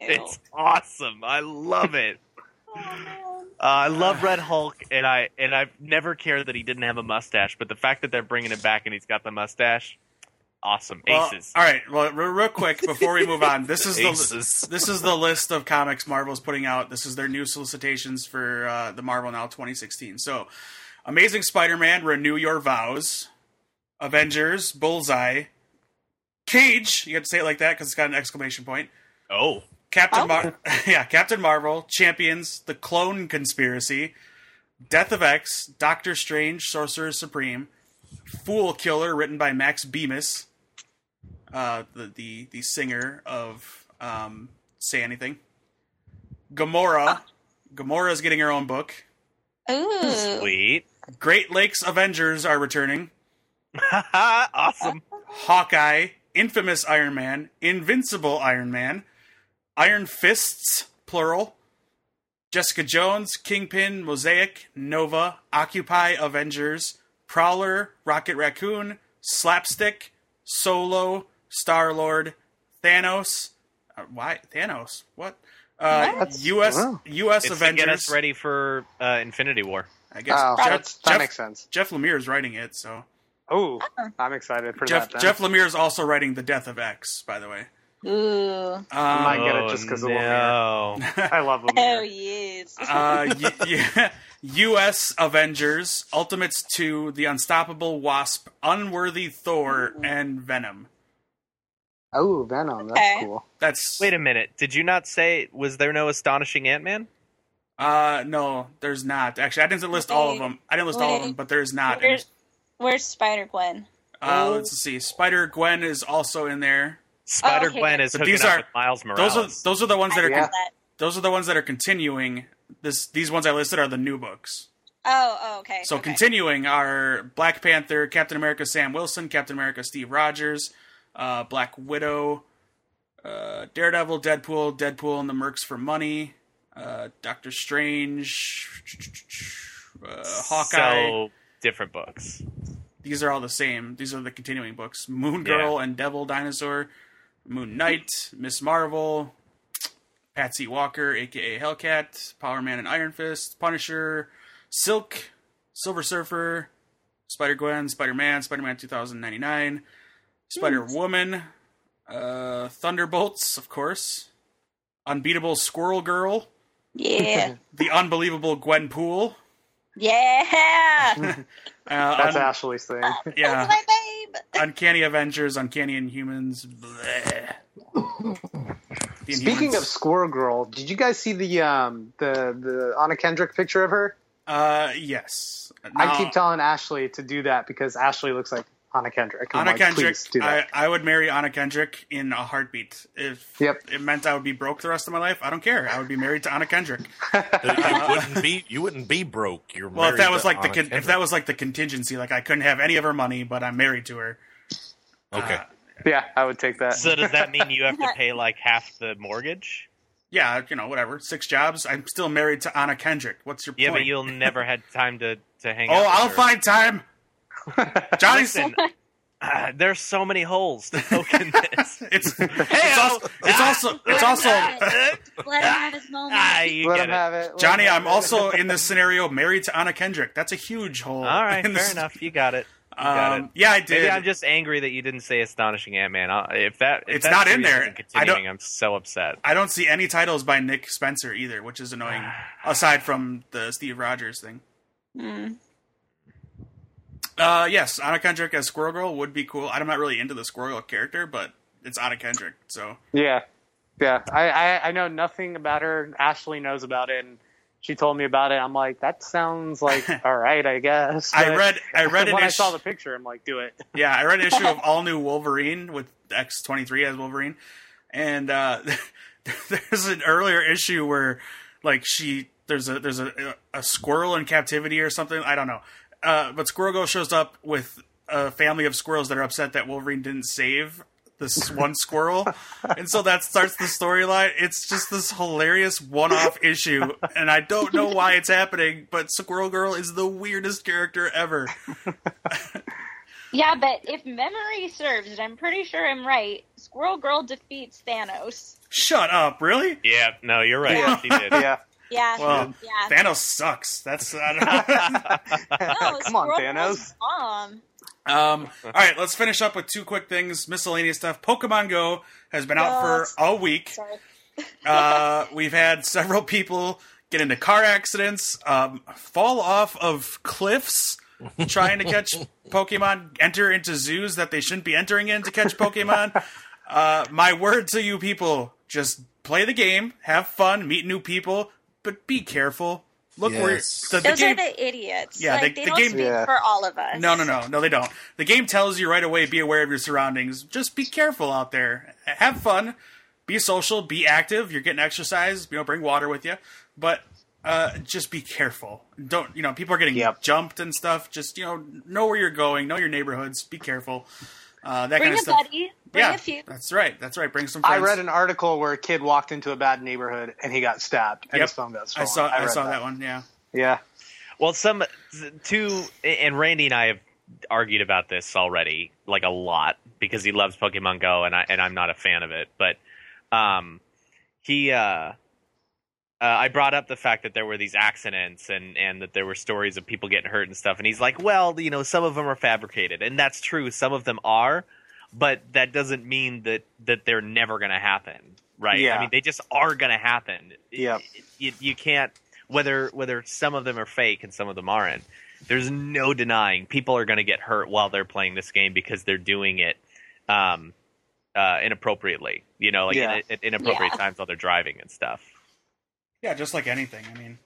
Speaker 3: It's awesome. I love it.
Speaker 7: Oh, man.
Speaker 3: Uh, I love
Speaker 1: Ah.
Speaker 3: Red Hulk, and I and I've never cared that he didn't have a mustache, but the fact that they're bringing him back and he's got the mustache, awesome.
Speaker 1: Well,
Speaker 3: Aces.
Speaker 1: all right. Well, re- real quick before we move on, this is the
Speaker 2: Jesus.
Speaker 1: this is the list of comics Marvel's putting out. This is their new solicitations for uh, the Marvel Now 2016. So, Amazing Spider-Man, Renew Your Vows, Avengers, Bullseye, Cage. You have to say it like that because it's got an exclamation point.
Speaker 3: Oh,
Speaker 1: Captain
Speaker 7: Oh.
Speaker 1: Mar- *laughs* yeah, Captain Marvel, Champions, The Clone Conspiracy, Death of X, Doctor Strange, Sorcerer Supreme, Fool Killer, written by Max Bemis, uh, the the the singer of um, Say Anything. Gamora, Gamora is getting her own book.
Speaker 4: Ooh.
Speaker 3: sweet, *laughs*
Speaker 1: Great Lakes Avengers are returning.
Speaker 3: awesome.
Speaker 1: Hawkeye, Infamous Iron Man, Invincible Iron Man, Iron Fists, plural, Jessica Jones, Kingpin, Mosaic, Nova, Occupy Avengers, Prowler, Rocket Raccoon, Slapstick, Solo, Star Lord, Thanos. Uh, why Thanos? What? Uh,
Speaker 5: That's-
Speaker 1: U.S.
Speaker 5: wow.
Speaker 1: U.S.
Speaker 3: It's to
Speaker 1: Avengers.
Speaker 3: get us ready for uh, Infinity War.
Speaker 1: I guess
Speaker 6: Oh,
Speaker 1: Jeff,
Speaker 6: that's, that
Speaker 1: Jeff-
Speaker 6: makes sense.
Speaker 1: Jeff Lemire is writing it, so
Speaker 6: Oh, I'm excited for
Speaker 1: Jeff
Speaker 6: that. Then.
Speaker 1: Jeff Lemire is also writing the Death of X, by the way.
Speaker 4: Ooh.
Speaker 1: Um,
Speaker 6: I get it just 'cause of Lemire.
Speaker 3: Oh,
Speaker 1: *laughs*
Speaker 3: no.
Speaker 6: I love him.
Speaker 4: Oh, yes.
Speaker 1: uh, y- *laughs* yeah, U.S. Avengers, Ultimates 2, The Unstoppable Wasp, Unworthy Thor, and Venom.
Speaker 5: oh, Venom. That's
Speaker 4: Okay.
Speaker 5: cool.
Speaker 1: That's
Speaker 3: Wait a minute. Did you not say was there no astonishing Ant Man?
Speaker 1: uh no, there's not. Actually, I didn't list all of them. I didn't list all of them, but there is not. And,
Speaker 4: Where's, where's Spider Gwen?
Speaker 1: uh, let's see. Spider Gwen is also in there.
Speaker 3: Spider Gwen is
Speaker 1: But
Speaker 3: hooking
Speaker 1: these
Speaker 3: up
Speaker 1: are-
Speaker 3: with Miles
Speaker 1: Those
Speaker 3: Morales.
Speaker 1: are those are the ones that are
Speaker 5: Yeah.
Speaker 1: con- those are the ones that are continuing. This these ones I listed are the new books.
Speaker 4: Oh, oh, okay.
Speaker 1: So
Speaker 4: okay.
Speaker 1: continuing are Black Panther, Captain America, Sam Wilson, Captain America, Steve Rogers, uh, Black Widow, uh, Daredevil, Deadpool, Deadpool and the Mercs for Money, uh, Doctor Strange, uh, Hawkeye.
Speaker 3: So different books.
Speaker 1: These are all the same. These are the continuing books: Moon Girl and Devil Dinosaur, Moon Knight, Miss Marvel, Patsy Walker, aka Hellcat, Power Man and Iron Fist, Punisher, Silk, Silver Surfer, Spider Gwen, Spider Man, Spider Man 2099, Spider Woman, uh, Thunderbolts, of course, Unbeatable Squirrel Girl,
Speaker 5: *laughs*
Speaker 7: Yeah.
Speaker 1: The Unbelievable Gwenpool. *laughs*
Speaker 7: yeah.
Speaker 1: Uh,
Speaker 5: That's
Speaker 1: un- *laughs*
Speaker 5: Ashley's thing. *laughs*
Speaker 1: yeah.
Speaker 7: That's
Speaker 4: Oh,
Speaker 7: my babe.
Speaker 1: Uncanny Avengers, Uncanny Inhumans. bleh. The
Speaker 5: Speaking
Speaker 1: Inhumans.
Speaker 5: of Squirrel Girl, did you guys see the um the the Anna Kendrick picture of her?
Speaker 1: uh, yes,
Speaker 5: I
Speaker 1: Now,
Speaker 5: keep telling Ashley to do that because Ashley looks like Anna Kendrick. I'm
Speaker 1: Anna
Speaker 5: like,
Speaker 1: Kendrick.
Speaker 5: Please do
Speaker 1: I,
Speaker 5: that.
Speaker 1: I would marry Anna Kendrick in a heartbeat. If
Speaker 5: Yep.
Speaker 1: it meant I would be broke the rest of my life, I don't care. I would be married to Anna Kendrick.
Speaker 2: you wouldn't be you wouldn't be broke. You're
Speaker 1: Well, if
Speaker 2: married
Speaker 1: that was
Speaker 2: to
Speaker 1: like the
Speaker 2: Anna
Speaker 1: con- if
Speaker 2: Kendrick.
Speaker 1: that was like the contingency, like I couldn't have any of her money, but I'm married to her.
Speaker 2: okay.
Speaker 1: uh,
Speaker 5: yeah, I would take that. *laughs*
Speaker 3: So does that mean you have to
Speaker 1: *laughs*
Speaker 3: pay like half the mortgage?
Speaker 1: Yeah, you know, whatever. Six jobs. I'm still married to Anna Kendrick. What's your
Speaker 3: Yeah,
Speaker 1: point?
Speaker 3: but you'll never had time to to hang. out
Speaker 1: oh,
Speaker 3: with
Speaker 1: I'll
Speaker 3: her.
Speaker 1: find time.
Speaker 5: *laughs*
Speaker 1: Johnny,
Speaker 3: Listen, uh, there's so many holes to poke in
Speaker 1: *laughs*
Speaker 3: this.
Speaker 1: It's
Speaker 2: *laughs*
Speaker 1: it's also
Speaker 3: *laughs*
Speaker 1: it's also it's also
Speaker 4: Let him have his moment.
Speaker 3: uh, ah, you
Speaker 5: Let
Speaker 3: get
Speaker 5: him
Speaker 3: it.
Speaker 5: have it. Let
Speaker 1: Johnny.
Speaker 5: him have
Speaker 1: I'm
Speaker 5: it.
Speaker 1: also in this scenario married to Anna Kendrick. That's a huge hole.
Speaker 3: All right,
Speaker 1: in
Speaker 3: fair
Speaker 1: this-
Speaker 3: enough. You got it. You got
Speaker 1: Um,
Speaker 3: it.
Speaker 1: yeah, I
Speaker 3: Maybe
Speaker 1: did.
Speaker 3: I'm just angry that you didn't say "Astonishing Ant-Man." I'll- If that, if
Speaker 1: It's
Speaker 3: that's
Speaker 1: not
Speaker 3: the
Speaker 1: in
Speaker 3: reason
Speaker 1: there.
Speaker 3: for
Speaker 1: I don't-
Speaker 3: Continuing, I'm so upset.
Speaker 1: I don't see any titles by Nick Spencer either, which is
Speaker 3: *sighs*
Speaker 1: annoying. Aside from the Steve Rogers thing.
Speaker 7: Mm.
Speaker 1: Uh, yes, Anna Kendrick as Squirrel Girl would be cool. I'm not really into the Squirrel Girl character, but it's Anna Kendrick, so
Speaker 5: *laughs* Yeah, yeah. I, I I know nothing about her. Ashley knows about it, and she told me about it. I'm like, that
Speaker 1: *laughs*
Speaker 5: sounds like all right, I guess.
Speaker 1: I
Speaker 5: But
Speaker 1: read I read an
Speaker 5: *laughs* when I
Speaker 1: issue.
Speaker 5: saw the picture, I'm like,
Speaker 1: *laughs*
Speaker 5: do it.
Speaker 1: Yeah, I read an issue of All New Wolverine with X23 as Wolverine. And uh, *laughs* there's an earlier issue where like she there's a there's a a squirrel in captivity or something, I don't know. Uh, but Squirrel Girl shows up with a family of squirrels that are upset that Wolverine didn't save this one squirrel. And so that starts the storyline. It's just this hilarious one-off issue and I don't know why it's happening, but Squirrel Girl is the weirdest character ever.
Speaker 7: Yeah, but if memory serves, and I'm pretty sure I'm right, Squirrel Girl defeats Thanos.
Speaker 1: Shut up, really? Um,
Speaker 3: Yeah, no, you're right.
Speaker 7: Yeah.
Speaker 3: She
Speaker 5: *laughs*
Speaker 3: did.
Speaker 5: Yeah,
Speaker 7: Yeah.
Speaker 1: Well,
Speaker 7: yeah.
Speaker 1: *laughs* Thanos sucks. That's
Speaker 7: *laughs*
Speaker 1: I
Speaker 5: *laughs*
Speaker 7: No,
Speaker 5: Come on,
Speaker 7: Squirrel
Speaker 5: Thanos.
Speaker 7: Girl's Mom.
Speaker 1: don't know. um. All right, let's finish up with two quick things, miscellaneous stuff. Pokemon Go has been out for
Speaker 7: Yes.
Speaker 1: a week.
Speaker 7: Sorry.
Speaker 1: Uh, we've had several people get into car accidents, um, fall off of cliffs, trying to
Speaker 7: *laughs*
Speaker 1: catch Pokemon, enter into zoos that they shouldn't be entering in to catch Pokemon. Uh, my word to you people: just play the game, have fun, meet new people, but be careful. Look
Speaker 2: Yes.
Speaker 1: where the, the
Speaker 7: Those
Speaker 1: game.
Speaker 7: are the idiots.
Speaker 1: Yeah,
Speaker 7: like,
Speaker 1: the-
Speaker 7: they
Speaker 1: the
Speaker 7: don't
Speaker 1: game-
Speaker 7: speak
Speaker 5: Yeah.
Speaker 7: for all of us.
Speaker 1: No, no, no, no. They don't. The game tells you right away: be aware of your surroundings. Just be careful out there. Have fun. Be social. Be active. You're getting exercise. You know, bring water with you. But uh, just be careful. Don't you know? People are getting
Speaker 5: Yep.
Speaker 1: jumped and stuff. Just you know, know where you're going. Know your neighborhoods. Be careful. Uh, that
Speaker 7: Bring
Speaker 1: kind
Speaker 7: a
Speaker 1: of stuff.
Speaker 7: buddy. Bring
Speaker 1: yeah,
Speaker 7: a few.
Speaker 1: that's right. That's right. Bring some
Speaker 5: I
Speaker 1: friends.
Speaker 5: read an article where a kid walked into a bad neighborhood and he got stabbed, and
Speaker 1: Yep.
Speaker 5: his phone got
Speaker 1: I
Speaker 5: stolen.
Speaker 1: saw. I,
Speaker 5: read
Speaker 1: saw that. one. Yeah.
Speaker 5: Yeah,
Speaker 3: Well, some two and Randy and I have argued about this already, like a lot, because he loves Pokemon Go and I and I'm not a fan of it. But um, he uh, uh, I brought up the fact that there were these accidents and and that there were stories of people getting hurt and stuff, and he's like, well, you know, some of them are fabricated, and that's true. Some of them are, but that doesn't mean that that they're never going to happen, right?
Speaker 5: Yeah.
Speaker 3: I mean, they just are going to happen.
Speaker 5: Yep.
Speaker 3: You, you can't whether whether some of them are fake and some of them aren't. There's no denying people are going to get hurt while they're playing this game because they're doing it um, uh, inappropriately. You know, like
Speaker 5: Yeah.
Speaker 3: in, in inappropriate
Speaker 7: Yeah.
Speaker 3: times while they're driving and stuff.
Speaker 1: Yeah. Just like anything. I mean.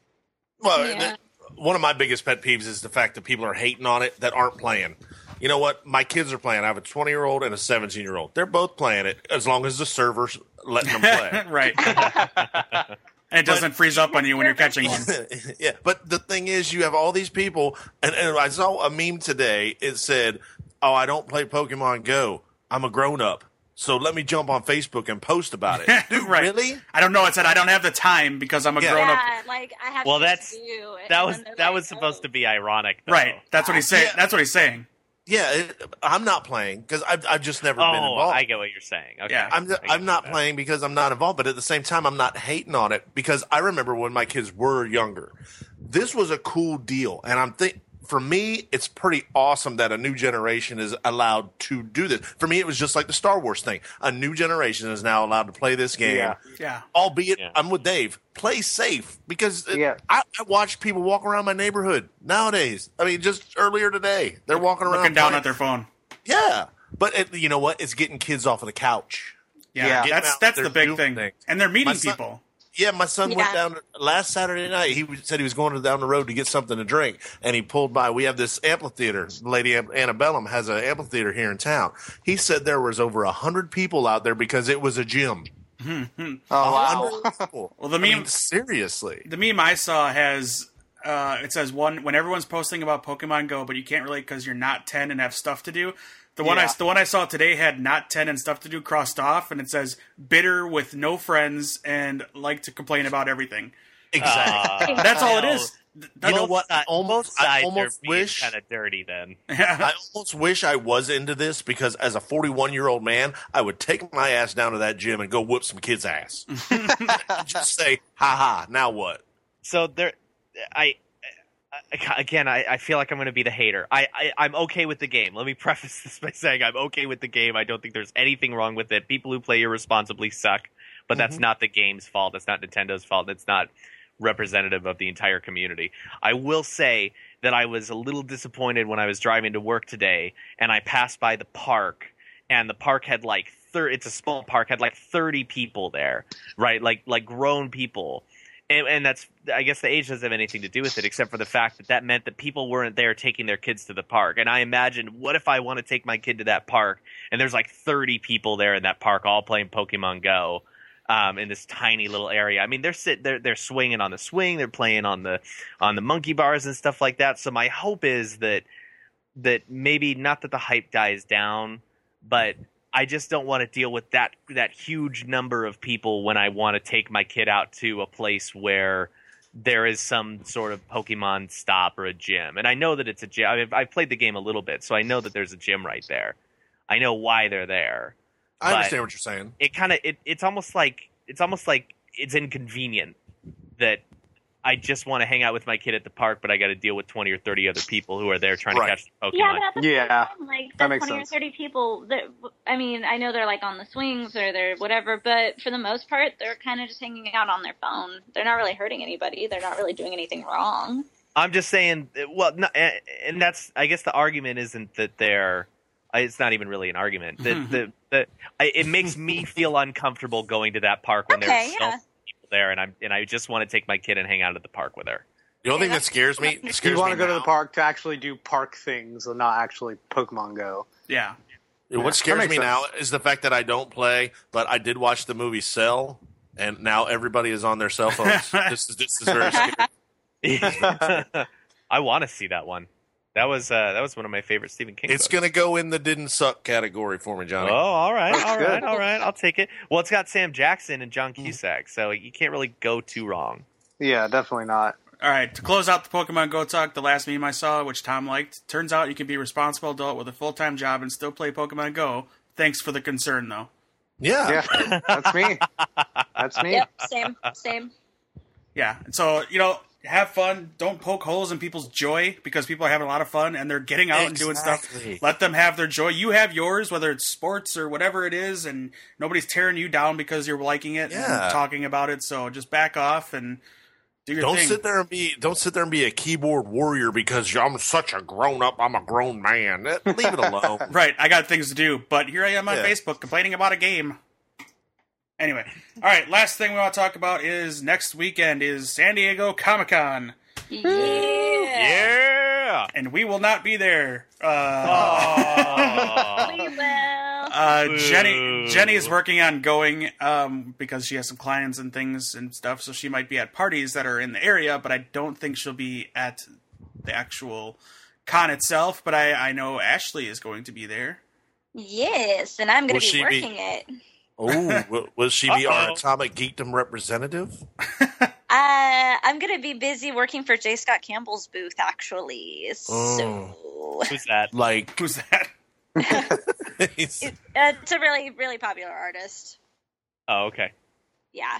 Speaker 2: Well,
Speaker 7: Yeah.
Speaker 2: th- one of my biggest pet peeves is the fact that people are hating on it that aren't playing. You know what? My kids are playing. I have a 20 year old and a 17 year old. They're both playing it as long as the server's letting
Speaker 1: *laughs*
Speaker 2: them play.
Speaker 1: right. and it doesn't freeze up on you when you're catching
Speaker 7: *laughs*
Speaker 1: him.
Speaker 2: *laughs* yeah, but the thing is, you have all these people, and, and I saw a meme today. It said, "Oh, I don't play Pokemon Go. I'm a grown up, so let me jump on Facebook and post about
Speaker 3: *laughs*
Speaker 2: it." Dude,
Speaker 1: Right.
Speaker 2: really?
Speaker 1: I don't know. It said I don't have the time because I'm a
Speaker 2: Yeah.
Speaker 1: grown up.
Speaker 4: Yeah, like I have.
Speaker 3: Well,
Speaker 4: things
Speaker 3: that's-
Speaker 4: to do.
Speaker 3: That was that was supposed to be ironic, though.
Speaker 1: Right. That's what he's saying.
Speaker 2: Yeah.
Speaker 1: That's what he's saying.
Speaker 2: yeah, it, I'm not playing because I've I've just never been
Speaker 3: Oh,
Speaker 2: involved.
Speaker 3: I get what you're saying. Okay.
Speaker 1: Yeah.
Speaker 2: I'm
Speaker 3: I get
Speaker 2: I'm not
Speaker 3: that.
Speaker 2: playing because I'm not involved, but at the same time, I'm not hating on it because I remember when my kids were younger. This was a cool deal, and I'm think for me, it's pretty awesome that a new generation is allowed to do this. For me, it was just like the Star Wars thing. A new generation is now allowed to play this game.
Speaker 5: Yeah.
Speaker 1: Yeah.
Speaker 2: Albeit,
Speaker 3: Yeah.
Speaker 2: I'm with Dave. Play safe because it-
Speaker 5: Yeah.
Speaker 2: I, I watch people walk around my neighborhood nowadays. I mean, just earlier today, they're walking around
Speaker 1: Looking down
Speaker 2: playing-
Speaker 1: at their phone.
Speaker 2: yeah. But it, you know what? It's getting kids off of the couch.
Speaker 1: Yeah,
Speaker 5: Yeah.
Speaker 2: Getting
Speaker 1: that's
Speaker 2: out
Speaker 1: that's
Speaker 2: there
Speaker 1: the big
Speaker 2: doing
Speaker 1: thing.
Speaker 2: things.
Speaker 1: And they're
Speaker 2: My
Speaker 1: meeting
Speaker 2: son-
Speaker 1: people.
Speaker 2: Yeah, my son went
Speaker 7: Yeah.
Speaker 2: down last Saturday night. He was- said he was going to- down the road to get something to drink, and he pulled by. We have this amphitheater. Lady Am- Antebellum has an amphitheater here in town. He said there was over a hundred people out there because it was a gym.
Speaker 6: Oh, wow.
Speaker 2: 100 people.
Speaker 1: Hmm. *laughs* Well, the
Speaker 2: I mean,
Speaker 1: meme-
Speaker 2: seriously.
Speaker 1: The meme I saw has uh, it says one when everyone's posting about Pokemon Go, but you can't relate because you're not ten and have stuff to do. The one I
Speaker 6: Yeah.
Speaker 1: the one I saw today had not ten and stuff to do crossed off, and it says bitter with no friends and like to complain about everything.
Speaker 3: Exactly.
Speaker 1: That's all it is. Th-
Speaker 2: Uh, *laughs* You
Speaker 1: that's
Speaker 2: know
Speaker 1: all- *laughs*
Speaker 2: what? I almost, I almost wish
Speaker 3: kind of dirty then.
Speaker 2: I almost wish I was into this because as a 41 year old man, I would take my ass down to that gym and go whoop some kids' ass. Just say, ha ha, now what?
Speaker 3: So there, I. I- Again, I, I feel like I'm going to be the hater. I, I I'm okay with the game. Let me *laughs* preface this by saying I'm okay with the game. I don't think there's anything wrong with it. People who play irresponsibly suck, but that's not the game's fault. That's not Nintendo's fault. That's not representative of the entire community. I will say that I was a little disappointed when I was driving to work today and I passed by the park and the park had like thir- it's a small park had like 30 people there, right? Like like grown people. And, and that's I guess the age doesn't have anything to do with it except for the fact that that meant that people weren't there taking their kids to the park. And I imagined what if I want to take my kid to that park and there's like 30 people there in that park all playing Pokemon Go um, in this tiny little area. I mean, they're sit they're they're swinging on the swing, they're playing on the on the monkey bars and stuff like that. So my hope is that that maybe not that the hype dies down, but I just don't want to deal with that that huge number of people when I want to take my kid out to a place where there is some sort of Pokemon stop or a gym. And I know that it's a gym. I mean, I've played the game a little bit, so I know that there's a gym right there. I know why they're there
Speaker 2: I
Speaker 3: But-
Speaker 2: understand what you're saying.
Speaker 3: it kind of it, it's almost like it's almost like it's inconvenient that I just want to hang out with my kid at the park, but I got to deal with twenty or thirty other people who are there trying
Speaker 2: Right.
Speaker 3: to catch the Pokemon.
Speaker 7: Yeah, but at the same
Speaker 6: Yeah.
Speaker 7: time, like
Speaker 6: That
Speaker 7: the
Speaker 6: makes
Speaker 7: twenty
Speaker 6: sense.
Speaker 7: or thirty people that I mean, I know they're like on the swings or they're whatever, but for the most part, they're kind of just hanging out on their phone. They're not really hurting anybody. They're not really doing anything wrong.
Speaker 3: I'm just saying, uh, well, no, uh, and that's I guess the argument isn't that they're. I- It's not even really an argument. The, the, the, I, it makes me feel uncomfortable going to that park when
Speaker 7: Okay,
Speaker 3: there's so
Speaker 7: yeah.
Speaker 3: many people there, and I'm and I just want to take my kid and hang out at the park with her. *laughs*
Speaker 2: The only thing that scares me, that
Speaker 6: You
Speaker 2: scares
Speaker 6: want
Speaker 2: me
Speaker 6: to go to
Speaker 2: now-
Speaker 6: the park to actually do park things and not actually Pokemon Go.
Speaker 1: *laughs* yeah.
Speaker 2: What scares
Speaker 6: makes
Speaker 2: me
Speaker 6: sense.
Speaker 2: now is the fact that I don't play, but I did watch the movie Cell, and now everybody is on their
Speaker 6: *laughs*
Speaker 2: cell phones. this is this is very
Speaker 7: *laughs*
Speaker 2: scary.
Speaker 3: I want to see that one. That was uh, that was one of my favorite Stephen King.
Speaker 2: It's
Speaker 3: books.
Speaker 2: going to go in the didn't suck category for me, Johnny.
Speaker 3: Oh, all right, all
Speaker 6: good.
Speaker 3: right, all right. I'll take it. Well, it's got Sam Jackson and John Cusack, so you can't really go too wrong.
Speaker 6: Yeah, definitely not.
Speaker 1: All right, to close out the Pokemon Go talk, the last meme I saw, which Tom liked, turns out you can be a responsible adult with a full time job and still play Pokemon Go. Thanks for the concern, though.
Speaker 2: yeah.
Speaker 6: Yeah, that's me. That's
Speaker 4: *laughs*
Speaker 6: me.
Speaker 7: Yep, same, same.
Speaker 1: Yeah. And so, you know, have fun. Don't poke holes in people's joy because people are having a lot of fun and they're getting out and doing
Speaker 2: Exactly.
Speaker 1: stuff. Let them have their joy. You have yours, whether it's sports or whatever it is, and nobody's tearing you down because you're liking it
Speaker 2: Yeah.
Speaker 1: and talking about it. So just back off and do your
Speaker 2: Don't
Speaker 1: thing.
Speaker 2: sit there and be don't sit there and be a keyboard warrior because I'm such a grown up. I'm a grown man. Eh, Leave it alone.
Speaker 1: *laughs* Right, I got things to do, but here I am on
Speaker 2: Yeah.
Speaker 1: Facebook complaining about a game. Anyway, all right. Last thing we want to talk about is next weekend is San Diego Comic Con,
Speaker 7: Yeah.
Speaker 3: Yeah.
Speaker 1: and we will not be there. Uh,
Speaker 7: *laughs*
Speaker 3: Oh.
Speaker 7: We will.
Speaker 1: uh,
Speaker 3: Boo.
Speaker 1: Jenny Jenny is working on going um, because she has some clients and things and stuff, so she might be at parties that are in the area, but I don't think she'll be at the actual con itself. But I, I know Ashley is going to be there.
Speaker 7: Yes, and I'm
Speaker 2: Will
Speaker 7: going to
Speaker 2: she
Speaker 7: be
Speaker 2: be-
Speaker 7: working it. Uh,
Speaker 2: Oh, *laughs* will she be our
Speaker 3: Uh-oh.
Speaker 2: Atomic Geekdom representative?
Speaker 4: Uh, I'm gonna be busy working for J. Scott Campbell's booth actually. So
Speaker 3: Who's that?
Speaker 2: Like, *laughs*
Speaker 1: Who's that?
Speaker 2: it's-
Speaker 4: it, uh, it's a really, really popular artist.
Speaker 3: Oh, okay.
Speaker 4: Yeah.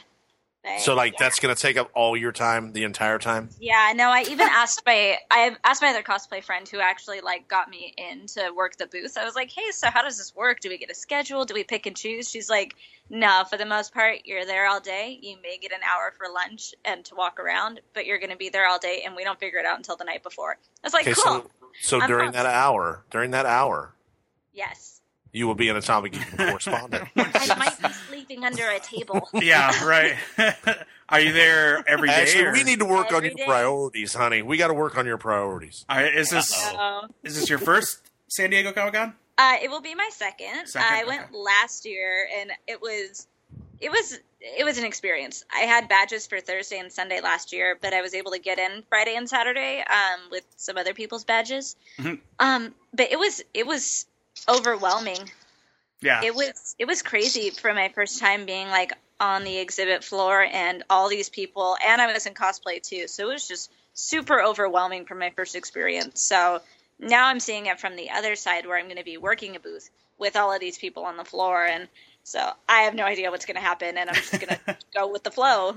Speaker 4: I-
Speaker 2: so like *laughs*
Speaker 4: yeah.
Speaker 2: that's gonna take up all your time the entire time.
Speaker 4: Yeah, no, I even asked my I asked my other cosplay friend who actually like got me in to work the booth. I was like, "Hey, so how does this work? Do we get a schedule? Do we pick and choose?" She's like, "No, for the most part, you're there all day. You may get an hour for lunch and to walk around, but you're going to be there all day and we don't figure it out until the night before." I was like,
Speaker 2: Okay,
Speaker 4: "Cool."
Speaker 2: so so
Speaker 4: I'm
Speaker 2: during
Speaker 4: pumped.
Speaker 2: that hour, during that hour,
Speaker 4: yes.
Speaker 2: you will be an Atomic
Speaker 1: *laughs*
Speaker 2: Geek correspondent.
Speaker 4: I might be sleeping under a
Speaker 2: *laughs*
Speaker 4: table.
Speaker 1: Yeah, right. *laughs* Are you there every day?
Speaker 2: Ashley,
Speaker 1: or-
Speaker 2: we need to work on
Speaker 4: Every
Speaker 2: your
Speaker 4: day.
Speaker 2: priorities, honey. We got to work on your priorities.
Speaker 1: All right, is this
Speaker 4: So,
Speaker 1: is this your first San Diego Comic Con?
Speaker 4: Uh, it will be my second.
Speaker 1: Second,
Speaker 4: I went
Speaker 1: okay.
Speaker 4: last year, and it was, it was, it was an experience. I had badges for Thursday and Sunday last year, but I was able to get in Friday and Saturday um, with some other people's badges.
Speaker 1: Mhm.
Speaker 4: Um, but it was, it was overwhelming.
Speaker 1: Yeah.
Speaker 4: It was, it was crazy for my first time being like on the exhibit floor and all these people, and I was in cosplay too, so it was just super overwhelming from my first experience. So now I'm seeing it from the other side where I'm going to be working a booth with all of these people on the floor. And so I have no idea what's going to happen and I'm just going to go with the flow.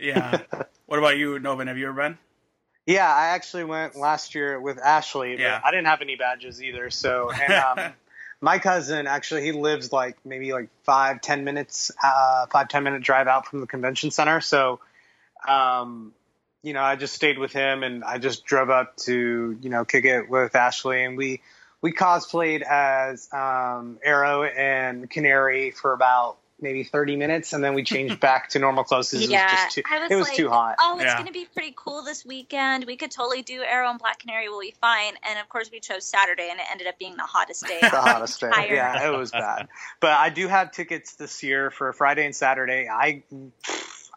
Speaker 1: yeah. What about you, Novin? Have you ever been?
Speaker 5: Yeah, I actually went last year with Ashley. But
Speaker 1: Yeah.
Speaker 5: I didn't have any badges either. So, and, um, my cousin actually, he lives like maybe like five, ten minutes, uh, five, ten minute drive out from the convention center. So, um, you know, I just stayed with him and I just drove up to, you know, kick it with Ashley and we, we cosplayed as um, Arrow and Canary for about maybe 30 minutes and then we changed back to normal clothes 'cause it
Speaker 4: *laughs*
Speaker 5: was
Speaker 4: yeah.
Speaker 5: just too,
Speaker 4: I was
Speaker 5: it was
Speaker 4: like,
Speaker 5: too hot.
Speaker 4: oh, it's
Speaker 1: Yeah.
Speaker 4: going to be pretty cool this weekend. We could totally do Arrow and Black Canary. We'll be fine. And of course, we chose Saturday and it ended up being the hottest day. *laughs*
Speaker 5: *laughs* the hottest day.
Speaker 4: Tired.
Speaker 5: Yeah, it was bad. But I do have tickets this year for Friday and Saturday. I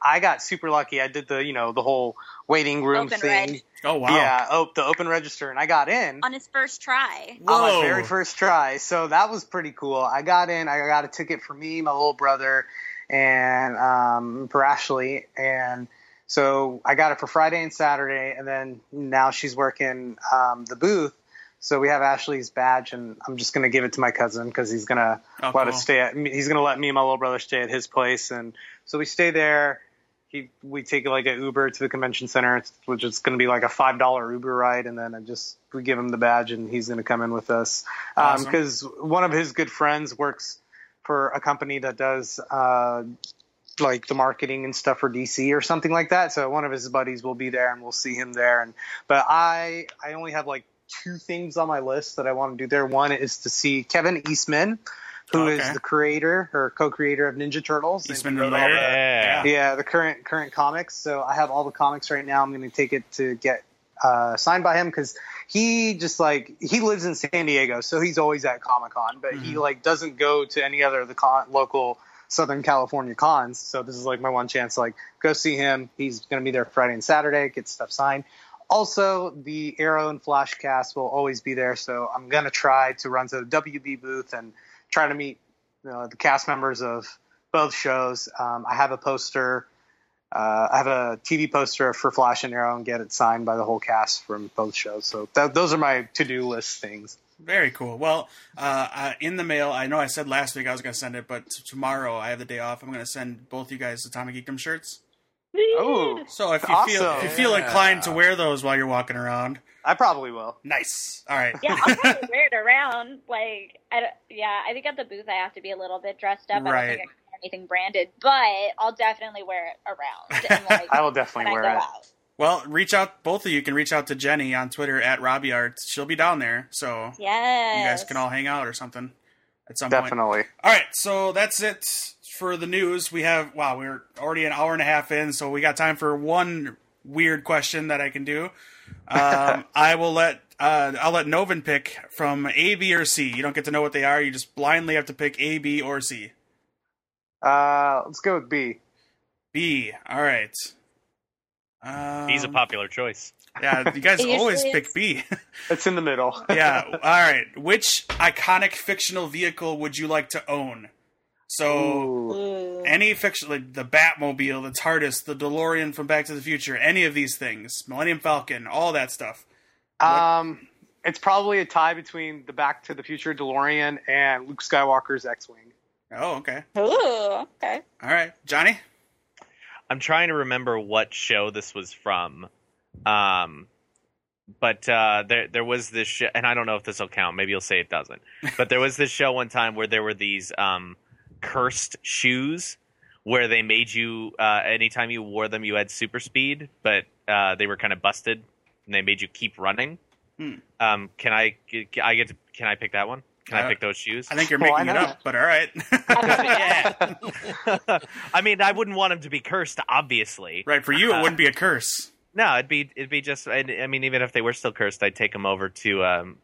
Speaker 5: I got super lucky. I did the you know the whole waiting room
Speaker 4: Open
Speaker 5: thing.
Speaker 4: reg.
Speaker 1: Oh wow.
Speaker 5: Yeah, oh, the open register, and I got in
Speaker 4: on his first try.
Speaker 5: on
Speaker 1: Whoa.
Speaker 5: my very first try. So that was pretty cool. I got in. I got a ticket for me, my little brother, and um, for Ashley. And so I got it for Friday and Saturday. And then now she's working um, the booth. So we have Ashley's badge, and I'm just gonna give it to my cousin because he's gonna
Speaker 1: Oh,
Speaker 5: let
Speaker 1: cool.
Speaker 5: us stay at. He's gonna let me and my little brother stay at his place, and so we stay there. He, we take like an Uber to the convention center, which is going to be like a five dollar Uber ride, and then I just we give him the badge, and he's going to come in with us
Speaker 1: Awesome.
Speaker 5: because one of his good friends works for a company that does uh, like the marketing and stuff for DC or something like that. So one of his buddies will be there, and we'll see him there. And but I I only have like two things on my list that I want to do there. One is to see Kevin Eastman, who is
Speaker 1: Okay.
Speaker 5: the creator or co-creator of Ninja Turtles. and
Speaker 1: Eastman
Speaker 5: he wrote all
Speaker 1: Lair.
Speaker 5: the-
Speaker 1: Yeah.
Speaker 3: Yeah.
Speaker 5: yeah, the current current comics. So I have all the comics right now. I'm going to take it to get uh, signed by him because he just like he lives in San Diego, so he's always at Comic Con, but he like doesn't go to any other of the con- local Southern California cons. So this is like my one chance. Like, go see him. He's going to be there Friday and Saturday. Get stuff signed. Also, the Arrow and Flash cast will always be there, so I'm gonna try to run to the WB booth and try to meet uh, the cast members of both shows. Um, I have a poster. Uh, I have a TV poster for Flash and Arrow and get it signed by the whole cast from both shows. So th- those are my to do list things.
Speaker 1: Very cool. Well, uh, uh, in the mail, I know I said last week I was going to send it, but t- tomorrow I have the day off. I'm going to send both you guys Atomic Geekdom shirts.
Speaker 5: Oh,
Speaker 1: So if you feel
Speaker 5: Awesome.
Speaker 1: if you feel inclined to wear those while you're walking around,
Speaker 5: I probably will.
Speaker 1: nice. All right.
Speaker 4: yeah,
Speaker 1: *laughs*
Speaker 4: I'll probably wear it around. Like, I don't- yeah, I think at the booth I have to be a little bit dressed up. I
Speaker 1: Right.
Speaker 4: don't think I can wear anything branded, but I'll definitely wear it around.
Speaker 1: *laughs*
Speaker 4: And, like,
Speaker 5: I will
Speaker 4: when
Speaker 5: definitely
Speaker 4: I
Speaker 5: wear
Speaker 4: go
Speaker 5: it.
Speaker 4: out.
Speaker 1: Well, reach out. Both of you can reach out to Jenny on Twitter at Robbie Arts. She'll be down there, so
Speaker 4: Yes.
Speaker 1: you guys can all hang out or something at some point.
Speaker 5: Definitely.
Speaker 1: All right, so that's it for the news. We have wow, we're already an hour and a half in, so we got time for one weird question that I can do. Um, I will let uh, I'll let Novin pick from A, B, or C. You don't get to know what they are; you just blindly have to pick A, B, or C.
Speaker 5: Uh, let's go with B.
Speaker 1: B. All right. Um,
Speaker 3: He's a popular choice.
Speaker 1: Yeah, you guys
Speaker 4: It usually
Speaker 1: always
Speaker 4: is.
Speaker 1: pick B.
Speaker 5: It's in the middle.
Speaker 1: yeah. All right. Which iconic fictional vehicle would you like to own? So
Speaker 4: Ooh.
Speaker 1: any fiction, like the Batmobile, the TARDIS, the DeLorean from Back to the Future, any of these things, Millennium Falcon, all that stuff.
Speaker 5: *laughs* Um, it's probably a tie between the Back to the Future DeLorean and Luke Skywalker's X-wing. *laughs*
Speaker 1: Oh, okay.
Speaker 4: Ooh,
Speaker 1: *laughs*
Speaker 4: okay.
Speaker 1: All right, Johnny.
Speaker 3: I'm trying to remember what show this was from. Um, but uh, there there was this show, and I don't know if this will count. Maybe you'll say it doesn't. But there was this show one time where there were these um, cursed shoes where they made you uh, anytime you wore them you had super speed, but uh, they were kind of busted and they made you keep running.
Speaker 1: Hmm.
Speaker 3: Um, can I can I get to, can I pick that one? Can
Speaker 1: Uh,
Speaker 3: I pick those shoes?
Speaker 1: I think you're
Speaker 5: Well,
Speaker 1: making
Speaker 5: I
Speaker 1: it
Speaker 5: know.
Speaker 1: up, but all right.
Speaker 3: Yeah. I mean, I wouldn't want them to be cursed, obviously.
Speaker 1: *laughs* right for you, it wouldn't be a curse.
Speaker 3: No, it'd be it'd be just. I, I mean, even if they were still cursed, I'd take them over to um,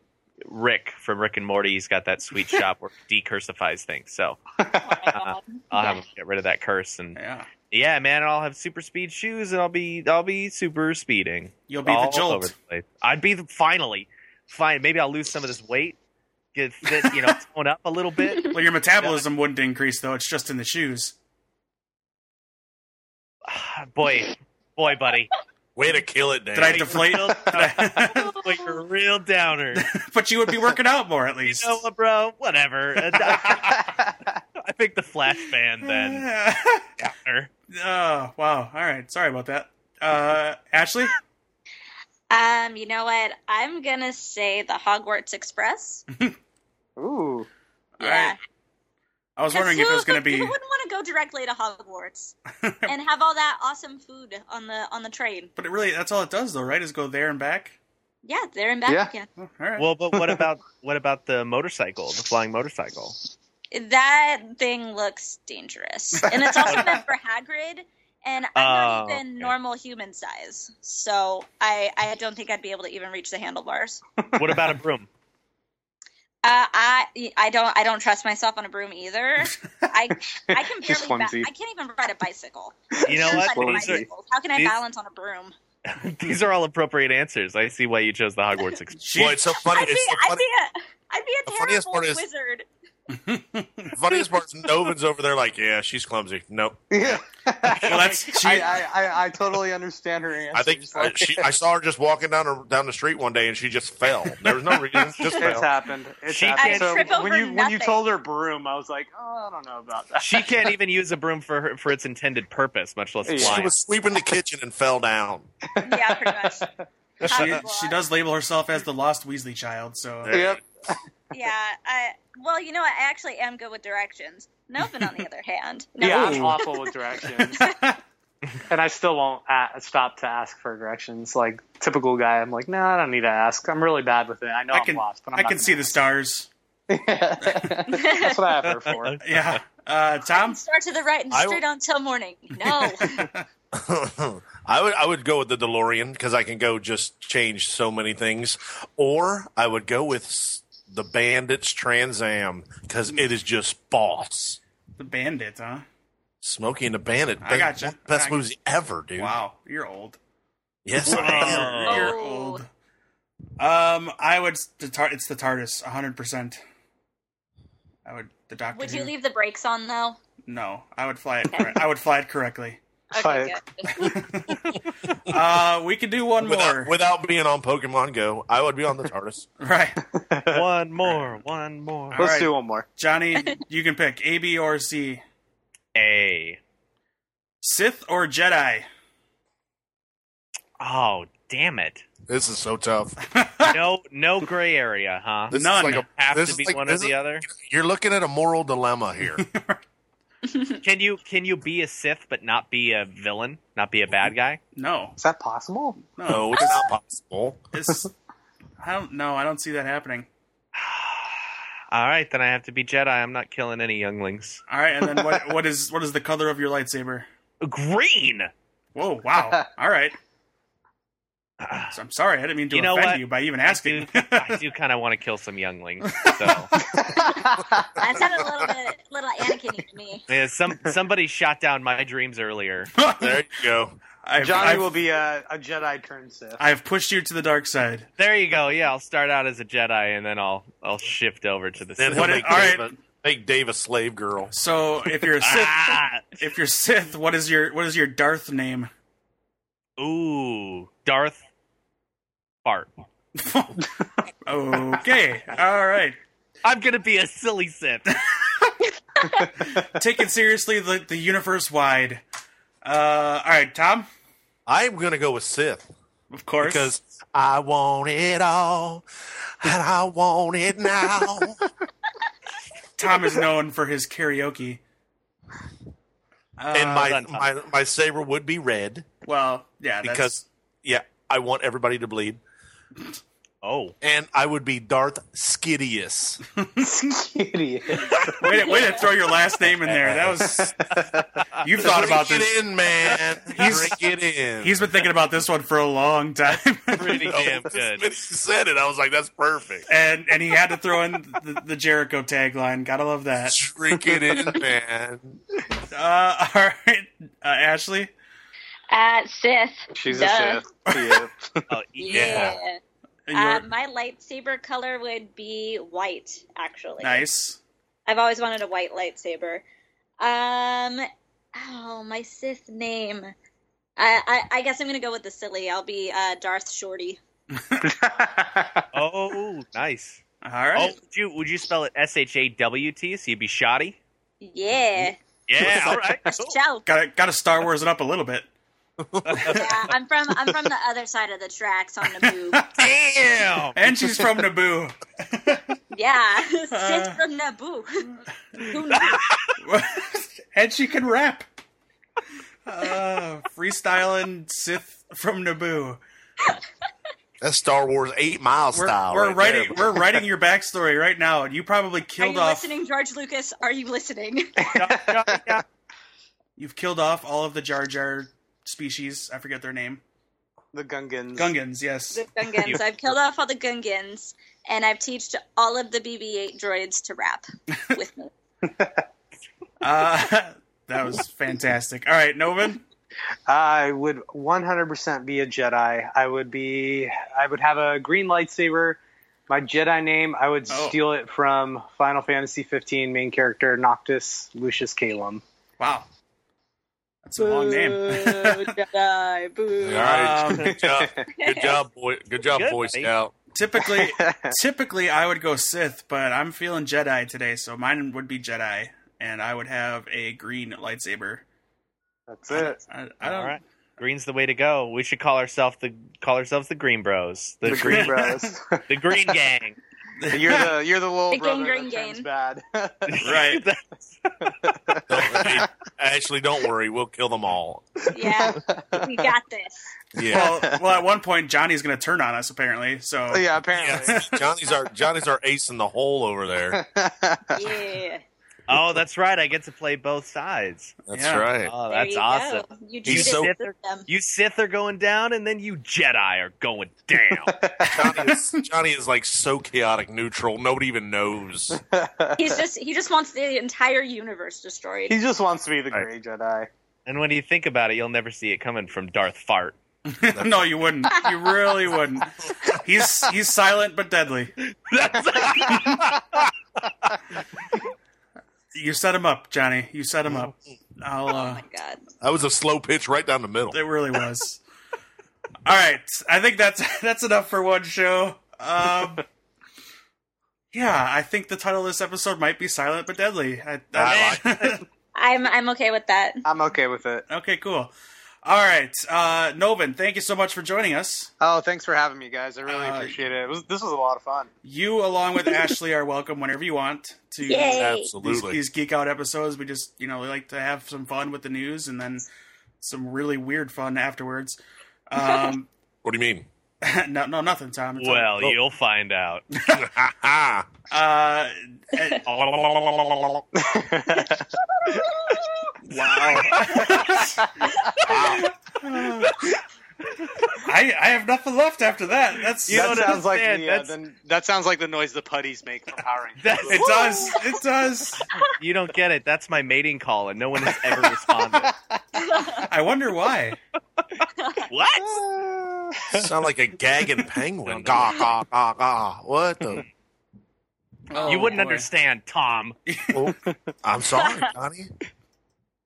Speaker 3: Rick from Rick and Morty. He's got
Speaker 1: *laughs*
Speaker 3: that sweet shop where he decursifies things. So
Speaker 1: Uh-huh.
Speaker 8: Oh
Speaker 3: I'll have
Speaker 8: Yeah.
Speaker 3: him get rid of that curse. And
Speaker 1: Yeah,
Speaker 3: yeah, man, I'll have super speed shoes, and I'll be I'll be super speeding.
Speaker 1: you'll be
Speaker 3: all
Speaker 1: the jolt.
Speaker 3: Over the place. I'd be the, finally fine. Maybe I'll lose some of this weight, get fit, you know, *laughs* tone up a little bit. *sighs*
Speaker 1: Well, your metabolism wouldn't increase though; it's just in the shoes.
Speaker 3: boy, boy, buddy, *laughs*
Speaker 2: Way to kill it, Dan.
Speaker 1: Did I deflate? Did I- *laughs*
Speaker 3: Boy, you're a real downer.
Speaker 1: but you would be working out more at
Speaker 3: You
Speaker 1: least.
Speaker 3: know
Speaker 1: *laughs*
Speaker 3: what, bro?
Speaker 2: *laughs*
Speaker 3: Whatever. I think the Flash band then. Or-
Speaker 1: oh wow! All right, sorry about that. Uh,
Speaker 4: *laughs*
Speaker 1: Ashley.
Speaker 4: Um, you know what? I'm gonna say the Hogwarts Express.
Speaker 5: Ooh, *laughs*
Speaker 1: All right. I was wondering if it was going to
Speaker 4: *laughs* Who
Speaker 1: be.
Speaker 4: wouldn't want to go directly
Speaker 1: *laughs*
Speaker 4: to Hogwarts and have all that awesome food on the on the train?
Speaker 1: But it really, that's all it does, though, right? Is go there and back.
Speaker 4: Yeah, there and back
Speaker 5: Yeah.
Speaker 4: again.
Speaker 1: Oh, All right.
Speaker 3: Well, but what about what about the motorcycle, the flying motorcycle?
Speaker 4: That thing looks dangerous, and it's also meant for Hagrid. And I'm
Speaker 3: Oh,
Speaker 4: not even
Speaker 3: okay.
Speaker 4: normal human size, so I I don't think I'd be able to even reach the handlebars.
Speaker 3: What about a broom?
Speaker 4: Uh, I I don't I don't trust myself on a broom either. I I can
Speaker 5: Just
Speaker 4: barely ba-
Speaker 5: clumsy.
Speaker 4: I can't even ride a bicycle.
Speaker 3: You know
Speaker 4: Ride
Speaker 3: what?
Speaker 4: a
Speaker 3: These
Speaker 5: Clumsy.
Speaker 4: bicycle. How can I
Speaker 3: these-
Speaker 4: balance on a broom?
Speaker 3: are, these are all appropriate answers. I see why you chose
Speaker 2: *laughs*
Speaker 3: the Hogwarts Express.
Speaker 1: She-
Speaker 2: Boy, it's so funny.
Speaker 4: I'd be,
Speaker 2: It's so
Speaker 4: I'd
Speaker 2: funny.
Speaker 4: be a, I'd be a
Speaker 2: The
Speaker 4: terrible
Speaker 2: funniest part is-
Speaker 4: wizard.
Speaker 2: *laughs* funniest part is Novin's over there like, yeah, she's clumsy. Nope.
Speaker 5: yeah.
Speaker 1: well, that's she.
Speaker 5: *laughs* I, I, I, I totally understand her answer.
Speaker 2: I think
Speaker 5: It's
Speaker 2: I,
Speaker 5: like-
Speaker 2: she, I saw her just walking down her, down the street one day, and she just fell. There was no
Speaker 1: *laughs*
Speaker 2: reason. Just
Speaker 5: it's
Speaker 2: fell.
Speaker 5: happened. It's
Speaker 3: She can-
Speaker 5: happened. So
Speaker 4: Trip over
Speaker 5: when you when you
Speaker 4: nothing.
Speaker 5: told her broom, I was like, oh, I don't know about that.
Speaker 3: She can't even use a broom for her, for its intended purpose, much less
Speaker 5: Yeah.
Speaker 3: fly.
Speaker 2: She was sweeping the kitchen and fell down.
Speaker 4: Yeah, pretty much.
Speaker 1: she,
Speaker 4: Hogwarts.
Speaker 1: she does label herself as the lost Weasley child, so
Speaker 2: There.
Speaker 5: Yep.
Speaker 4: Yeah. I, well, you know what? I actually am good with directions.
Speaker 2: *laughs*
Speaker 4: Novin, on the other hand. No,
Speaker 5: Yeah, I'm awful with directions,
Speaker 1: *laughs*
Speaker 5: and I still won't a stop to ask for directions. Like typical guy, I'm like, no, I don't need to ask. I'm really bad with it. I know
Speaker 1: I
Speaker 5: I
Speaker 1: can
Speaker 5: am lost, but I'm
Speaker 1: I can see the stars.
Speaker 5: the. *laughs* That's what I have her for.
Speaker 1: Yeah. Uh, Tom.
Speaker 4: Start to the right and
Speaker 2: I-
Speaker 4: straight on till morning. No.
Speaker 2: I would I would go with the DeLorean because I can go just change so many things, or I would go with s- the Bandits Trans Am because it is just boss.
Speaker 1: The bandit, huh?
Speaker 2: Smoky and the Bandit,
Speaker 1: I gotcha.
Speaker 2: one of the best
Speaker 1: I gotcha.
Speaker 2: movies ever, dude.
Speaker 1: Wow, you're old.
Speaker 2: Yes, I am.
Speaker 3: Oh.
Speaker 1: You're old. Um, I would. The tar- it's the TARDIS, hundred percent. I would. The Doctor.
Speaker 4: Would
Speaker 1: Who-
Speaker 4: you leave the brakes on though?
Speaker 1: No, I would fly it. Correct. I would fly it correctly.
Speaker 4: Okay, good.
Speaker 1: Uh, we could do one more.
Speaker 2: Without, without being on Pokemon Go, I would be on the TARDIS.
Speaker 1: *laughs* Right,
Speaker 3: one more, one more.
Speaker 1: All
Speaker 5: Let's
Speaker 1: right.
Speaker 5: do one more.
Speaker 1: Johnny. You can pick A, B, or C.
Speaker 3: A.
Speaker 1: Sith or Jedi.
Speaker 3: Oh, damn it!
Speaker 2: This is so tough.
Speaker 3: No, no gray area, huh?
Speaker 2: This
Speaker 1: None.
Speaker 2: is like a,
Speaker 3: Have
Speaker 2: this
Speaker 3: to
Speaker 2: is
Speaker 3: be
Speaker 2: like-
Speaker 3: one or
Speaker 2: this
Speaker 3: the
Speaker 2: is-
Speaker 3: other.
Speaker 2: You're looking at a moral
Speaker 1: *laughs*
Speaker 2: dilemma here.
Speaker 3: Can you can you be a Sith but not be a villain, not be a bad guy?
Speaker 1: No,
Speaker 5: Is
Speaker 1: *laughs*
Speaker 5: that possible? *laughs*
Speaker 1: no.
Speaker 2: no, Oh, it's not possible.
Speaker 1: It's, I don't know. I don't see that happening.
Speaker 3: *sighs* All right, then I have to be Jedi. I'm not killing any younglings.
Speaker 1: All right, and then what? What is what is the color of your lightsaber?
Speaker 3: Green.
Speaker 1: Whoa! Wow! All right. So I'm sorry. I didn't mean to
Speaker 3: You know
Speaker 1: offend
Speaker 3: what?
Speaker 1: you by even
Speaker 3: I do,
Speaker 1: asking.
Speaker 3: I do kind of want to kill some younglings. So
Speaker 4: that sounded a little bit little Anakin to me.
Speaker 3: yeah, some somebody shot down my dreams earlier.
Speaker 2: There you go.
Speaker 1: *laughs* I've,
Speaker 5: Johnny
Speaker 1: I've-
Speaker 5: will be a, a Jedi turn Sith.
Speaker 1: I've pushed you to the dark side.
Speaker 3: There you go. Yeah, I'll start out as a Jedi and then I'll I'll shift over to the
Speaker 2: Then
Speaker 3: Sith.
Speaker 2: he'll
Speaker 1: What-
Speaker 2: make
Speaker 1: all right.
Speaker 2: David- Make Dave a slave girl.
Speaker 1: So if you're a Sith,
Speaker 3: Ah,
Speaker 1: if you're Sith, what is your what is your Darth name?
Speaker 3: ooh, Darth Fart.
Speaker 1: okay, all right.
Speaker 3: I'm gonna be a silly Sith.
Speaker 1: Taking seriously the the universe wide. Uh, all right, Tom.
Speaker 2: I'm gonna go with Sith
Speaker 1: Of course,
Speaker 2: because I want it all, and I want it *laughs* now.
Speaker 1: Tom is known for his karaoke. Uh,
Speaker 2: and my,
Speaker 3: done.
Speaker 2: my my saber would be red
Speaker 1: well, yeah, that's,
Speaker 2: because yeah, I want everybody to bleed,
Speaker 3: Oh,
Speaker 2: and I would be Darth Skidious.
Speaker 5: Idiot.
Speaker 1: way to, way to throw your last name in there. That was you've
Speaker 2: *laughs*
Speaker 1: thought about
Speaker 2: Drink
Speaker 1: this.
Speaker 2: it in, man.
Speaker 1: He's-
Speaker 2: Drink it in.
Speaker 1: He's been
Speaker 2: *laughs*
Speaker 1: thinking about this one for a long time, *laughs*
Speaker 3: pretty
Speaker 1: Oh,
Speaker 3: damn
Speaker 2: Oh, When
Speaker 3: good.
Speaker 2: he said it. I was like, that's perfect.
Speaker 1: and and he had to throw in the, the Jericho tagline. Gotta love that.
Speaker 2: Drink it in, man.
Speaker 1: Uh, all right, uh, Ashley.
Speaker 7: Uh, Sith.
Speaker 6: She's
Speaker 7: Duh.
Speaker 6: a Sith. Yeah.
Speaker 1: *laughs*
Speaker 5: *laughs*
Speaker 3: Oh,
Speaker 7: Yeah.
Speaker 1: You're
Speaker 7: Uh,
Speaker 4: Um,
Speaker 7: my lightsaber color would be white, actually.
Speaker 1: nice.
Speaker 7: I've always wanted a white lightsaber. Um, oh, my Sith name. I, I, I guess I'm gonna go with the silly. I'll be uh, Darth Shorty.
Speaker 3: oh, nice.
Speaker 1: All right.
Speaker 3: Oh, would you would you spell it S H A W T? So you'd be shoddy.
Speaker 7: Yeah,
Speaker 1: *laughs*
Speaker 3: Yeah, all right. cool.
Speaker 7: Shelf.
Speaker 1: Got got to Star Wars it up a little bit.
Speaker 7: Yeah, I'm from I'm from the other side of the tracks on the move.
Speaker 1: *laughs*
Speaker 3: Damn.
Speaker 1: And she's
Speaker 2: *laughs*
Speaker 1: from Naboo. *laughs*
Speaker 7: Yeah, *laughs*
Speaker 1: Uh.
Speaker 7: Sith from Naboo. *laughs*
Speaker 1: *laughs*
Speaker 7: Who knew?
Speaker 1: and she can rap. Uh, freestyling Sith from Naboo.
Speaker 2: That's Star Wars eight mile
Speaker 1: We're,
Speaker 2: style.
Speaker 1: we're
Speaker 2: right
Speaker 1: writing
Speaker 2: there.
Speaker 1: we're writing your backstory right now, and you probably
Speaker 7: Are
Speaker 1: killed
Speaker 7: you
Speaker 1: off
Speaker 7: listening, George Lucas? Are you listening?
Speaker 1: *laughs* you've killed off all of the Jar Jar species. I forget their name.
Speaker 5: the Gungans.
Speaker 1: Gungans, yes.
Speaker 7: the Gungans. I've killed off all the Gungans, and I've teached all of the BB-8 droids
Speaker 1: *laughs*
Speaker 7: to rap with me.
Speaker 1: Uh, *laughs* that was fantastic. All right, Novin.
Speaker 5: I would 100% be a Jedi. I would be. I would have a green lightsaber. My Jedi name, I would
Speaker 1: Oh.
Speaker 5: steal it from Final Fantasy 15 main character Noctis Lucius Calum.
Speaker 1: Wow, that's a long name. *laughs*
Speaker 7: Jedi, boo.
Speaker 2: All right.
Speaker 1: Um,
Speaker 2: good job. Good job, boy. Good job,
Speaker 3: Good,
Speaker 2: Boy
Speaker 3: buddy.
Speaker 2: Scout.
Speaker 1: typically, typically I would go Sith, but I'm feeling Jedi today, so mine would be Jedi, and I would have a green lightsaber.
Speaker 5: *laughs* That's it.
Speaker 1: I, I don't.
Speaker 3: All right. Green's the way to go. We should call ourselves the call ourselves the Green Bros. The,
Speaker 5: The Green Bros.
Speaker 3: *laughs*
Speaker 5: *laughs*
Speaker 3: the *laughs* Green Gang.
Speaker 5: you're the you're the little
Speaker 7: The
Speaker 5: brother
Speaker 7: gangrene
Speaker 5: that turns
Speaker 7: gang.
Speaker 5: bad.
Speaker 1: *laughs*
Speaker 5: *laughs*
Speaker 3: *laughs*
Speaker 1: Right.
Speaker 2: Don't, hey, Ashley, don't worry. We'll kill them all.
Speaker 7: Yeah, we got this.
Speaker 2: Yeah.
Speaker 1: Well, well, at one point Johnny's going to turn on us apparently. So
Speaker 5: yeah, apparently.
Speaker 2: Yes. Johnny's our Johnny's our ace in the hole over there.
Speaker 7: Yeah,
Speaker 1: *laughs*
Speaker 3: oh, that's right. I get to play both sides.
Speaker 2: That's
Speaker 1: Yeah.
Speaker 2: right.
Speaker 3: Oh,
Speaker 7: there
Speaker 3: that's
Speaker 7: you
Speaker 3: awesome.
Speaker 7: Go. You
Speaker 2: He's
Speaker 7: Judas
Speaker 2: so-
Speaker 7: them.
Speaker 3: You Sith are going down, and then you Jedi are going
Speaker 1: *laughs*
Speaker 3: down.
Speaker 2: Johnny, is, Johnny is like so chaotic neutral. Nobody even knows.
Speaker 1: *laughs*
Speaker 7: He's just he just wants the entire universe
Speaker 5: *laughs*
Speaker 7: destroyed.
Speaker 5: he just wants to be the
Speaker 2: Right.
Speaker 5: gray Jedi.
Speaker 3: and when you think about it, you'll never see it coming from Darth Fart.
Speaker 1: *laughs* no, you wouldn't. You really wouldn't. He's he's silent but deadly.
Speaker 3: That's
Speaker 1: You set him up, Johnny. You set him up. I'll.
Speaker 7: Oh
Speaker 1: Uh,
Speaker 7: my god.
Speaker 2: That was a slow pitch right down the middle.
Speaker 1: It really was. All right, I think that's *laughs* that's enough for one show. Um, yeah, I think the title of this episode might be "Silent but Deadly." I,
Speaker 2: I
Speaker 7: I'm I'm okay with that.
Speaker 5: I'm okay with it.
Speaker 1: *laughs* okay, cool. All right, uh, Novin, thank you so much for joining us.
Speaker 5: Oh, thanks for having me, guys. I really
Speaker 1: Uh,
Speaker 5: appreciate it. it was, this was a lot of fun.
Speaker 1: You, along with Ashley, are welcome whenever you want to
Speaker 7: Yay.
Speaker 1: these,
Speaker 2: Absolutely.
Speaker 1: these geek out episodes. We just you know we like to have some fun with the news and then some really weird fun afterwards. Um, *laughs*
Speaker 2: What do you *laughs* mean?
Speaker 1: no, no, nothing, Tom. It's oh. all-
Speaker 3: well, you'll
Speaker 1: *laughs*
Speaker 3: find out.
Speaker 2: Ha ha.
Speaker 1: Uh,
Speaker 5: *laughs*
Speaker 1: wow. I I have nothing left after that. *laughs* That's
Speaker 3: You
Speaker 5: that
Speaker 3: don't
Speaker 5: sounds like
Speaker 3: understand.
Speaker 5: the, uh,
Speaker 3: That's-
Speaker 5: the- that sounds like the noise the putties make from Power
Speaker 1: *laughs*
Speaker 5: Rangers.
Speaker 3: That's-
Speaker 1: it does it does.
Speaker 3: you don't get it. That's my mating call, and no one has ever
Speaker 1: *laughs*
Speaker 3: responded.
Speaker 1: I wonder why.
Speaker 3: what?
Speaker 2: *laughs* Sound like a gagging penguin. Gah, gah, gah, gah. What the?
Speaker 1: Oh,
Speaker 3: you wouldn't
Speaker 1: boy.
Speaker 3: understand, Tom.
Speaker 2: Oh, I'm sorry, Connie.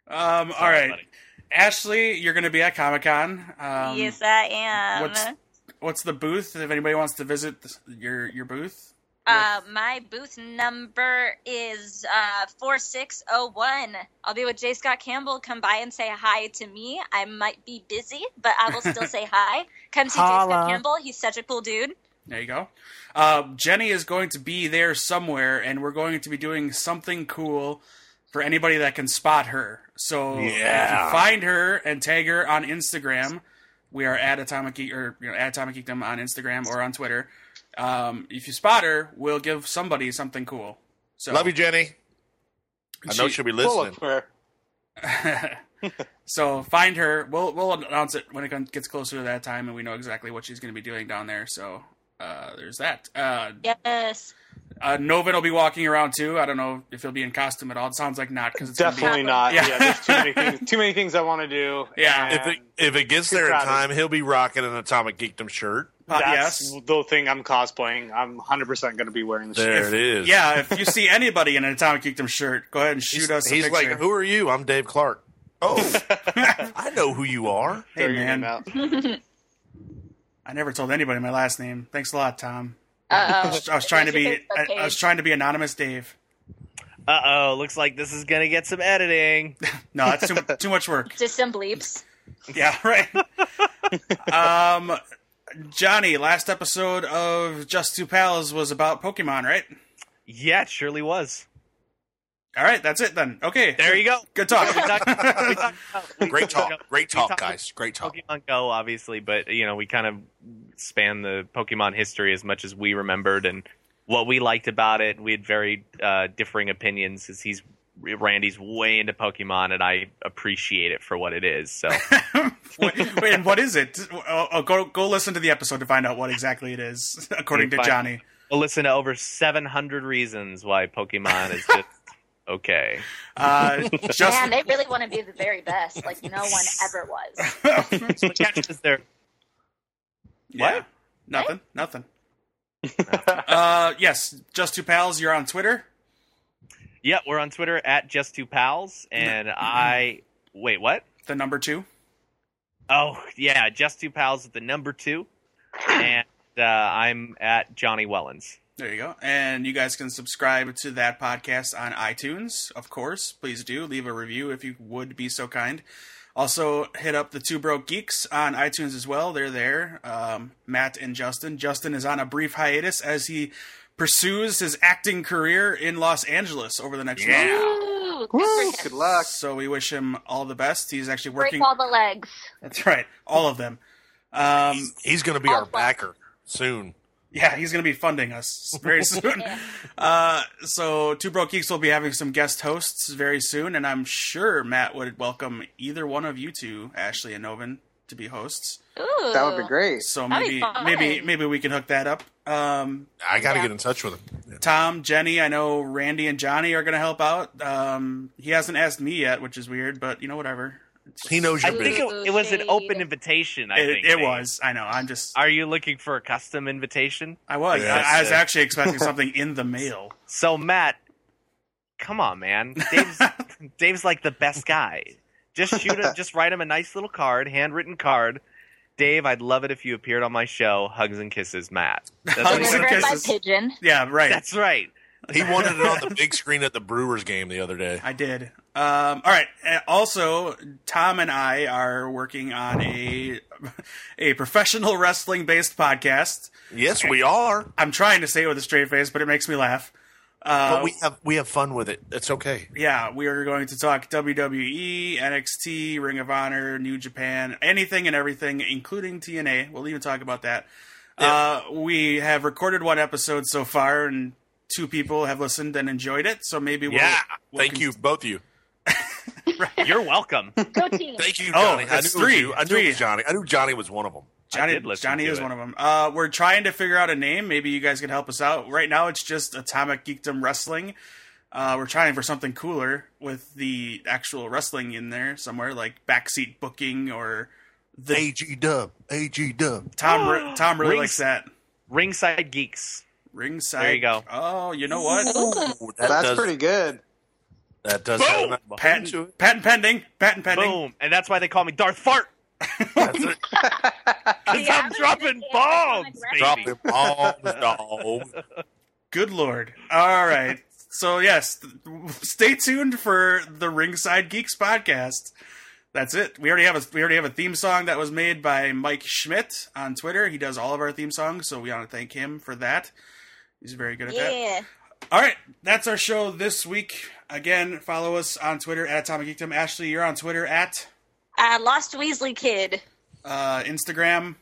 Speaker 1: Um, all
Speaker 3: Sorry,
Speaker 1: right,
Speaker 3: buddy.
Speaker 1: Ashley, you're going to be at Comic Con. Um,
Speaker 7: yes, I am.
Speaker 1: what's- What's the booth? If anybody wants to visit this, your your booth,
Speaker 7: Uh, my booth number is uh, 4601. I'll be with J. Scott Campbell. Come by and say hi to me. I might be busy, but I will still say hi. Come see J. Scott
Speaker 6: Holla.
Speaker 7: Campbell. He's such a cool dude.
Speaker 1: There you go. Uh, Jenny is going to be there somewhere, and we're going to be doing something cool for anybody that can spot her. So if
Speaker 2: Yeah.
Speaker 1: you find her and tag her on Instagram, we are at Atomic Geek or you know, at Atomic Geekdom on Instagram or on Twitter. Um, if you spot her, we'll give somebody something cool. So
Speaker 2: Love you, Jenny. I know
Speaker 1: She-
Speaker 2: she'll be
Speaker 6: Full
Speaker 2: listening.
Speaker 6: of her.
Speaker 1: *laughs*
Speaker 2: *laughs*
Speaker 1: so find her. We'll we'll announce it when it gets closer to that time, and we know exactly what she's going to be doing down there. So uh, there's that. Uh,
Speaker 7: Yes.
Speaker 1: Uh, Novin will be walking around too. I don't know if he'll be in costume at all. It sounds like not because it's gonna be-
Speaker 6: Definitely not.
Speaker 1: Yeah.
Speaker 6: Yeah. there's too many
Speaker 1: *laughs*
Speaker 6: things. Too many things I want to do.
Speaker 1: Yeah.
Speaker 6: and
Speaker 2: If it if it gets
Speaker 6: Too
Speaker 2: there in
Speaker 6: crowded.
Speaker 2: time, he'll be rocking an Atomic Geekdom shirt.
Speaker 1: Uh,
Speaker 6: that's
Speaker 1: yes.
Speaker 6: the thing I'm cosplaying. I'm 100 percent going to be wearing the
Speaker 2: There
Speaker 6: shirt.
Speaker 2: it is.
Speaker 1: yeah. If you see anybody in an Atomic Kingdom shirt, go ahead and shoot
Speaker 2: He's,
Speaker 1: us. a
Speaker 2: he's like,
Speaker 1: picture.
Speaker 2: "Who are you? I'm Dave Clark."
Speaker 1: *laughs*
Speaker 2: Oh, I know who you are.
Speaker 1: Hey
Speaker 6: Throw your
Speaker 1: man,
Speaker 6: name out.
Speaker 1: I never told anybody my last name. Thanks a lot, Tom. I
Speaker 4: Uh
Speaker 1: was, I was trying to
Speaker 4: Where's your
Speaker 1: be. I,
Speaker 4: Facebook
Speaker 1: I was
Speaker 4: page?
Speaker 1: trying to be anonymous, Dave.
Speaker 3: Uh oh, looks like this is gonna get some *laughs* editing.
Speaker 1: No, that's too, too much work.
Speaker 4: *laughs* Just some bleeps.
Speaker 1: Yeah, right. um, Johnny, last episode of Just Two Pals was about Pokemon, right?
Speaker 3: Yeah, it surely was.
Speaker 1: All right, that's it then. Okay,
Speaker 3: There you go.
Speaker 1: Good
Speaker 2: *laughs*
Speaker 1: talk.
Speaker 3: We talked- we *laughs* talked about- we
Speaker 2: Great
Speaker 3: talked
Speaker 2: talk.
Speaker 3: about-
Speaker 2: Great
Speaker 3: we
Speaker 2: talk,
Speaker 3: talked
Speaker 2: guys. Great talk.
Speaker 3: Pokemon Go, obviously, but you know, we kind of span the Pokemon history as much as we remembered and what we liked about it. We had very uh, differing opinions because he's Randy's way into Pokemon, and I appreciate it for what it is. *laughs* So
Speaker 1: wait, wait, and what is it? Oh, oh, go go listen to the episode to find out what exactly it is, according to
Speaker 3: Fine.
Speaker 1: Johnny.
Speaker 3: we'll listen to over 700 reasons why Pokemon is *laughs* just okay.
Speaker 1: Uh,
Speaker 4: Man,
Speaker 1: just
Speaker 4: they really want to be the very best, like no one ever was.
Speaker 3: So the catch is there.
Speaker 1: *laughs* Yeah. Nothing. Nothing. uh, yes, just two pals. You're on Twitter.
Speaker 3: Yeah, we're on Twitter at just two pals,
Speaker 1: *clears throat*
Speaker 3: and I wait. What?
Speaker 1: The number two.
Speaker 3: Oh yeah, just two pals with the
Speaker 1: *clears throat*
Speaker 3: number two, and uh, I'm at Johnny Wellens.
Speaker 1: There you go. And you guys can subscribe to that podcast on iTunes, of course. Please do leave a review if you would be so kind. Also, hit up the Two Broke Geeks on iTunes as well. They're there, um, Matt and Justin. Justin is on a brief hiatus as he pursues his acting career in Los Angeles over the next
Speaker 2: Yeah.
Speaker 1: month.
Speaker 4: Ooh, good for him.
Speaker 6: Good luck.
Speaker 1: So we wish him all the best. He's actually
Speaker 4: Break
Speaker 1: working.
Speaker 4: all the legs.
Speaker 1: That's right, all of them. Um,
Speaker 2: He's going to be our backer soon.
Speaker 1: yeah, he's going to be funding us
Speaker 4: *laughs*
Speaker 1: very soon. uh, so, Two Broke Geeks will be having some guest hosts very soon, and I'm sure Matt would welcome either one of you two, Ashley and Novin, to be hosts.
Speaker 4: Ooh.
Speaker 5: That would be great.
Speaker 1: So
Speaker 4: That'd be
Speaker 1: maybe
Speaker 4: fun.
Speaker 1: maybe maybe we can hook that up. Um,
Speaker 2: I got to
Speaker 4: Yeah.
Speaker 2: get in touch with him. Yeah.
Speaker 1: Tom, Jenny, I know Randy and Johnny are going to help out. Um, he hasn't asked me yet, which is weird, but you know whatever. *laughs*
Speaker 2: He knows
Speaker 3: I
Speaker 2: your
Speaker 3: think
Speaker 2: business.
Speaker 3: it, it was an
Speaker 4: Shade.
Speaker 3: open invitation. I
Speaker 1: It,
Speaker 3: think
Speaker 1: it
Speaker 3: Nate.
Speaker 1: was. I know. I'm just.
Speaker 3: Are you looking for a custom invitation?
Speaker 1: I was.
Speaker 2: Yes.
Speaker 1: I, I was actually expecting something in the mail.
Speaker 3: So Matt, come on, man.
Speaker 1: *laughs*
Speaker 3: Dave's Dave's like the best guy. Just shoot him. Just write him a nice little card, handwritten card. Dave, I'd love it if you appeared on my show. Hugs and kisses, Matt. That's what he
Speaker 1: Hugs and
Speaker 3: said.
Speaker 4: Delivered by
Speaker 1: kisses.
Speaker 4: pigeon.
Speaker 1: Yeah, right.
Speaker 3: That's right.
Speaker 2: He wanted it
Speaker 1: *laughs*
Speaker 2: on the big screen at the Brewers game the other day.
Speaker 1: I did. Um, all right. And Also, Tom and I are working on a *laughs* a professional wrestling based podcast.
Speaker 2: Yes, we are.
Speaker 1: I'm trying to say it with a straight face, but it makes me laugh. Uh,
Speaker 2: But we have we have fun with it. It's okay.
Speaker 1: yeah, we are going to talk E, WWE, NXT, Ring of Honor, New Japan, anything and everything, including TNA. We'll even talk about that. Uh, we have recorded one episode so far, and two people have listened and enjoyed it. So maybe we'll,
Speaker 2: yeah.
Speaker 1: we'll
Speaker 2: Thank
Speaker 1: con-
Speaker 2: you, both of you.
Speaker 3: You're welcome.
Speaker 4: Go team.
Speaker 2: Thank you,
Speaker 1: Oh,
Speaker 2: Johnny. I knew it
Speaker 1: that's
Speaker 2: was
Speaker 1: three.
Speaker 2: you. I knew it
Speaker 1: Three.
Speaker 2: was Johnny. I knew Johnny was one of them.
Speaker 1: Johnny,
Speaker 3: did listen
Speaker 1: Johnny
Speaker 3: to
Speaker 1: is
Speaker 3: it.
Speaker 1: one of them. Uh, we're trying to figure out a name. Maybe you guys could help us out. Right now, it's just Atomic Geekdom Wrestling. Uh, we're trying for something cooler with the actual wrestling in there somewhere, like backseat booking or the
Speaker 2: AG Dub. AG Dub.
Speaker 3: *gasps*
Speaker 1: Tom. Re- Tom really
Speaker 3: Rings-
Speaker 1: likes that.
Speaker 3: Ringside Geeks.
Speaker 1: Ringside.
Speaker 3: There you go.
Speaker 1: Oh, you know what?
Speaker 2: Ooh, that
Speaker 5: That's
Speaker 2: does,
Speaker 5: pretty good.
Speaker 2: That does
Speaker 3: Boom!
Speaker 2: have enough behind to
Speaker 1: Patent, patent pending. Patent pending.
Speaker 3: Boom. And that's why they call me Darth Fart.
Speaker 2: it.
Speaker 3: Because
Speaker 4: Yeah, I
Speaker 3: I'm
Speaker 4: was
Speaker 3: dropping
Speaker 4: thinking
Speaker 3: bombs.
Speaker 4: Atomic
Speaker 3: baby.
Speaker 2: Drop them bombs, dog.
Speaker 1: Good lord. All right. So, yes, th- stay tuned for the Ringside Geeks podcast. That's it. We already have a we already have a theme song that was made by Mike Schmidt on Twitter. He does all of our theme songs, so we want to thank him for that. He's very good at that.
Speaker 7: Yeah.
Speaker 1: All right, that's our show this week. Again, follow us on Twitter at Atomic Geekdom. Ashley, you're on Twitter at
Speaker 7: Uh, Lost Weasley Kid.
Speaker 1: uh, Instagram.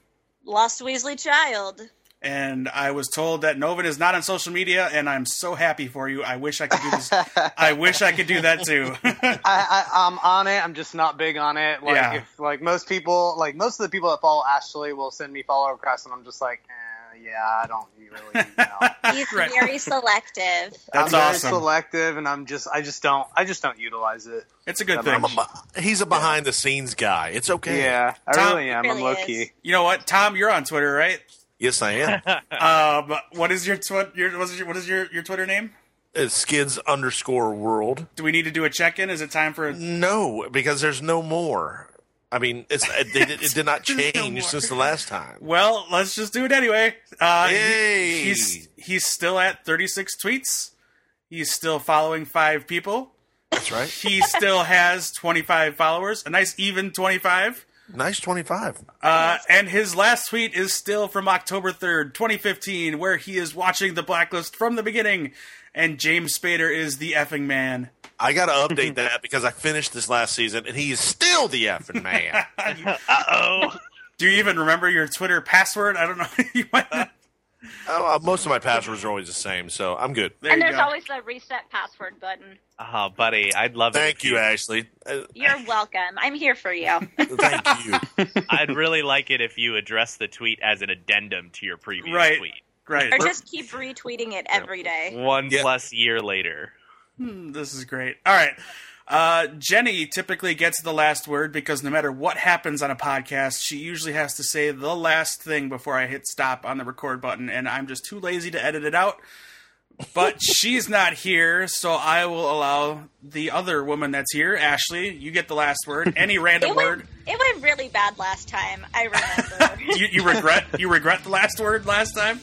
Speaker 7: Lost Weasley Child.
Speaker 1: And I was told that Novin is not on social media, and I'm so happy for you. I wish I could do this. I wish I could do that too.
Speaker 5: I, I, I'm on it. I'm just not big on it. Like,
Speaker 1: Yeah.
Speaker 5: if, like most people, like most of the people that follow Ashley will send me follow requests, and I'm just like, eh, yeah, I don't really know.
Speaker 7: *laughs* He's
Speaker 1: Right.
Speaker 7: very selective.
Speaker 1: *laughs* That's
Speaker 5: I'm
Speaker 1: awesome.
Speaker 5: Very selective, and I'm just, I just don't, I just don't utilize it.
Speaker 1: It's a good
Speaker 5: I'm
Speaker 1: thing.
Speaker 2: I'm a bi- he's a behind the scenes guy. It's okay.
Speaker 5: Yeah, I
Speaker 1: Tom-
Speaker 5: really am. I'm
Speaker 7: Really
Speaker 5: low
Speaker 7: is.
Speaker 5: key.
Speaker 1: You know what, Tom? You're on Twitter, right?
Speaker 2: Yes, I am.
Speaker 1: Um, what is your twi- your what is your, what is your your Twitter name?
Speaker 2: It's skids underscore world.
Speaker 1: Do we need to do a check in? Is it time for?
Speaker 2: No, because there's no more. I mean, it's, it, did- it did not
Speaker 1: There's no
Speaker 2: change
Speaker 1: more.
Speaker 2: since the last time.
Speaker 1: Well, let's just do it anyway. Uh, he-
Speaker 2: Yay.
Speaker 1: he's he's still at 36 tweets. He's still following five people.
Speaker 2: That's right.
Speaker 1: He still *laughs* has 25 followers, a nice even 25.
Speaker 2: Nice 25.
Speaker 1: Uh, and his last tweet is still from October 3rd, 2015, where he is watching The Blacklist from the beginning, and James Spader is the effing man.
Speaker 2: I got to update that because I finished this last season and he is still the effing man.
Speaker 3: Uh oh.
Speaker 1: Do you even remember your Twitter password? I don't know. *laughs* you might not.
Speaker 2: Oh, uh, most of my passwords are always the same, so I'm good.
Speaker 1: *laughs* There
Speaker 7: and
Speaker 1: you
Speaker 7: there's
Speaker 1: go.
Speaker 7: always a reset password button.
Speaker 3: Oh, buddy, I'd love it.
Speaker 2: Thank
Speaker 3: if
Speaker 2: you, Ashley. Uh,
Speaker 7: You're
Speaker 1: *laughs*
Speaker 7: welcome. I'm here for you.
Speaker 2: thank you.
Speaker 3: I'd really like it if you address the tweet as an addendum to your previous
Speaker 1: Right.
Speaker 3: tweet.
Speaker 1: right.
Speaker 7: Or just keep retweeting it every day.
Speaker 3: One
Speaker 2: Yeah.
Speaker 3: plus year later.
Speaker 1: Hmm, this is great. All right. Uh, Jenny typically gets the last word because no matter what happens on a podcast, she usually has to say the last thing before I hit stop on the record button, and I'm just too lazy to edit it out. But she's not here, so I will allow the other woman that's here, Ashley. You get the last word. Any
Speaker 7: It
Speaker 1: random
Speaker 7: went,
Speaker 1: word
Speaker 7: it went really bad last time, I
Speaker 1: *laughs*
Speaker 7: remember. *laughs*
Speaker 1: you, you regret. You regret the last word last time.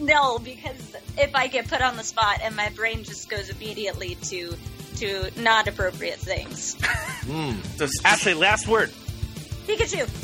Speaker 7: no, because if I get put on the spot and my brain just goes immediately to to not appropriate things.
Speaker 2: Mm.
Speaker 1: Does-
Speaker 3: Ashley, last word.
Speaker 7: Pikachu!